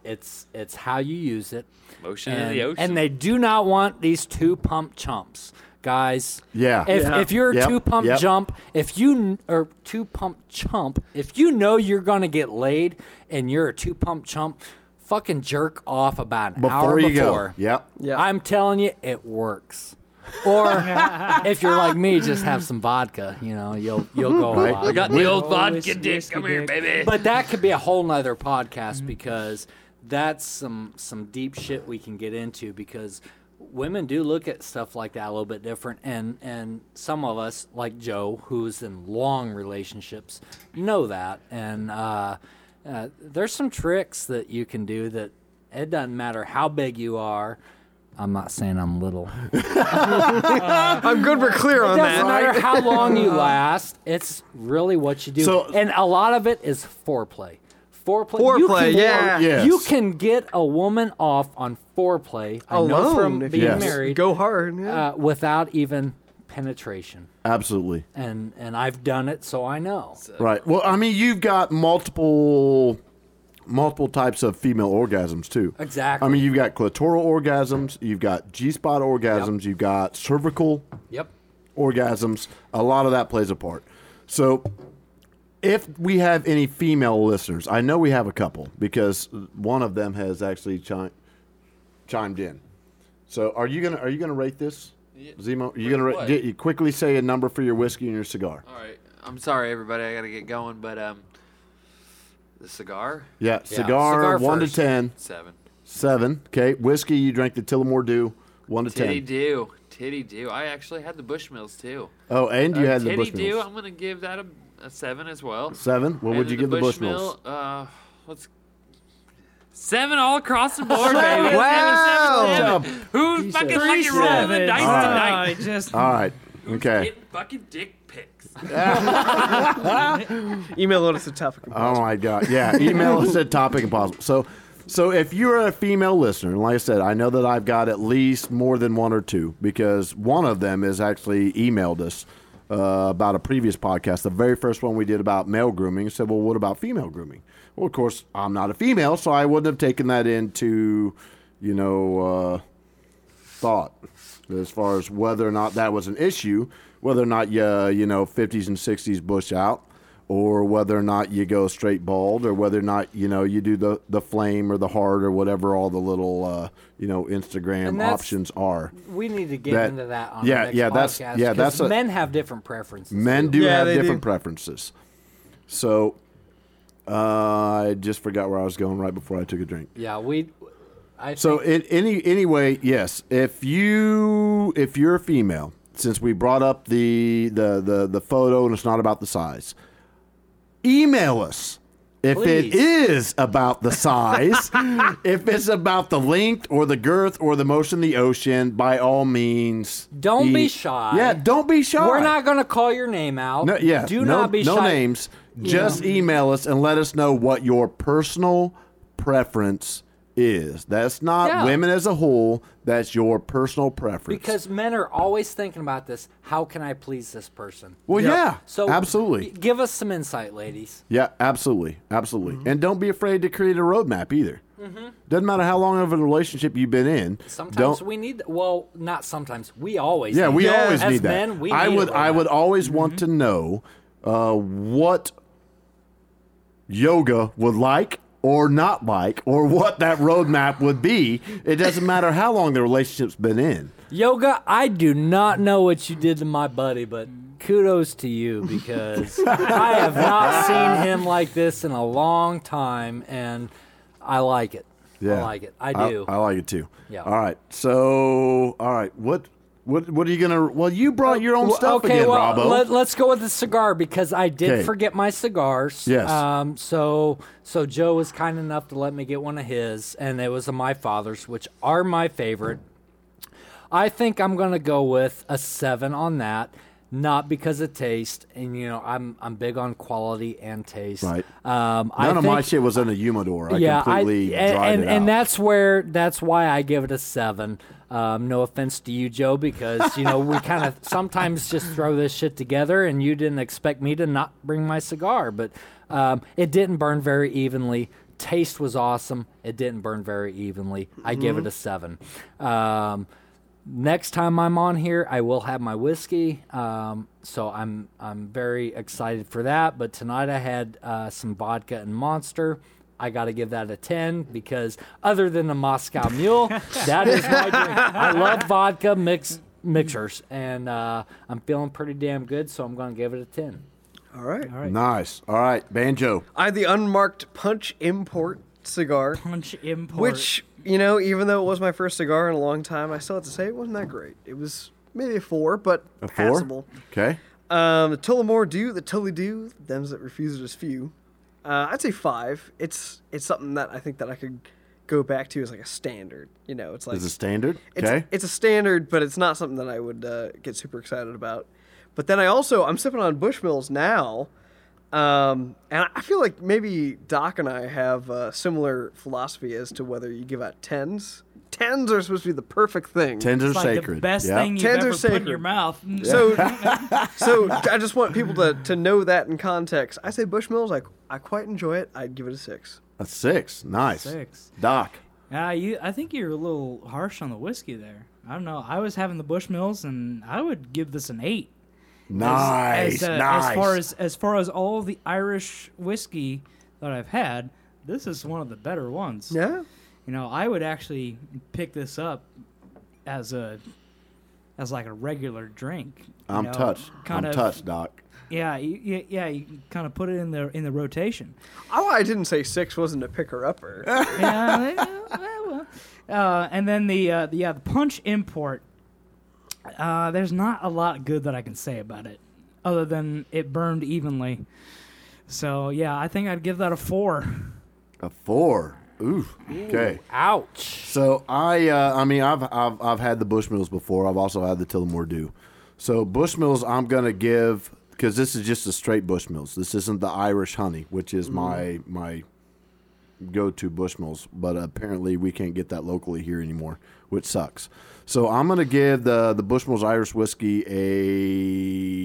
It's it's how you use it.
Motion in
And,
the ocean.
and they do not want these two pump chumps, guys.
Yeah.
If,
Yeah.
if you're a
Yep.
two pump
Yep.
jump, if you kn- or two pump chump, if you know you're gonna get laid and you're a two pump chump, fucking jerk off about an hour
before you
before.
go. Yep.
Yeah.
I'm telling you, it works. Or
[laughs]
if you're like me, just have some vodka. You know, you'll you'll go a
Right.
lot.
I got the old
Always
vodka dick.
whiskey
Come here,
dick.
baby. [laughs]
But that could be a whole nother podcast because that's some some deep shit we can get into because women do look at stuff like that a little bit different and and some of us like Joe who's in long relationships know that and uh, uh, there's some tricks that you can do that it doesn't matter how big you are I'm not saying I'm little.
I'm good. We're clear on that.
doesn't matter how
[laughs]
long you last. It's really what you do,
Uh-huh. So-
and a lot of it is foreplay. Foreplay, you
Foreplay,
can,
yeah.
Yes.
You can get a woman off on foreplay I know
Alone,
from
if
being
Yes.
married,
Go hard. Yeah.
uh, without even penetration.
Absolutely.
And and I've done it, so I know.
Right. Well, I mean, you've got multiple multiple types of female orgasms too.
Exactly.
I mean, you've got clitoral orgasms, you've got G-spot orgasms, you've got cervical
Yep.
orgasms. A lot of that plays a part. So, if we have any female listeners, I know we have a couple because one of them has actually chi- chimed in. So, are you gonna are you gonna rate this, Zemo? Are you gonna ra-
what?
get you quickly say a number for your whiskey and your cigar?
All right. I'm sorry, everybody. I gotta get going, but um, the cigar
Yeah, cigar,
cigar
one
first.
to ten.
seven.
Seven. Okay. Whiskey, you drank the Tillamore Dew. One to
Titty
ten.
do, titty do. I actually had the Bushmills too.
Oh, and you
Uh,
had the
titty do.
Bushmills.
I'm gonna give that a, a seven as well.
Seven. What would
And
you give the Bushmills?
Uh, let's seven all across the board, baby.
Wow.
Seven, seven, seven. Who's fucking fucking rolling the dice
I
tonight?
Ah, just
All right. Okay.
Getting fucking dick pics.
Email us at topic.
uh,
Oh my God. Yeah. Email us at topic impossible. So, so if you're a female listener, and like I said, I know that I've got at least more than one or two because one of them has actually emailed us uh, about a previous podcast, the very first one we did about male grooming. Said, well, what about female grooming? Well, of course, I'm not a female, so I wouldn't have taken that into, you know. Uh, thought as far as whether or not that was an issue, whether or not you, uh, you know, 50s and 60s bush out, or whether or not you go straight bald, or whether or not, you know, you do the, the flame or the heart or whatever all the little, uh, you know, Instagram
And that's-
options are.
We need to get
That-
into that on
yeah,
the next
yeah, that's-
podcast,
yeah,
'cause
that's a-
men have different preferences.
Men
too.
do
Yeah,
have
they
different
do.
preferences. So uh, I just forgot where I was going right before I took a drink.
Yeah, we. I
So
think-
in any anyway, yes. If you if you're a female, since we brought up the the the, the photo and it's not about the size, email us. If it
Please.
is about the
[laughs]
size, if it's about the length or the girth or the motion in the ocean, by all means, e-
Don't be shy.
Yeah, don't be shy.
We're not going to call your name out.
No, yeah.
Do
no,
not be
no
shy.
names. Just email us and let us know what your personal preference is. That's not
Yeah.
women as a whole. That's your personal preference.
Because men are always thinking about this. How can I please this person?
well,
Yep.
yeah,
So
absolutely,
g- give us some insight, ladies.
yeah, absolutely, absolutely,
Mm-hmm.
and don't be afraid to create a roadmap either. Doesn't matter how long of a relationship you've been in.
Sometimes
don't,
we need. Well, not sometimes. We always.
Yeah,
need
we
that.
always
As
need that.
Men, we
I
need Mm-hmm. a
would I
roadmap.
would always want to know uh, what yoga would like or not like or what that roadmap would be. It doesn't matter how long the relationship's been in.
Yoga, I do not know what you did to my buddy, but kudos to you
[laughs]
because I have not seen him like this in a long time, and I like it. I like it. I do.
I, like it too.
Yeah.
All right. So all right, what what what are you gonna well you brought your own
Uh, Well,
stuff
okay,
again,
well,
Robbo.
Let, us go with the cigar because I did
Okay.
forget my cigars.
Yes.
Um, so so Joe was kind enough to let me get one of his, and it was a my father's, which are my favorite. I think I'm gonna go with a seven on that, not because of taste, and you know I'm I'm big on quality and taste.
Right.
Um, I
None of my
think-
shit was in a humidor. I
yeah,
completely
I, and,
dried
and,
it out.
and that's where that's why I give it a seven. Um, no offense to you, Joe, because you know we
[laughs]
kind of sometimes just throw this shit together, and you didn't expect me to not bring my cigar, but um, it didn't burn very evenly. Taste was awesome. It didn't burn very evenly. I give
Mm-hmm.
it a seven. Um, next time I'm on here, I will have my whiskey. Um, so I'm I'm very excited for that. But tonight I had uh, some vodka and Monster. I got to give that a ten because other than the Moscow Mule, that is my drink. I love vodka mix mixers, and uh, I'm feeling pretty damn good. So I'm gonna give it a ten.
All right.
nice. All right, banjo.
I had the unmarked punch import cigar,
punch import.
which you know, even though it was my first cigar in a long time, I still have to say it wasn't that great. It was maybe a four, but
A four?
passable.
Okay.
Um, the Tullamore Dew, the Tully Dew, them's that refuse it is few. Uh, I'd say five. It's it's something that I think that I could go back to as like a standard. You know, it's like
Is it standard?
it's,
okay.
it's a standard, but it's not something that I would uh, get super excited about. But then I also I'm sipping on Bushmills now, um, and I feel like maybe Doc and I have a similar philosophy as to whether you give out tens. Tens are supposed to be the perfect thing.
Tens are
It's like
sacred.
the best
yeah.
thing you've
Tens are
ever put in
sacred.
your mouth.
[laughs] So, so I just want people to, to know that in context. I say Bushmills, I, I quite enjoy it. I'd give it a six.
A six. Nice.
Six.
Doc.
Uh, you, I think you're a little harsh on the whiskey there. I don't know. I was having the Bushmills, and I would give this an eight.
Nice.
as, uh,
nice.
as far as as far as all the Irish whiskey that I've had, this is one of the better ones.
Yeah?
You know, I would actually pick this up as a as like a regular drink. you
I'm
know,
touched.
Kind
I'm
of
touched, Doc.
Yeah, you, you- yeah, you can kind of put it in the in the rotation.
Oh, I didn't say six wasn't a picker-upper.
yeah, yeah, well, uh, and then the uh, the, yeah, the punch import. Uh, there's not a lot good that I can say about it, other than it burned evenly. So yeah, I think I'd give that a four.
A four. Ooh. Okay.
Ouch.
So I, uh, I mean, I've, I've I've had the Bushmills before. I've also had the Tullamore Dew. So Bushmills, I'm gonna give because this is just a straight Bushmills. This isn't the Irish honey, which is my my go-to Bushmills. But apparently, we can't get that locally here anymore, which sucks. So I'm gonna give the the Bushmills Irish whiskey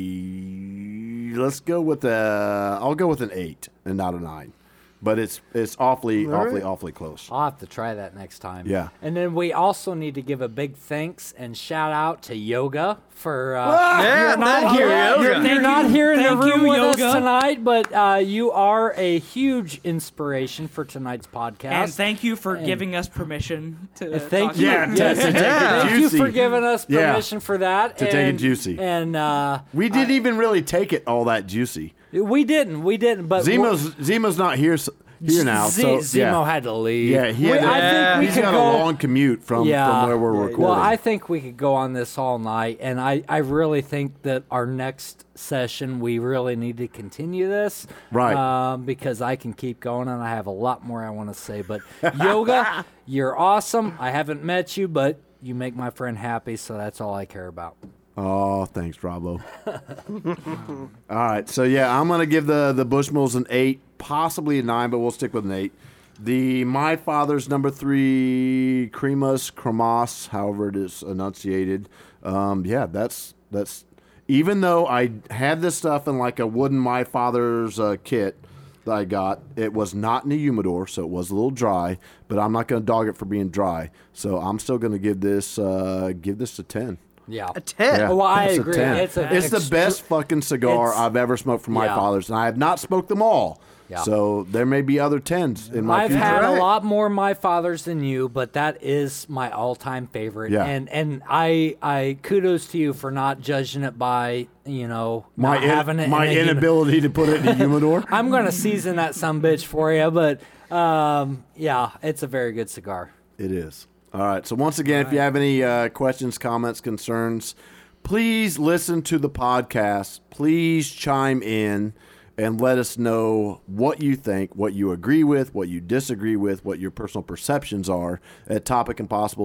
a let's go with a I'll go with an eight and not a nine, but it's it's awfully awfully awfully close.
I'll have to try that next time.
Yeah.
And then we also need to give a big thanks and shout out to Yoga for. Uh,
[laughs] yeah,
not
not here.
allowed.
Yoga.
You're
You're
Thank
not
you.
here in the
Thank you,
room with
Yoga.
us tonight, but uh, you are a huge inspiration for tonight's podcast.
And thank you for giving us permission to.
And Uh, thank
talk
you.
about
Yeah, to- to take it
Thank you
juicy.
for giving us
Yeah.
permission for that.
To
and,
take it juicy.
And uh,
We didn't even really take it all that juicy.
we didn't. We didn't. But
Zemo's Zemo's not here s- here now.
Z-
so,
Zemo
yeah.
had to leave.
yeah, he had
We- I
a-
think we
he's
could
got
go,
a long commute from,
Yeah.
from where we're recording.
Well, I think we could go on this all night, and I, I really think that our next session we really need to continue this,
Right.
Um, because I can keep going, and I have a lot more I want to say. But [laughs] yoga, you're awesome. I haven't met you, but you make my friend happy, so that's all I care about.
oh, thanks, Bravo. [laughs] all right, so yeah, I'm gonna give the the Bushmills an eight, possibly a nine, but we'll stick with an eight. The My Father's number three Cremas Cremas, however it is enunciated. Um, yeah, that's that's even though I had this stuff in like a wooden My Father's uh, kit. that I got. It was not in a humidor, so it was a little dry. But I'm not going to dog it for being dry. So I'm still going to give this uh, give this a ten.
Yeah.
A ten.
Yeah,
Well, I
it's a
agree.
10.
It's a-
the
extr-
best fucking cigar
it's-
I've ever smoked from my
Yeah.
father's, and I have not smoked them all.
Yeah.
So there may be other tens in my
I've
future.
had
Right.
a lot more my fathers than you, but that is my all-time favorite.
Yeah.
And and I I kudos to you for not judging it by you know
my
not
in-
having it. in
my
a human-
inability to put it in a
[laughs]
humidor.
I'm gonna season that some bitch for you, but um, yeah, it's a very good cigar.
It is. All right. So once again, if you have any uh, questions, comments, concerns, please listen to the podcast. Please chime in and let us know what you think, what you agree with, what you disagree with, what your personal perceptions are at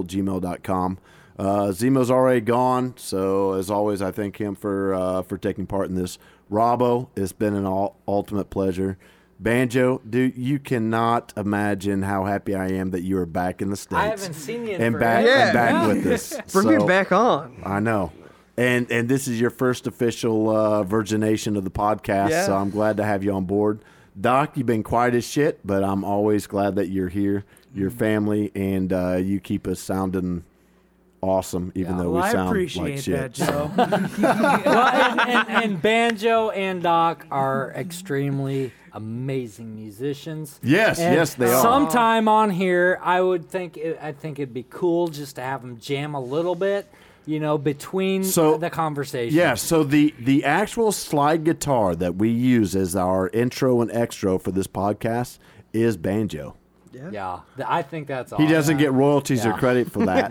topicimpossiblegmail.com. Uh, Zemo's already gone, so as always, I thank him for uh, for taking part in this. Robbo, it's been an all- ultimate pleasure. Banjo, dude, you cannot imagine how happy I am that you are back in the states.
haven't seen you in
and back,
forever.
and back with
[laughs]
us.
Bring
So,
me back on.
I know, and and this is your first official uh, virgination of the podcast,
Yeah.
so I'm glad to have you on board. Doc, you've been quiet as shit, but I'm always glad that you're here,
Mm.
your family, and uh, you keep us sounding awesome, even though [laughs] we
Well, I
sound like
appreciate
shit. [laughs]
that, Joe.
and, and, and Banjo and Doc are extremely amazing musicians.
Yes,
And
yes, they are.
Sometime on here, I would think it, I think it'd be cool just to have them jam a little bit, you know, between
So-
the conversation.
Yeah, so the the actual slide guitar that we use as our intro and extra for this podcast is banjo.
yeah. Th- I think that's
He
awesome.
doesn't get royalties or
Yeah.
credit for [laughs] that.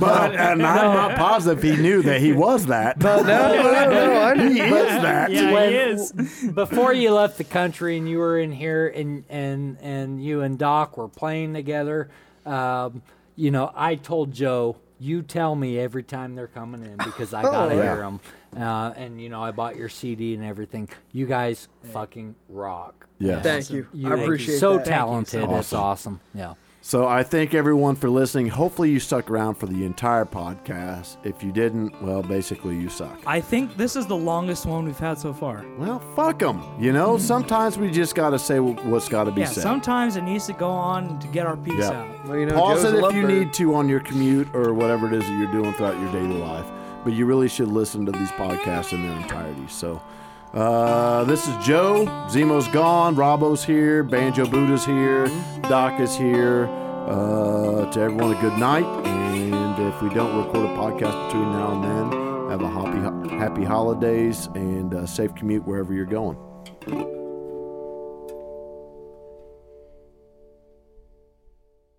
But and I'm not positive he knew that he was that. But no, no, no, [laughs] he is that.
Yeah,
When-
he is.
before you left the country and you were in here and and and you and Doc were playing together. Um, you know, I told Joe, you tell me every time they're coming in because I gotta
Oh,
yeah.
hear them. Uh, and you know, I bought your CD and everything. You guys fucking rock.
Yeah.
Thank you. I appreciate
so
that.
talented.
much.
It's awesome. Yeah.
So I thank everyone for listening. Hopefully you stuck around for the entire podcast. If you didn't, well, basically you suck.
I think this is the longest one we've had so far.
Well, fuck them. You know, sometimes we just got to say wh- what's got to be
Yeah,
said.
sometimes it needs to go on to get our piece
Yeah.
out.
Well, you know,
Pause
Joe's
it
a
if you
lovebird.
need to on your commute or whatever it is that you're doing throughout your daily life. But you really should listen to these podcasts in their entirety. So, uh, this is Joe. Zemo's gone. Robbo's here. Banjo Buddha's here. Doc is here. Uh, to everyone, a good night. And if we don't record a podcast between now and then, have a happy, happy holidays and uh safe commute wherever you're going.